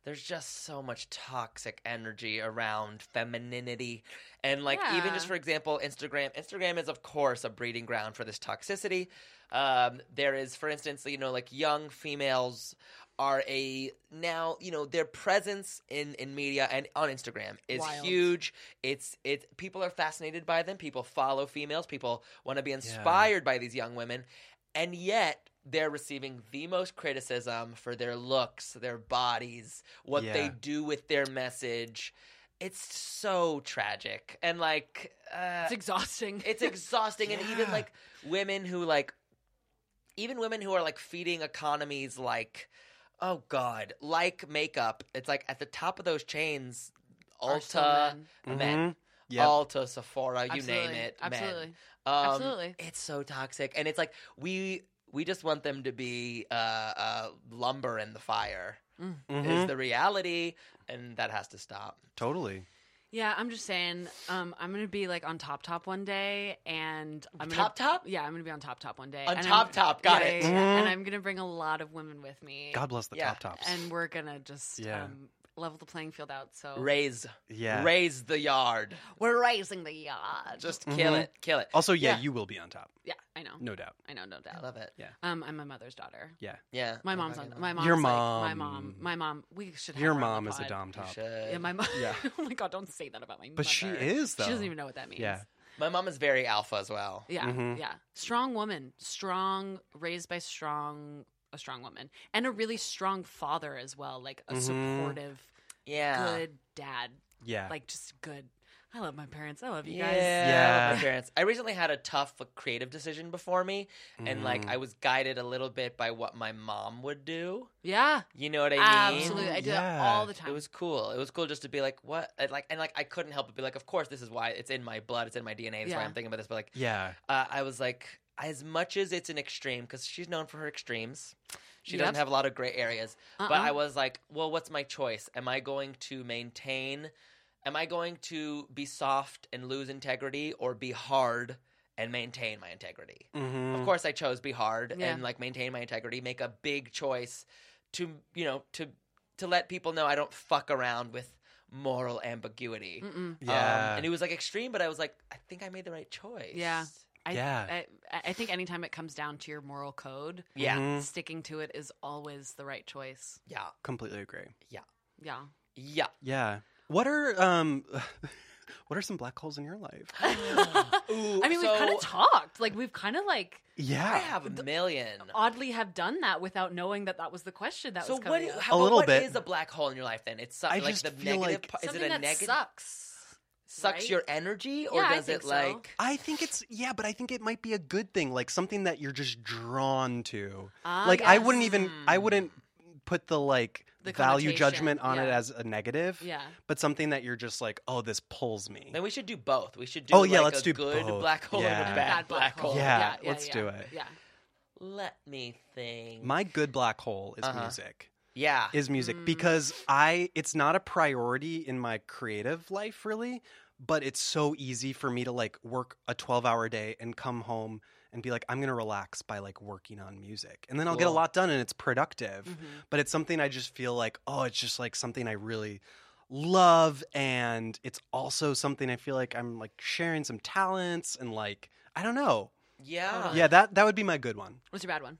[SPEAKER 3] there's just so much toxic energy around femininity and like even just
[SPEAKER 2] Yeah.
[SPEAKER 3] for example instagram instagram is of course a breeding ground for this toxicity um, there is for instance you know like young females are a now you know their presence in in media and on instagram is
[SPEAKER 2] Wild.
[SPEAKER 3] huge it's it people are fascinated by them people follow females people want to be inspired by these young women and yet they're receiving the most criticism for their looks, their bodies, what they
[SPEAKER 1] Yeah.
[SPEAKER 3] do with their message. It's so tragic. And like uh,
[SPEAKER 2] It's exhausting.
[SPEAKER 3] it's exhausting and even
[SPEAKER 1] Yeah.
[SPEAKER 3] like women who like even women who are like feeding economies like oh god, like makeup. It's like at the top of those chains
[SPEAKER 2] Are so <laughs>
[SPEAKER 3] Ulta,
[SPEAKER 2] men.
[SPEAKER 1] Mhm.
[SPEAKER 3] men,
[SPEAKER 1] Yep.
[SPEAKER 3] Ulta, Sephora, you name
[SPEAKER 2] Absolutely.
[SPEAKER 3] it, men.
[SPEAKER 2] Absolutely.
[SPEAKER 3] Um,
[SPEAKER 2] Absolutely.
[SPEAKER 3] It's so toxic, and it's like we we just want them to be uh, uh, lumber in the fire
[SPEAKER 1] Mhm.
[SPEAKER 3] is the reality, and that has to stop.
[SPEAKER 1] Totally.
[SPEAKER 2] Yeah, I'm just saying. Um, I'm gonna be like on Top Top one day, and I'm gonna,
[SPEAKER 3] Top Top?
[SPEAKER 2] Yeah, I'm gonna be on Top Top one day.
[SPEAKER 3] On
[SPEAKER 2] and
[SPEAKER 3] Top
[SPEAKER 2] I'm-
[SPEAKER 3] Top, got
[SPEAKER 2] yeah,
[SPEAKER 3] it.
[SPEAKER 2] yeah, yeah. And
[SPEAKER 1] Mhm.
[SPEAKER 2] I'm gonna bring a lot of women with me.
[SPEAKER 1] God bless the
[SPEAKER 3] Yeah.
[SPEAKER 1] top tops.
[SPEAKER 2] And we're gonna just
[SPEAKER 1] Yeah.
[SPEAKER 2] um, level the playing field out. So
[SPEAKER 3] Raise,
[SPEAKER 1] yeah.
[SPEAKER 3] raise the yard.
[SPEAKER 2] we're raising the yard.
[SPEAKER 3] Just kill
[SPEAKER 1] Mhm.
[SPEAKER 3] it, kill it.
[SPEAKER 1] Also, yeah,
[SPEAKER 3] Yeah.
[SPEAKER 1] you will be on top,
[SPEAKER 2] yeah, I know,
[SPEAKER 1] no doubt.
[SPEAKER 2] I know, no
[SPEAKER 3] I
[SPEAKER 2] doubt.
[SPEAKER 3] love it.
[SPEAKER 2] Um, I'm my mother's daughter.
[SPEAKER 3] Yeah,
[SPEAKER 2] My
[SPEAKER 3] I
[SPEAKER 2] mom's on.
[SPEAKER 3] fucking
[SPEAKER 2] My
[SPEAKER 3] love it.
[SPEAKER 2] mom's
[SPEAKER 1] Your
[SPEAKER 2] like- my
[SPEAKER 1] mom-
[SPEAKER 2] mom. My mom. We should. Have
[SPEAKER 1] Your
[SPEAKER 2] her on the
[SPEAKER 1] mom is a
[SPEAKER 2] pod.
[SPEAKER 1] dom
[SPEAKER 3] You
[SPEAKER 1] top,
[SPEAKER 3] should.
[SPEAKER 2] Yeah, my mom.
[SPEAKER 1] Yeah.
[SPEAKER 2] <laughs> oh my god, don't say that about my mother.
[SPEAKER 1] but she is though.
[SPEAKER 2] She doesn't even know what that means.
[SPEAKER 1] Yeah.
[SPEAKER 3] my mom is very alpha as well.
[SPEAKER 2] Yeah,
[SPEAKER 1] Mhm.
[SPEAKER 2] yeah. Strong woman, strong, raised by strong, a strong woman, and a really strong father as well. Like a
[SPEAKER 1] Mhm.
[SPEAKER 2] supportive,
[SPEAKER 3] Yeah,
[SPEAKER 2] good dad.
[SPEAKER 1] Yeah,
[SPEAKER 2] Like just good. I love my parents. I love you
[SPEAKER 3] yeah.
[SPEAKER 2] guys.
[SPEAKER 3] I love
[SPEAKER 1] Yeah.
[SPEAKER 3] my parents. I recently had a tough like, creative decision before me, and like
[SPEAKER 1] Mhm.
[SPEAKER 3] I was guided a little bit by what my mom would do.
[SPEAKER 2] Yeah,
[SPEAKER 3] You know what I mean?
[SPEAKER 2] absolutely. I do that
[SPEAKER 1] Yeah.
[SPEAKER 2] all the time.
[SPEAKER 3] It was cool. It was cool just to be like, what? I, like, and like, I couldn't help but be like, of course, this is why it's in my blood. It's in my DNA. That's why
[SPEAKER 2] Yeah.
[SPEAKER 3] I'm thinking about this. But like,
[SPEAKER 1] yeah.
[SPEAKER 3] uh, I was like, as much as it's an extreme, because she's known for her extremes, she
[SPEAKER 2] Yep.
[SPEAKER 3] doesn't have a lot of gray areas.
[SPEAKER 2] uh-uh.
[SPEAKER 3] But I was like, well, what's my choice? Am I going to maintain? Am I going to be soft and lose integrity, or be hard and maintain my integrity?
[SPEAKER 1] Mhm.
[SPEAKER 3] of course i chose be hard
[SPEAKER 2] Yeah.
[SPEAKER 3] and like maintain my integrity make a big choice to you know to to let people know i don't fuck around with moral ambiguity
[SPEAKER 2] Mm-mm.
[SPEAKER 3] Um,
[SPEAKER 1] Yeah.
[SPEAKER 3] and it was like extreme but i was like i think i made the right choice
[SPEAKER 2] Yeah. I,
[SPEAKER 1] Yeah.
[SPEAKER 2] I, I- I think anytime it comes down to your moral code,
[SPEAKER 3] yeah
[SPEAKER 1] Mhm.
[SPEAKER 2] sticking to it is always the right choice.
[SPEAKER 3] yeah
[SPEAKER 1] Completely agree.
[SPEAKER 2] Yeah. <laughs>
[SPEAKER 3] yeah
[SPEAKER 1] Yeah. What are um, <laughs> what are some black holes in your
[SPEAKER 2] <laughs>
[SPEAKER 1] life? Mm-hmm.
[SPEAKER 3] Ooh,
[SPEAKER 2] I mean,
[SPEAKER 3] so
[SPEAKER 2] we've kind of talked. Like, we've kind of like
[SPEAKER 1] Yeah.
[SPEAKER 3] i have a million
[SPEAKER 2] oddly have done that without knowing that that was the question that
[SPEAKER 3] so
[SPEAKER 2] was
[SPEAKER 3] what
[SPEAKER 2] coming up.
[SPEAKER 3] how,
[SPEAKER 1] A
[SPEAKER 3] but
[SPEAKER 1] little
[SPEAKER 3] what
[SPEAKER 1] bit.
[SPEAKER 3] is a black hole in your life then it's so,
[SPEAKER 1] I
[SPEAKER 3] like
[SPEAKER 1] just
[SPEAKER 3] the
[SPEAKER 1] feel
[SPEAKER 3] negative
[SPEAKER 1] like-
[SPEAKER 3] part- is it
[SPEAKER 2] Something
[SPEAKER 3] a
[SPEAKER 2] that
[SPEAKER 3] negative
[SPEAKER 2] sucks.
[SPEAKER 3] sucks
[SPEAKER 2] right?
[SPEAKER 3] your energy or
[SPEAKER 2] Yeah, I
[SPEAKER 3] does
[SPEAKER 2] think
[SPEAKER 3] it
[SPEAKER 2] so.
[SPEAKER 3] like
[SPEAKER 1] I think it's yeah, but I think it might be a good thing, like something that you're just drawn to.
[SPEAKER 3] Ah,
[SPEAKER 2] Ah,
[SPEAKER 1] like I wouldn't even I
[SPEAKER 3] Mm.
[SPEAKER 1] wouldn't put the like
[SPEAKER 2] The
[SPEAKER 1] value
[SPEAKER 2] connotation,
[SPEAKER 1] judgment on it
[SPEAKER 2] yeah.
[SPEAKER 1] as a negative,
[SPEAKER 2] Yeah.
[SPEAKER 1] but something that you're just like, oh, this pulls me.
[SPEAKER 3] Then we should do both. We should do
[SPEAKER 1] Oh, yeah,
[SPEAKER 3] like
[SPEAKER 1] let's
[SPEAKER 3] a
[SPEAKER 1] do
[SPEAKER 3] good
[SPEAKER 1] both.
[SPEAKER 3] black hole and
[SPEAKER 1] Yeah.
[SPEAKER 3] a bad, black hole.
[SPEAKER 1] Yeah,
[SPEAKER 2] Yeah, yeah,
[SPEAKER 1] let's
[SPEAKER 2] yeah.
[SPEAKER 1] do it.
[SPEAKER 2] Yeah.
[SPEAKER 3] Let me think.
[SPEAKER 1] My good black hole is
[SPEAKER 3] Uh-huh.
[SPEAKER 1] music.
[SPEAKER 3] yeah.
[SPEAKER 1] Is music
[SPEAKER 2] Mm.
[SPEAKER 1] because I it's not a priority in my creative life really, but it's so easy for me to like work a 12-hour day and come home and be like I'm going to relax by like working on music. And then I'll get a
[SPEAKER 3] Cool.
[SPEAKER 1] lot done and it's productive.
[SPEAKER 2] Mhm.
[SPEAKER 1] but it's something I just feel like, oh, it's just like something I really love. And it's also something I feel like I'm like sharing some talents and like, I don't know.
[SPEAKER 3] yeah.
[SPEAKER 1] Yeah, that, that would be my good one.
[SPEAKER 2] What's your bad one?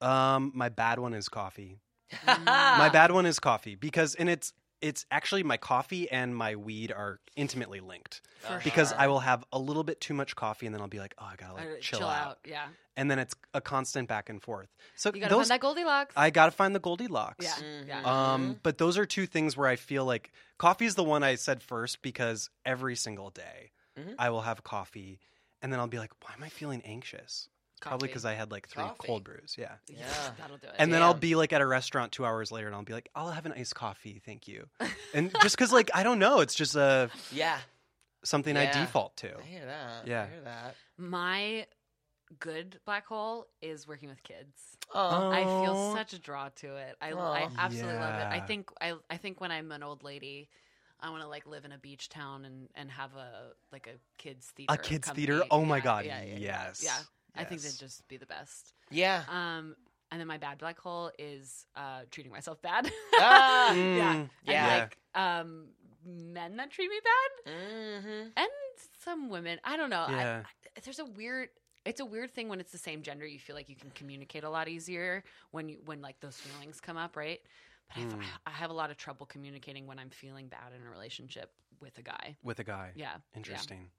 [SPEAKER 1] Um, my bad one is coffee.
[SPEAKER 3] <laughs> my
[SPEAKER 2] Ah.
[SPEAKER 1] My bad one is coffee because, and it's, it's actually my coffee and my weed are intimately linked
[SPEAKER 2] For
[SPEAKER 1] because
[SPEAKER 2] sure.
[SPEAKER 1] I will have a little bit too much coffee and then I'll be like, oh, I gotta like
[SPEAKER 2] Uh,
[SPEAKER 1] chill,
[SPEAKER 2] chill
[SPEAKER 1] out.
[SPEAKER 2] Yeah.
[SPEAKER 1] and then it's a constant back and forth. So
[SPEAKER 2] You got to
[SPEAKER 1] those,
[SPEAKER 2] find that Goldilocks.
[SPEAKER 1] I gotta find the Goldilocks.
[SPEAKER 2] Yeah.
[SPEAKER 3] Mm-hmm.
[SPEAKER 2] Yeah.
[SPEAKER 1] Um, but those are two things where I feel like coffee is the one I said first because every single day
[SPEAKER 3] Mhm.
[SPEAKER 1] I will have coffee and then I'll be like, why am I feeling anxious? Probably because I had like three
[SPEAKER 3] Coffee.
[SPEAKER 1] cold brews. Yeah.
[SPEAKER 3] Yeah.
[SPEAKER 2] That'll do it.
[SPEAKER 1] And then I'll
[SPEAKER 3] Damn.
[SPEAKER 1] be like at a restaurant two hours later and I'll be like, I'll have an iced coffee. Thank you. And just because, like, I don't know, it's just uh,
[SPEAKER 3] yeah.
[SPEAKER 1] something I
[SPEAKER 3] Yeah.
[SPEAKER 1] default to.
[SPEAKER 3] I hear that. I
[SPEAKER 1] Yeah.
[SPEAKER 3] hear that.
[SPEAKER 2] My good black hole is working with kids.
[SPEAKER 3] Oh.
[SPEAKER 2] I feel
[SPEAKER 1] Aw.
[SPEAKER 2] such a draw to it. I,
[SPEAKER 3] Aw.
[SPEAKER 2] I absolutely love it. I
[SPEAKER 1] Yeah.
[SPEAKER 2] think I, I think when I'm an old lady, I want to like live in a beach town and and have a like a kids theater.
[SPEAKER 1] A kids
[SPEAKER 2] company.
[SPEAKER 1] theater? Oh my
[SPEAKER 2] Yeah,
[SPEAKER 1] God.
[SPEAKER 2] yeah, yeah, yeah.
[SPEAKER 1] yes.
[SPEAKER 2] Yeah. I think
[SPEAKER 1] Yes.
[SPEAKER 2] that'd just be the best.
[SPEAKER 3] yeah.
[SPEAKER 2] Um, And then my bad black hole is uh, treating myself bad. <laughs>
[SPEAKER 3] Ah.
[SPEAKER 2] yeah.
[SPEAKER 1] Mm, yeah.
[SPEAKER 2] And like um, men that treat me bad
[SPEAKER 3] Mm-hmm.
[SPEAKER 2] and some women. I don't know. I-
[SPEAKER 1] Yeah.
[SPEAKER 2] I, there's a weird. It's a weird thing when it's the same gender. You feel like you can communicate a lot easier when you when like those feelings come up, right? But I've-
[SPEAKER 1] Mm.
[SPEAKER 2] I have a lot of trouble communicating when I'm feeling bad in a relationship with a guy.
[SPEAKER 1] with a guy.
[SPEAKER 2] Yeah.
[SPEAKER 1] Interesting.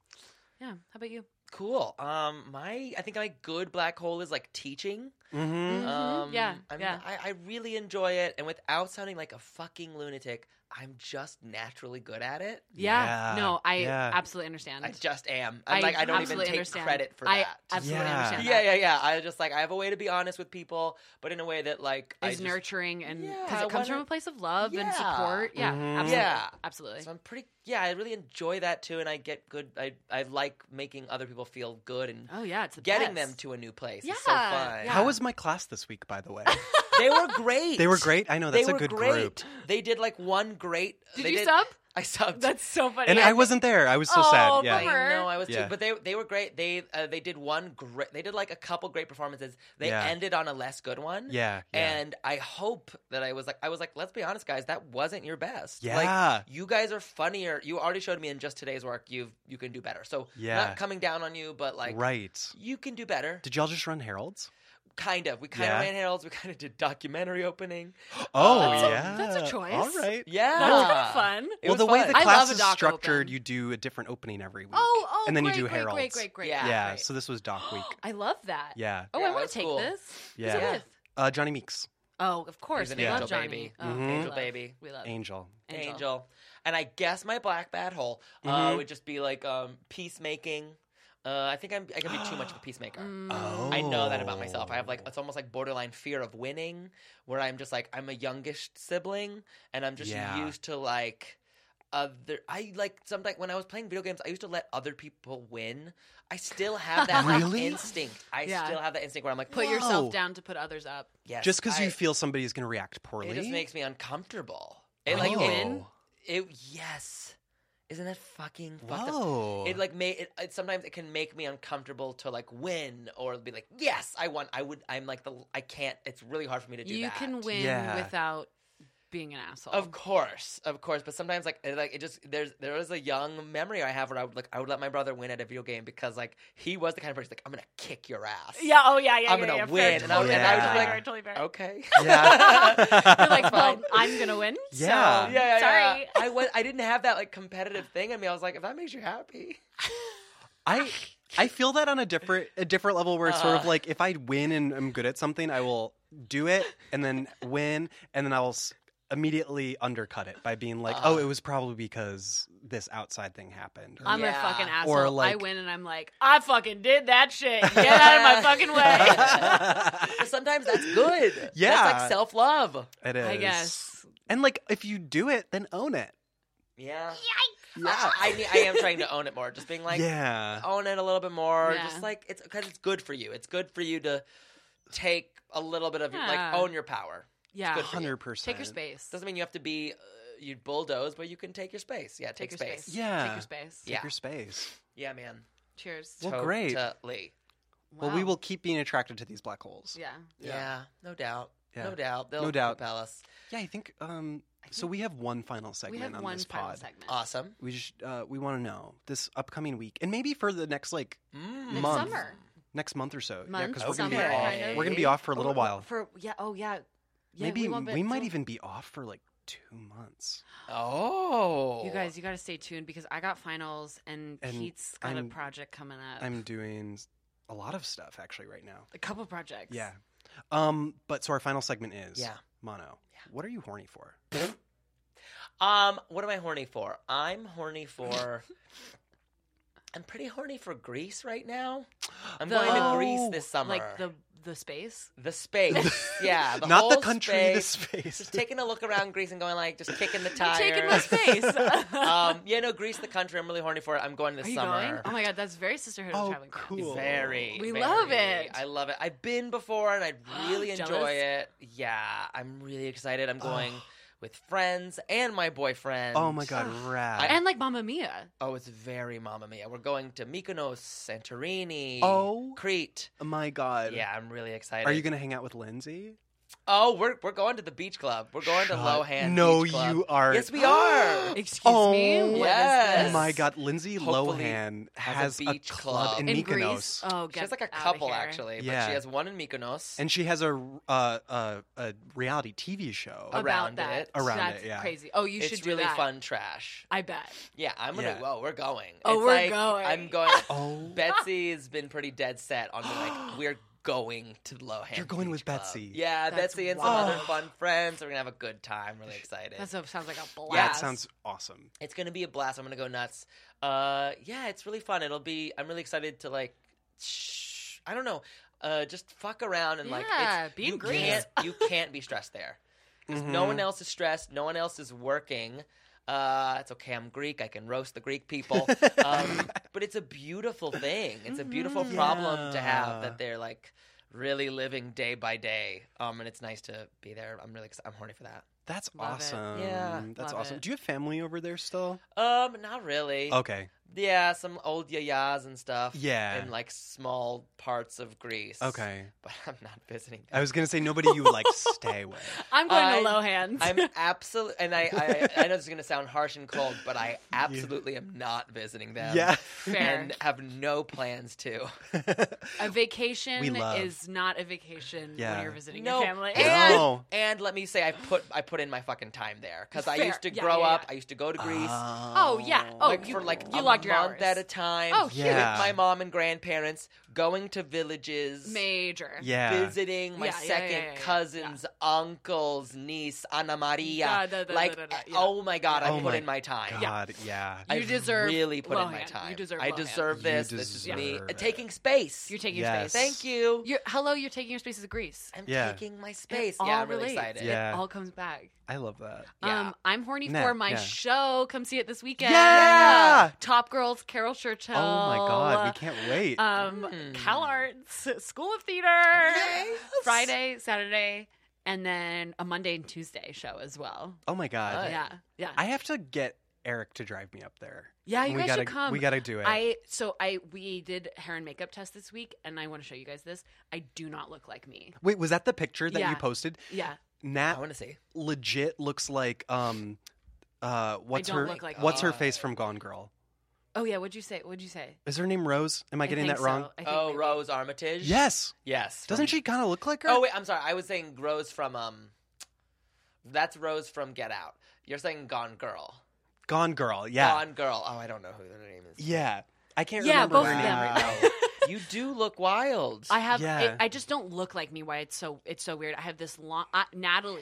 [SPEAKER 2] Yeah. How about you?
[SPEAKER 3] Cool. Um, my I think my good black hole is like teaching.
[SPEAKER 1] Mm-hmm.
[SPEAKER 2] Mhm.
[SPEAKER 3] Um,
[SPEAKER 2] Yeah,
[SPEAKER 3] I'm,
[SPEAKER 2] yeah.
[SPEAKER 3] I, I really enjoy it, and without sounding like a fucking lunatic, I'm just naturally good at it.
[SPEAKER 2] Yeah.
[SPEAKER 1] Yeah,
[SPEAKER 2] No, I
[SPEAKER 1] yeah.
[SPEAKER 2] absolutely understand.
[SPEAKER 3] I just am. I'm
[SPEAKER 2] I
[SPEAKER 3] like I don't even
[SPEAKER 2] absolutely
[SPEAKER 3] take
[SPEAKER 2] understand.
[SPEAKER 3] credit for
[SPEAKER 2] I
[SPEAKER 3] that.
[SPEAKER 2] absolutely
[SPEAKER 1] Yeah.
[SPEAKER 2] understand.
[SPEAKER 3] yeah,
[SPEAKER 2] that.
[SPEAKER 3] yeah, yeah. I just like I have a way to be honest with people, but in a way that like I
[SPEAKER 2] Is
[SPEAKER 3] just,
[SPEAKER 2] nurturing and because
[SPEAKER 3] Yeah,
[SPEAKER 2] it comes
[SPEAKER 3] why
[SPEAKER 2] from
[SPEAKER 3] not-
[SPEAKER 2] a place of love and
[SPEAKER 3] Yeah.
[SPEAKER 2] support. Yeah.
[SPEAKER 1] Mhm.
[SPEAKER 2] Absolutely.
[SPEAKER 3] Yeah.
[SPEAKER 2] Absolutely.
[SPEAKER 3] So I'm pretty. Yeah, I really enjoy that too, and I get good. I I like making other people feel good and
[SPEAKER 2] oh yeah, it's the
[SPEAKER 3] getting
[SPEAKER 2] best.
[SPEAKER 3] them to a new place. is so
[SPEAKER 2] Yeah,
[SPEAKER 3] fun.
[SPEAKER 2] yeah.
[SPEAKER 1] How was my class this week, by the way?
[SPEAKER 3] they were great.
[SPEAKER 1] they were great. I know that's
[SPEAKER 3] they
[SPEAKER 1] a
[SPEAKER 3] were
[SPEAKER 1] good
[SPEAKER 3] great.
[SPEAKER 1] group.
[SPEAKER 3] They did like one great.
[SPEAKER 2] Did
[SPEAKER 3] they
[SPEAKER 2] you sub?
[SPEAKER 3] I subbed.
[SPEAKER 2] That's so funny.
[SPEAKER 1] And I wasn't there. I was so
[SPEAKER 2] Oh,
[SPEAKER 1] sad.
[SPEAKER 3] I
[SPEAKER 1] <laughs> Yeah.
[SPEAKER 2] bummer.
[SPEAKER 3] know I was
[SPEAKER 1] Yeah.
[SPEAKER 3] too, but they they were great. They uh, they did one great. They did like a couple great performances. They
[SPEAKER 1] Yeah.
[SPEAKER 3] ended on a less good one.
[SPEAKER 1] Yeah. Yeah.
[SPEAKER 3] And I hope that I was like I was like let's be honest guys that wasn't your best. Like
[SPEAKER 1] yeah.
[SPEAKER 3] you guys are funnier. You already showed me in just today's work you have you can do better. So
[SPEAKER 1] Yeah.
[SPEAKER 3] not coming down on you but like
[SPEAKER 1] right.
[SPEAKER 3] you can do better.
[SPEAKER 1] Did y'all just run Heralds?
[SPEAKER 3] Kind of. We kind
[SPEAKER 1] Yeah.
[SPEAKER 3] of ran heralds. We kind of did documentary opening.
[SPEAKER 1] Oh,
[SPEAKER 3] That's a-
[SPEAKER 1] yeah.
[SPEAKER 2] that's a choice.
[SPEAKER 1] All right.
[SPEAKER 3] Yeah.
[SPEAKER 2] That's kind of fun.
[SPEAKER 3] It
[SPEAKER 1] well,
[SPEAKER 3] was
[SPEAKER 1] the way
[SPEAKER 3] fun.
[SPEAKER 1] the
[SPEAKER 2] I
[SPEAKER 1] class
[SPEAKER 2] love a
[SPEAKER 1] is
[SPEAKER 2] doc
[SPEAKER 1] structured,
[SPEAKER 2] open.
[SPEAKER 1] you do a different opening every week.
[SPEAKER 2] Oh, oh,
[SPEAKER 1] and then
[SPEAKER 2] great,
[SPEAKER 1] you do
[SPEAKER 2] great,
[SPEAKER 1] Heralds.
[SPEAKER 2] great, great, great.
[SPEAKER 3] Yeah.
[SPEAKER 2] great.
[SPEAKER 1] Yeah, so this was Doc
[SPEAKER 2] <gasps>
[SPEAKER 1] Week. <gasps>
[SPEAKER 2] I love that.
[SPEAKER 1] Yeah,
[SPEAKER 2] Oh,
[SPEAKER 3] Yeah,
[SPEAKER 2] I
[SPEAKER 3] that
[SPEAKER 2] want
[SPEAKER 3] was
[SPEAKER 2] to take
[SPEAKER 3] cool.
[SPEAKER 2] this. Who's
[SPEAKER 1] Yeah.
[SPEAKER 2] it with?
[SPEAKER 1] uh, Johnny Meeks,
[SPEAKER 2] Oh, of course.
[SPEAKER 3] He's an
[SPEAKER 2] we love
[SPEAKER 3] angel
[SPEAKER 2] Johnny.
[SPEAKER 3] baby.
[SPEAKER 2] Oh,
[SPEAKER 1] Mhm.
[SPEAKER 2] we
[SPEAKER 3] Angel
[SPEAKER 2] love-
[SPEAKER 3] baby.
[SPEAKER 2] We love
[SPEAKER 1] Angel.
[SPEAKER 3] Angel. And I guess my black bad hole uh,
[SPEAKER 1] Mhm.
[SPEAKER 3] would just be like um, peacemaking. Uh, I think I'm, I can be too much <gasps> of a peacemaker.
[SPEAKER 2] Mm.
[SPEAKER 1] Oh.
[SPEAKER 3] I know that about myself. I have like it's almost like borderline fear of winning, where I'm just like I'm a youngest sibling, and I'm just
[SPEAKER 1] Yeah.
[SPEAKER 3] used to like other. I like sometimes when I was playing video games, I used to let other people win. I still have that like,
[SPEAKER 1] Really?
[SPEAKER 3] instinct. I
[SPEAKER 2] Yeah.
[SPEAKER 3] still have that instinct where I'm like,
[SPEAKER 2] Put
[SPEAKER 1] Whoa.
[SPEAKER 2] yourself down to put others up.
[SPEAKER 3] yes,
[SPEAKER 1] Just because
[SPEAKER 3] I-
[SPEAKER 1] you feel somebody's going to react poorly,
[SPEAKER 3] it just makes me uncomfortable. It
[SPEAKER 2] When
[SPEAKER 3] like
[SPEAKER 2] you
[SPEAKER 3] it-
[SPEAKER 2] win?
[SPEAKER 3] It yes, isn't that fucking fucked up?
[SPEAKER 1] Whoa! <laughs>
[SPEAKER 3] It like <laughs> may it, it sometimes it can make me uncomfortable to like win or be like yes I won I would I'm like the I can't it's really hard for me to do
[SPEAKER 2] You
[SPEAKER 3] that.
[SPEAKER 2] can win
[SPEAKER 1] Yeah.
[SPEAKER 2] without being an asshole.
[SPEAKER 3] Of course, of course, but sometimes like it, like it just there's there was a young memory I have where I would like I would let my brother win at a video game because like he was the kind of person like I'm gonna kick your ass.
[SPEAKER 2] Yeah. Oh, yeah. Yeah.
[SPEAKER 3] I'm
[SPEAKER 2] yeah,
[SPEAKER 3] gonna
[SPEAKER 2] yeah, fair,
[SPEAKER 3] win, and I
[SPEAKER 1] was- and I was
[SPEAKER 2] totally
[SPEAKER 1] like-
[SPEAKER 2] fair, totally fair.
[SPEAKER 3] Okay.
[SPEAKER 1] Yeah.
[SPEAKER 2] You're like, well,
[SPEAKER 3] Fine.
[SPEAKER 2] <laughs> I'm gonna win.
[SPEAKER 1] Yeah.
[SPEAKER 2] <laughs> So,
[SPEAKER 3] <laughs> yeah, yeah,
[SPEAKER 2] sorry.
[SPEAKER 3] yeah. I was I didn't have that like competitive thing in me. I was like, if that makes you happy, <laughs>
[SPEAKER 1] I I feel that on a different a different level where it's sort of
[SPEAKER 3] Uh.
[SPEAKER 1] like if I win and I'm good at something, I will do it and then win and then I'll s- immediately undercut it by being like,
[SPEAKER 3] Uh.
[SPEAKER 1] "Oh, it was probably because this outside thing happened." Or, <laughs>
[SPEAKER 2] I'm
[SPEAKER 3] Yeah.
[SPEAKER 2] a fucking asshole.
[SPEAKER 1] Or
[SPEAKER 2] I
[SPEAKER 1] like-
[SPEAKER 2] win, and I'm like, I fucking did that shit. Get out of my
[SPEAKER 3] <laughs>
[SPEAKER 1] <laughs>
[SPEAKER 2] fucking way.
[SPEAKER 3] But sometimes that's good. that's
[SPEAKER 1] Yeah.
[SPEAKER 3] like self love.
[SPEAKER 1] it is.
[SPEAKER 2] I guess.
[SPEAKER 1] And like if you do it, then own it.
[SPEAKER 3] Yeah,
[SPEAKER 1] Yeah.
[SPEAKER 3] I mean, I am trying to own it more. Just being <laughs> like,
[SPEAKER 1] yeah.
[SPEAKER 3] own it a little bit more.
[SPEAKER 2] Yeah.
[SPEAKER 3] Just like it's because it's good for you. It's good for you to take a little bit of your like
[SPEAKER 2] Yeah.
[SPEAKER 3] own your power.
[SPEAKER 2] Yeah.
[SPEAKER 3] good for you.
[SPEAKER 1] Hundred percent.
[SPEAKER 2] Take your space.
[SPEAKER 3] Doesn't mean you have to be uh, you bulldoze, but you can take your space. Yeah, take,
[SPEAKER 2] Take your
[SPEAKER 3] space.
[SPEAKER 2] space. Take
[SPEAKER 1] Yeah.
[SPEAKER 2] your space.
[SPEAKER 1] Take
[SPEAKER 3] Yeah.
[SPEAKER 1] your space.
[SPEAKER 3] Yeah, man.
[SPEAKER 2] Cheers.
[SPEAKER 1] Well, great.
[SPEAKER 3] Totally.
[SPEAKER 1] Well, we
[SPEAKER 2] Wow.
[SPEAKER 1] will keep being attracted to these black holes.
[SPEAKER 2] Yeah.
[SPEAKER 3] Yeah. no doubt.
[SPEAKER 1] Yeah.
[SPEAKER 3] No doubt. They'll
[SPEAKER 1] No doubt.
[SPEAKER 3] propel us.
[SPEAKER 1] Yeah, I think. Um,
[SPEAKER 2] I
[SPEAKER 1] so
[SPEAKER 2] think
[SPEAKER 1] we have one final segment
[SPEAKER 2] Mm-hmm. we have
[SPEAKER 1] on
[SPEAKER 2] one
[SPEAKER 1] this
[SPEAKER 2] final
[SPEAKER 1] pod.
[SPEAKER 2] segment.
[SPEAKER 3] Awesome.
[SPEAKER 1] We just uh, we want to know this upcoming week and maybe for the next like
[SPEAKER 3] Mm.
[SPEAKER 2] Next
[SPEAKER 1] month.
[SPEAKER 2] summer.
[SPEAKER 1] next month or so. yeah,
[SPEAKER 2] Month,
[SPEAKER 1] because we're gonna be
[SPEAKER 2] summer,
[SPEAKER 1] off.
[SPEAKER 2] kind of.
[SPEAKER 1] We're gonna be off for a
[SPEAKER 2] Oh,
[SPEAKER 1] little while.
[SPEAKER 2] For yeah. Oh yeah. Yeah,
[SPEAKER 1] maybe
[SPEAKER 2] won't be-
[SPEAKER 1] we might
[SPEAKER 2] so-
[SPEAKER 1] even be off for like two months.
[SPEAKER 3] Oh,
[SPEAKER 2] You guys, you got to stay tuned because I got finals and,
[SPEAKER 1] And
[SPEAKER 2] Pete's got
[SPEAKER 1] I'm-
[SPEAKER 2] a project coming up.
[SPEAKER 1] I'm doing s- a lot of stuff actually right now.
[SPEAKER 2] a couple projects.
[SPEAKER 1] Yeah. Um. But so our final segment is
[SPEAKER 3] Yeah.
[SPEAKER 1] Mono. What are you horny for?
[SPEAKER 3] Um, what am I horny for? I'm
[SPEAKER 2] <laughs>
[SPEAKER 3] horny for. I'm pretty horny for Greece right now. I'm
[SPEAKER 2] The-
[SPEAKER 3] going to
[SPEAKER 1] Oh,
[SPEAKER 3] Greece this summer.
[SPEAKER 2] Like the the space. <laughs>
[SPEAKER 3] the space, yeah, the
[SPEAKER 1] Not the
[SPEAKER 3] whole
[SPEAKER 1] country,
[SPEAKER 3] space.
[SPEAKER 1] the space.
[SPEAKER 3] Just taking a look around Greece and going like, just kicking
[SPEAKER 2] <laughs>
[SPEAKER 3] the
[SPEAKER 2] You're
[SPEAKER 3] tires.
[SPEAKER 2] taking my space.
[SPEAKER 3] <laughs>
[SPEAKER 2] <laughs>
[SPEAKER 3] um, yeah, no, Greece, the country. I'm really horny for it. I'm going this
[SPEAKER 2] Are you going?
[SPEAKER 3] summer.
[SPEAKER 2] Oh my god, that's very sisterhood of
[SPEAKER 1] Oh,
[SPEAKER 2] traveling. Pants.
[SPEAKER 1] cool.
[SPEAKER 3] Very,
[SPEAKER 2] We
[SPEAKER 3] very-
[SPEAKER 2] love it.
[SPEAKER 3] I love it.
[SPEAKER 2] <gasps>
[SPEAKER 3] I've been before, and I really enjoy
[SPEAKER 2] Jealous?
[SPEAKER 3] it. Yeah, I'm really excited. I'm going
[SPEAKER 1] Oh.
[SPEAKER 3] with friends and my boyfriend.
[SPEAKER 1] Oh my
[SPEAKER 3] <sighs>
[SPEAKER 1] god, rad.
[SPEAKER 3] I-
[SPEAKER 2] and like Mamma Mia.
[SPEAKER 3] Oh, it's very Mamma Mia. We're going to Mykonos, Santorini,
[SPEAKER 1] oh
[SPEAKER 3] Crete.
[SPEAKER 1] my god.
[SPEAKER 3] Yeah, I'm really excited.
[SPEAKER 1] Are you gonna hang out with Lindsay?
[SPEAKER 3] Oh, we're we're going to the beach club. We're going to
[SPEAKER 1] Shut-
[SPEAKER 3] Lohan.
[SPEAKER 1] No,
[SPEAKER 3] beach club.
[SPEAKER 1] you are. <gasps>
[SPEAKER 3] Yes, we are.
[SPEAKER 2] Excuse
[SPEAKER 1] Oh,
[SPEAKER 2] me. What is
[SPEAKER 3] yes.
[SPEAKER 1] Oh
[SPEAKER 2] this?
[SPEAKER 1] my god, Lindsay
[SPEAKER 3] Hopefully
[SPEAKER 1] Lohan
[SPEAKER 3] has
[SPEAKER 1] has
[SPEAKER 3] a
[SPEAKER 1] a,
[SPEAKER 3] beach
[SPEAKER 1] club,
[SPEAKER 3] club.
[SPEAKER 1] in,
[SPEAKER 2] In
[SPEAKER 1] Mykonos,
[SPEAKER 2] Greece. Oh,
[SPEAKER 3] She
[SPEAKER 2] get
[SPEAKER 3] has like a
[SPEAKER 2] outta
[SPEAKER 3] couple
[SPEAKER 2] here.
[SPEAKER 3] actually, but
[SPEAKER 1] Yeah.
[SPEAKER 3] she has one in Mykonos.
[SPEAKER 1] and she has a uh, uh, a reality TV show.
[SPEAKER 3] A-
[SPEAKER 2] About
[SPEAKER 3] around
[SPEAKER 2] that.
[SPEAKER 3] it.
[SPEAKER 1] Around
[SPEAKER 2] That's
[SPEAKER 1] it, yeah.
[SPEAKER 2] crazy. Oh, you
[SPEAKER 3] it's
[SPEAKER 2] should do
[SPEAKER 3] really
[SPEAKER 2] that.
[SPEAKER 3] fun trash.
[SPEAKER 2] I bet.
[SPEAKER 3] Yeah, I'm gonna.
[SPEAKER 1] Yeah.
[SPEAKER 3] Whoa, we're going.
[SPEAKER 2] Oh,
[SPEAKER 3] It's
[SPEAKER 2] we're
[SPEAKER 3] like,
[SPEAKER 2] going.
[SPEAKER 3] I'm going.
[SPEAKER 1] <gasps>
[SPEAKER 2] <laughs>
[SPEAKER 1] oh,
[SPEAKER 3] Betsy has been pretty dead set on being
[SPEAKER 2] <gasps>
[SPEAKER 3] like, we're going to Lohan.
[SPEAKER 1] You're going
[SPEAKER 3] Beach
[SPEAKER 1] with
[SPEAKER 3] Club.
[SPEAKER 1] Betsy.
[SPEAKER 3] Yeah,
[SPEAKER 2] That's
[SPEAKER 3] Betsy and some other
[SPEAKER 1] wild.
[SPEAKER 3] fun friends. We're gonna have a good time. Really excited.
[SPEAKER 2] That sounds sounds like a blast.
[SPEAKER 1] that sounds awesome.
[SPEAKER 3] it's gonna be a blast. I'm gonna go nuts. Uh, yeah, it's really fun. It'll be. I'm really excited to like. Sh- I don't know. Uh, just fuck around and like.
[SPEAKER 2] Yeah,
[SPEAKER 3] It's,
[SPEAKER 2] be in
[SPEAKER 3] you
[SPEAKER 2] Greece. <laughs>
[SPEAKER 3] Can't, you can't be stressed there. No
[SPEAKER 1] Mm-hmm.
[SPEAKER 3] one else is stressed. No one else is working. Uh, it's okay. I'm Greek. I can roast the Greek people. um, but it's a beautiful thing. It's a beautiful
[SPEAKER 2] Mm-hmm.
[SPEAKER 1] Mhm.
[SPEAKER 3] problem to have
[SPEAKER 1] Yeah.
[SPEAKER 3] that they're like really living day by day. Um, and it's nice to be there. I'm really. ex- I'm horny for that.
[SPEAKER 1] That's
[SPEAKER 2] Love it.
[SPEAKER 1] awesome.
[SPEAKER 3] Yeah,
[SPEAKER 1] that's
[SPEAKER 2] love
[SPEAKER 1] awesome.
[SPEAKER 2] it.
[SPEAKER 1] Do you have family over there still?
[SPEAKER 3] Um, not really.
[SPEAKER 1] Okay.
[SPEAKER 3] Yeah, some old yayas and stuff.
[SPEAKER 1] Yeah.
[SPEAKER 3] in like small parts of Greece.
[SPEAKER 1] Okay.
[SPEAKER 3] <laughs> but I'm not visiting.
[SPEAKER 1] I was gonna say nobody you would
[SPEAKER 3] <laughs>
[SPEAKER 1] like stay with.
[SPEAKER 2] I'm going to
[SPEAKER 3] I-
[SPEAKER 2] Lohan's.
[SPEAKER 3] I'm
[SPEAKER 1] <laughs>
[SPEAKER 3] absolutely, and I, I, I know this is gonna sound harsh and cold,
[SPEAKER 1] <laughs>
[SPEAKER 3] but I absolutely am not visiting them.
[SPEAKER 1] Yeah. <laughs>
[SPEAKER 2] Fair.
[SPEAKER 3] and have no plans to.
[SPEAKER 2] a vacation
[SPEAKER 1] We love-
[SPEAKER 2] is not a vacation
[SPEAKER 1] Yeah.
[SPEAKER 2] when you're visiting
[SPEAKER 3] No,
[SPEAKER 2] your family.
[SPEAKER 3] And-
[SPEAKER 1] no.
[SPEAKER 3] And let me say, I put I put in my fucking time there because I
[SPEAKER 2] Fair.
[SPEAKER 3] used to
[SPEAKER 2] Yeah,
[SPEAKER 3] grow
[SPEAKER 2] yeah,
[SPEAKER 3] up.
[SPEAKER 2] yeah.
[SPEAKER 3] I used to go to Greece.
[SPEAKER 2] Oh, yeah. Oh,
[SPEAKER 3] like
[SPEAKER 2] you-
[SPEAKER 3] for like
[SPEAKER 2] you
[SPEAKER 3] a
[SPEAKER 2] logged your
[SPEAKER 3] month
[SPEAKER 2] hours.
[SPEAKER 3] at a time
[SPEAKER 2] Oh,
[SPEAKER 3] with
[SPEAKER 1] huge. Yeah.
[SPEAKER 3] my mom and grandparents, going to villages,
[SPEAKER 2] Major.
[SPEAKER 1] yeah.
[SPEAKER 3] visiting my
[SPEAKER 2] Yeah, yeah, yeah,
[SPEAKER 3] second
[SPEAKER 2] yeah, yeah.
[SPEAKER 3] cousins, uncles, niece, Anna
[SPEAKER 2] Da,
[SPEAKER 3] Maria.
[SPEAKER 2] da, da,
[SPEAKER 3] like,
[SPEAKER 2] da, da, da. Yeah.
[SPEAKER 3] oh my god, I
[SPEAKER 1] Oh
[SPEAKER 3] put
[SPEAKER 1] my
[SPEAKER 3] in my time.
[SPEAKER 1] God, yeah.
[SPEAKER 3] I
[SPEAKER 2] You deserve
[SPEAKER 3] really put in my
[SPEAKER 2] Lohan.
[SPEAKER 3] time.
[SPEAKER 2] You deserve
[SPEAKER 3] I
[SPEAKER 2] Lohan.
[SPEAKER 3] deserve
[SPEAKER 1] You
[SPEAKER 3] this. this is
[SPEAKER 1] deserve
[SPEAKER 3] me
[SPEAKER 1] it.
[SPEAKER 3] taking space.
[SPEAKER 2] You're taking
[SPEAKER 1] Yes.
[SPEAKER 2] your space.
[SPEAKER 3] Thank you.
[SPEAKER 2] You're, hello, you're taking your space as Greece.
[SPEAKER 3] I'm
[SPEAKER 1] Yeah.
[SPEAKER 3] taking my space.
[SPEAKER 2] It all
[SPEAKER 3] Yeah, I'm really
[SPEAKER 2] relates.
[SPEAKER 3] excited.
[SPEAKER 1] Yeah.
[SPEAKER 2] It all comes back.
[SPEAKER 1] I love that.
[SPEAKER 3] Yeah.
[SPEAKER 2] Um, I'm horny
[SPEAKER 1] Nah,
[SPEAKER 2] for my
[SPEAKER 1] yeah.
[SPEAKER 2] show. Come see it this weekend.
[SPEAKER 1] Yeah!
[SPEAKER 2] Top Girls, Carol Churchill.
[SPEAKER 1] Oh my god, we can't wait.
[SPEAKER 2] Um,
[SPEAKER 3] Mm.
[SPEAKER 2] Cal Arts School of Theater.
[SPEAKER 3] Yes.
[SPEAKER 2] <laughs> Friday, Saturday, and then a Monday and Tuesday show as well.
[SPEAKER 1] oh my god.
[SPEAKER 3] Nice.
[SPEAKER 2] uh, Yeah, yeah,
[SPEAKER 1] I have to get Eric to drive me up there.
[SPEAKER 2] yeah. You
[SPEAKER 1] we
[SPEAKER 2] guys
[SPEAKER 1] gotta,
[SPEAKER 2] should come.
[SPEAKER 1] We gotta do it.
[SPEAKER 2] I so I we did hair and makeup test this week, and I want to show you guys this. I do not look like me.
[SPEAKER 1] Wait, was that the picture that
[SPEAKER 2] Yeah.
[SPEAKER 1] you posted?
[SPEAKER 2] Yeah,
[SPEAKER 1] Nat
[SPEAKER 3] I want to see.
[SPEAKER 1] legit looks like um uh what's
[SPEAKER 2] don't
[SPEAKER 1] her
[SPEAKER 2] look like
[SPEAKER 1] what's her
[SPEAKER 3] that.
[SPEAKER 1] face from Gone Girl?
[SPEAKER 2] Oh yeah, what'd you say? What'd you say?
[SPEAKER 1] Is her name Rose? Am I getting
[SPEAKER 2] think
[SPEAKER 1] that wrong?
[SPEAKER 2] so. I think
[SPEAKER 3] Oh,
[SPEAKER 2] maybe.
[SPEAKER 3] Rose Armitage.
[SPEAKER 1] Yes.
[SPEAKER 3] Yes.
[SPEAKER 1] Doesn't
[SPEAKER 3] from-
[SPEAKER 1] she kind of look like her?
[SPEAKER 3] Oh wait, I'm sorry. I was saying Rose from um. That's Rose from Get Out. You're saying Gone Girl.
[SPEAKER 1] Gone Girl. Yeah.
[SPEAKER 3] Gone Girl. Oh, I don't know who their name is.
[SPEAKER 1] Yeah. I can't
[SPEAKER 2] Yeah,
[SPEAKER 1] remember
[SPEAKER 2] both
[SPEAKER 1] her
[SPEAKER 2] of
[SPEAKER 1] name
[SPEAKER 2] them. <laughs>
[SPEAKER 1] right now.
[SPEAKER 3] Wow. <laughs> you do look wild.
[SPEAKER 2] I have.
[SPEAKER 1] Yeah.
[SPEAKER 2] It, I just don't look like me. Why it's so it's so weird. I have this long I, Natalie.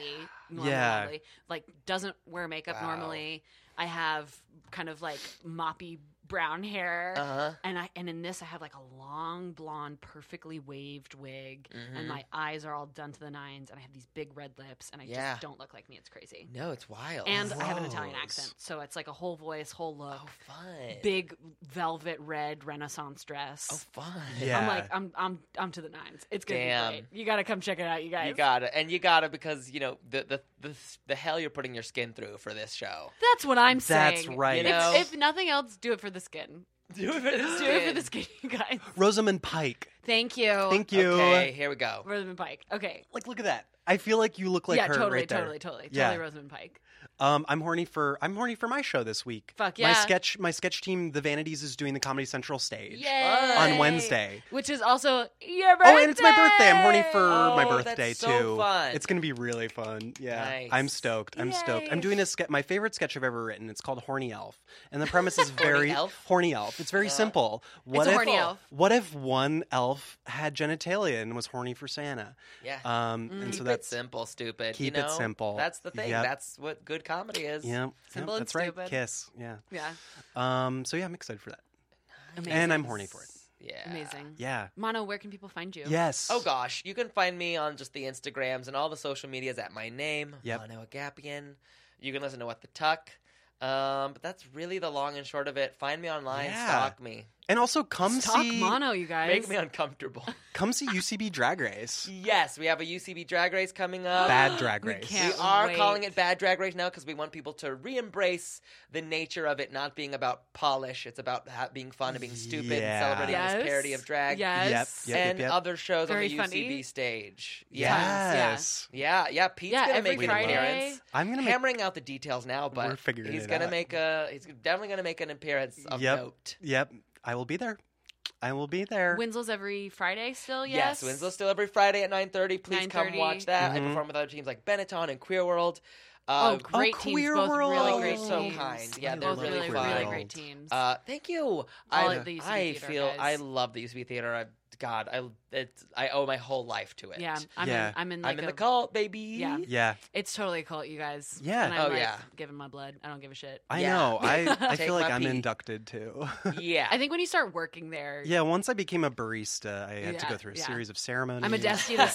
[SPEAKER 2] normal
[SPEAKER 1] Yeah.
[SPEAKER 2] Natalie, like doesn't wear makeup
[SPEAKER 3] Wow.
[SPEAKER 2] normally. I have kind of like moppy brown
[SPEAKER 1] Uh-huh.
[SPEAKER 2] hair,
[SPEAKER 3] Uh huh.
[SPEAKER 2] and I and in this I have like a long blonde, perfectly waved wig, and
[SPEAKER 3] Mhm.
[SPEAKER 2] my eyes are all done to the nines, and I have these big red lips, and I
[SPEAKER 3] Yeah.
[SPEAKER 2] just don't look like me. It's crazy.
[SPEAKER 3] No, it's wild.
[SPEAKER 2] And I have an Italian
[SPEAKER 1] Gross.
[SPEAKER 2] accent, so it's like a whole voice, whole look,
[SPEAKER 3] oh, fun.
[SPEAKER 2] big velvet red Renaissance dress.
[SPEAKER 3] Oh, fun.
[SPEAKER 1] Yeah.
[SPEAKER 2] I'm like, I'm I'm I'm to the nines. It's gonna
[SPEAKER 3] Damn.
[SPEAKER 2] be great. You gotta come check it out, you Oh, guys.
[SPEAKER 3] You gotta, and you gotta, because you know the the the, the hell you're putting your skin through for this show.
[SPEAKER 2] That's what I'm saying.
[SPEAKER 1] That's right.
[SPEAKER 3] You
[SPEAKER 2] If-
[SPEAKER 3] know?
[SPEAKER 2] If, nothing else, do it for the skin.
[SPEAKER 3] Do it for this.
[SPEAKER 2] <laughs> Do it for the skin, <laughs> you guys.
[SPEAKER 1] Rosamund Pike.
[SPEAKER 2] Thank you.
[SPEAKER 1] Thank you.
[SPEAKER 3] Okay, here we go.
[SPEAKER 2] Rosamund Pike. Okay.
[SPEAKER 1] Like, look at that. I feel like you look like
[SPEAKER 2] yeah,
[SPEAKER 1] her
[SPEAKER 2] totally,
[SPEAKER 1] right there.
[SPEAKER 2] totally, totally,
[SPEAKER 1] Yeah.
[SPEAKER 2] totally. Rosamund Pike.
[SPEAKER 1] Um, I'm horny for I'm horny for my show this week.
[SPEAKER 2] Fuck
[SPEAKER 1] My
[SPEAKER 2] yeah.
[SPEAKER 1] sketch my sketch team, The Vanities, is doing the Comedy Central stage
[SPEAKER 2] Yay.
[SPEAKER 1] on Wednesday.
[SPEAKER 2] Which is also your birthday.
[SPEAKER 1] Oh, and it's my birthday. I'm horny for my
[SPEAKER 3] Oh, that's
[SPEAKER 1] birthday
[SPEAKER 3] so
[SPEAKER 1] too.
[SPEAKER 3] fun.
[SPEAKER 1] It's gonna be really fun. Yeah,
[SPEAKER 3] Nice.
[SPEAKER 1] I'm stoked. I'm stoked. I'm
[SPEAKER 2] Yay.
[SPEAKER 1] doing a sketch. My favorite sketch I've ever written. It's called Horny Elf, and the premise is very
[SPEAKER 3] elf?
[SPEAKER 1] horny elf. It's very
[SPEAKER 3] Uh,
[SPEAKER 1] simple. What
[SPEAKER 2] a
[SPEAKER 1] if
[SPEAKER 2] horny elf.
[SPEAKER 1] what if one elf had genitalia and was horny for Santa?
[SPEAKER 3] Yeah.
[SPEAKER 1] Um, and
[SPEAKER 3] Mm. keep
[SPEAKER 1] so
[SPEAKER 3] it
[SPEAKER 1] that's
[SPEAKER 3] simple, stupid.
[SPEAKER 1] keep
[SPEAKER 3] you
[SPEAKER 1] it
[SPEAKER 3] know?
[SPEAKER 1] simple.
[SPEAKER 3] That's the thing.
[SPEAKER 1] Yep.
[SPEAKER 3] That's what good comedy is.
[SPEAKER 1] yeah,
[SPEAKER 2] Simple and
[SPEAKER 1] that's right.
[SPEAKER 2] stupid.
[SPEAKER 1] Kiss, yeah.
[SPEAKER 2] Yeah.
[SPEAKER 1] Um, so yeah, I'm excited for that,
[SPEAKER 2] Amazing.
[SPEAKER 1] and I'm horny for it.
[SPEAKER 3] Yeah.
[SPEAKER 2] Amazing.
[SPEAKER 1] Yeah.
[SPEAKER 2] Mono, where can people find you?
[SPEAKER 1] Yes.
[SPEAKER 3] Oh gosh, you can find me on just the Instagrams and all the social medias at my name,
[SPEAKER 1] Yep.
[SPEAKER 3] Mono Agapian. You can listen to What the Tuck. Um, but that's really the long and short of it. Find me online,
[SPEAKER 1] Yeah.
[SPEAKER 3] stalk me.
[SPEAKER 1] And also come
[SPEAKER 2] Let's talk
[SPEAKER 1] see
[SPEAKER 2] mono, you guys.
[SPEAKER 3] Make me uncomfortable. <laughs>
[SPEAKER 1] come see UCB Drag Race.
[SPEAKER 3] yes, we have a UCB drag race coming
[SPEAKER 2] <gasps>
[SPEAKER 3] up.
[SPEAKER 1] Bad Drag
[SPEAKER 2] We
[SPEAKER 1] Race.
[SPEAKER 3] We
[SPEAKER 2] can't
[SPEAKER 3] are
[SPEAKER 2] wait.
[SPEAKER 3] calling it bad drag race now because we want people to re-embrace the nature of it not being about polish. It's about ha- being fun and being stupid
[SPEAKER 1] Yeah.
[SPEAKER 3] and celebrating
[SPEAKER 2] yes.
[SPEAKER 3] this parody of drag
[SPEAKER 2] Yes.
[SPEAKER 1] Yep, yep,
[SPEAKER 3] and
[SPEAKER 1] yep.
[SPEAKER 3] other shows
[SPEAKER 2] Very
[SPEAKER 3] on the
[SPEAKER 2] funny.
[SPEAKER 3] UCB stage.
[SPEAKER 2] Yeah.
[SPEAKER 1] Yes.
[SPEAKER 3] Yeah, yeah. Pete's
[SPEAKER 2] Yeah,
[SPEAKER 3] gonna
[SPEAKER 2] every
[SPEAKER 3] make an
[SPEAKER 1] Friday.
[SPEAKER 3] appearance.
[SPEAKER 1] I'm gonna make
[SPEAKER 3] Hammering out the details now, but
[SPEAKER 1] We're figuring
[SPEAKER 3] he's
[SPEAKER 1] it
[SPEAKER 3] gonna
[SPEAKER 1] out.
[SPEAKER 3] make a. He's definitely gonna make an appearance of
[SPEAKER 1] Yep.
[SPEAKER 3] note.
[SPEAKER 1] Yep. I will be there. I will be there.
[SPEAKER 2] Winslow's every Friday still, yes?
[SPEAKER 3] Yes, Winslow still every Friday at nine thirty. Please come
[SPEAKER 2] 9:30.
[SPEAKER 3] watch that.
[SPEAKER 1] Mhm.
[SPEAKER 3] I perform with other teams like Benetton and Queer World.
[SPEAKER 2] Oh,
[SPEAKER 3] Uh,
[SPEAKER 2] great teams.
[SPEAKER 1] Queer
[SPEAKER 2] both
[SPEAKER 1] World.
[SPEAKER 2] Oh, really great
[SPEAKER 3] So
[SPEAKER 2] teams.
[SPEAKER 3] kind. Yeah,
[SPEAKER 1] I
[SPEAKER 3] they're
[SPEAKER 2] both
[SPEAKER 1] love
[SPEAKER 3] really
[SPEAKER 2] really,
[SPEAKER 1] Queer
[SPEAKER 2] really
[SPEAKER 1] World.
[SPEAKER 2] great teams.
[SPEAKER 3] Uh, thank you.
[SPEAKER 2] All
[SPEAKER 3] I,
[SPEAKER 2] at the UCB
[SPEAKER 3] I
[SPEAKER 2] Theater,
[SPEAKER 3] feel
[SPEAKER 2] guys.
[SPEAKER 3] I love the UCB theater. I, God, I it, I owe my whole life to it.
[SPEAKER 2] yeah, I'm
[SPEAKER 1] Yeah.
[SPEAKER 2] in. I'm in, like
[SPEAKER 3] I'm in
[SPEAKER 2] a-
[SPEAKER 3] the cult, baby.
[SPEAKER 2] Yeah.
[SPEAKER 1] yeah.
[SPEAKER 2] It's totally a cult, you guys.
[SPEAKER 1] Yeah.
[SPEAKER 2] And I'm
[SPEAKER 3] Oh,
[SPEAKER 2] like,
[SPEAKER 3] yeah.
[SPEAKER 2] Giving my blood. I don't give a shit.
[SPEAKER 1] I
[SPEAKER 3] Yeah.
[SPEAKER 1] know. I, I
[SPEAKER 3] Take
[SPEAKER 1] feel like
[SPEAKER 3] my
[SPEAKER 1] I'm
[SPEAKER 3] pee.
[SPEAKER 1] inducted too. <laughs>
[SPEAKER 3] yeah.
[SPEAKER 2] <laughs> I think when you start working there,
[SPEAKER 1] yeah, once I became a barista, I had to
[SPEAKER 2] Yeah,
[SPEAKER 1] go through a
[SPEAKER 2] yeah.
[SPEAKER 1] series of ceremonies.
[SPEAKER 2] I'm
[SPEAKER 1] <laughs>
[SPEAKER 2] a dusty this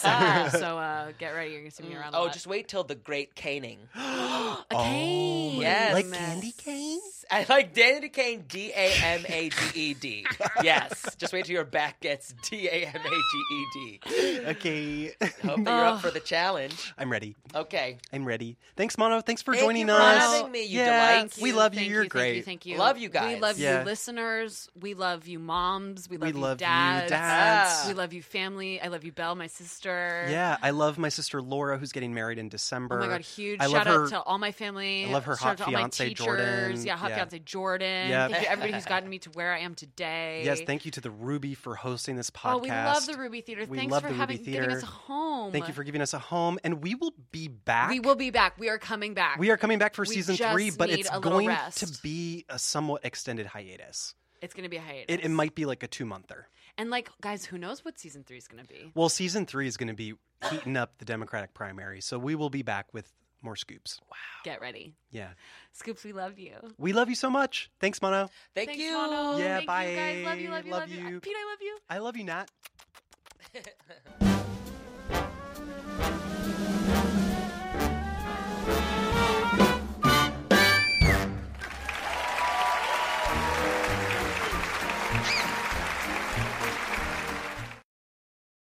[SPEAKER 1] <gasps>
[SPEAKER 2] summer, <laughs> so <gasps> uh, get ready. You're gonna see me around. a
[SPEAKER 3] oh,
[SPEAKER 2] lot.
[SPEAKER 3] just wait till the great caning.
[SPEAKER 1] a
[SPEAKER 2] a cane.
[SPEAKER 1] Oh,
[SPEAKER 3] yes.
[SPEAKER 1] Like candy cane?
[SPEAKER 3] I like Danny Kane, D A M A D
[SPEAKER 2] <laughs>
[SPEAKER 3] E D. Yes. Just wait till your back gets D A M A G E D.
[SPEAKER 1] Okay. <laughs>
[SPEAKER 3] Hope that you're
[SPEAKER 2] Ugh.
[SPEAKER 3] up for the challenge.
[SPEAKER 1] I'm ready.
[SPEAKER 3] Okay.
[SPEAKER 1] I'm ready. Thanks, Mono. Thanks for
[SPEAKER 3] Thank
[SPEAKER 1] joining
[SPEAKER 3] you for
[SPEAKER 1] us.
[SPEAKER 3] having me, you
[SPEAKER 1] yeah,
[SPEAKER 3] delight.
[SPEAKER 1] we love you.
[SPEAKER 2] Thank
[SPEAKER 1] You're
[SPEAKER 2] thank
[SPEAKER 1] great.
[SPEAKER 2] Thank you.
[SPEAKER 3] Love you guys.
[SPEAKER 2] We love
[SPEAKER 1] Yeah.
[SPEAKER 2] you, listeners. We love you, moms. We love
[SPEAKER 1] we
[SPEAKER 2] you,
[SPEAKER 1] love
[SPEAKER 2] dads.
[SPEAKER 1] you, dads.
[SPEAKER 3] Ah.
[SPEAKER 2] We love you, family. I love you, Belle, my sister.
[SPEAKER 1] Yeah, I love my sister Laura, who's getting married in
[SPEAKER 2] Oh
[SPEAKER 1] December.
[SPEAKER 2] my god, huge
[SPEAKER 1] I love
[SPEAKER 2] shout
[SPEAKER 1] her-
[SPEAKER 2] out to all my family.
[SPEAKER 1] I love her
[SPEAKER 2] shout out
[SPEAKER 1] hot
[SPEAKER 2] to all my
[SPEAKER 1] fiancé,
[SPEAKER 2] teachers.
[SPEAKER 1] Jordan.
[SPEAKER 2] Yeah, hot
[SPEAKER 1] Yeah.
[SPEAKER 2] fiance Jordan.
[SPEAKER 1] Yep.
[SPEAKER 2] Thank you to everybody
[SPEAKER 1] <laughs>
[SPEAKER 2] who's gotten me to where I am today.
[SPEAKER 1] Yes, thank you to the Ruby for hosting this podcast.
[SPEAKER 2] Oh, we love the Ruby Theater.
[SPEAKER 1] We
[SPEAKER 2] Thanks
[SPEAKER 1] love
[SPEAKER 2] for
[SPEAKER 1] the Ruby
[SPEAKER 2] having
[SPEAKER 1] Theater.
[SPEAKER 2] giving us a home.
[SPEAKER 1] Thank you for giving us a home, and we will be back.
[SPEAKER 2] We will be back. We are coming back.
[SPEAKER 1] We are coming back for
[SPEAKER 2] We
[SPEAKER 1] season
[SPEAKER 2] just
[SPEAKER 1] three, but
[SPEAKER 2] need
[SPEAKER 1] it's
[SPEAKER 2] a little
[SPEAKER 1] going to
[SPEAKER 2] rest.
[SPEAKER 1] be a somewhat extended hiatus.
[SPEAKER 2] It's going to be a hiatus.
[SPEAKER 1] It, it might be like a two monther.
[SPEAKER 2] And like, guys, who knows what season three is going to be?
[SPEAKER 1] Well, season three is going to be heating up the Democratic primary, so we will be back with more scoops.
[SPEAKER 2] Get ready,
[SPEAKER 1] Yeah,
[SPEAKER 2] Scoops. We love you.
[SPEAKER 1] we love you so much. Thanks, Mono.
[SPEAKER 3] Thank
[SPEAKER 2] Thanks,
[SPEAKER 3] you.
[SPEAKER 2] Mono.
[SPEAKER 1] Yeah,
[SPEAKER 2] Thank You guys. Love you.
[SPEAKER 1] bye.
[SPEAKER 2] Love you.
[SPEAKER 1] Love
[SPEAKER 2] Love, you.
[SPEAKER 1] you.
[SPEAKER 2] Pete, I love you.
[SPEAKER 1] I love you, Nat.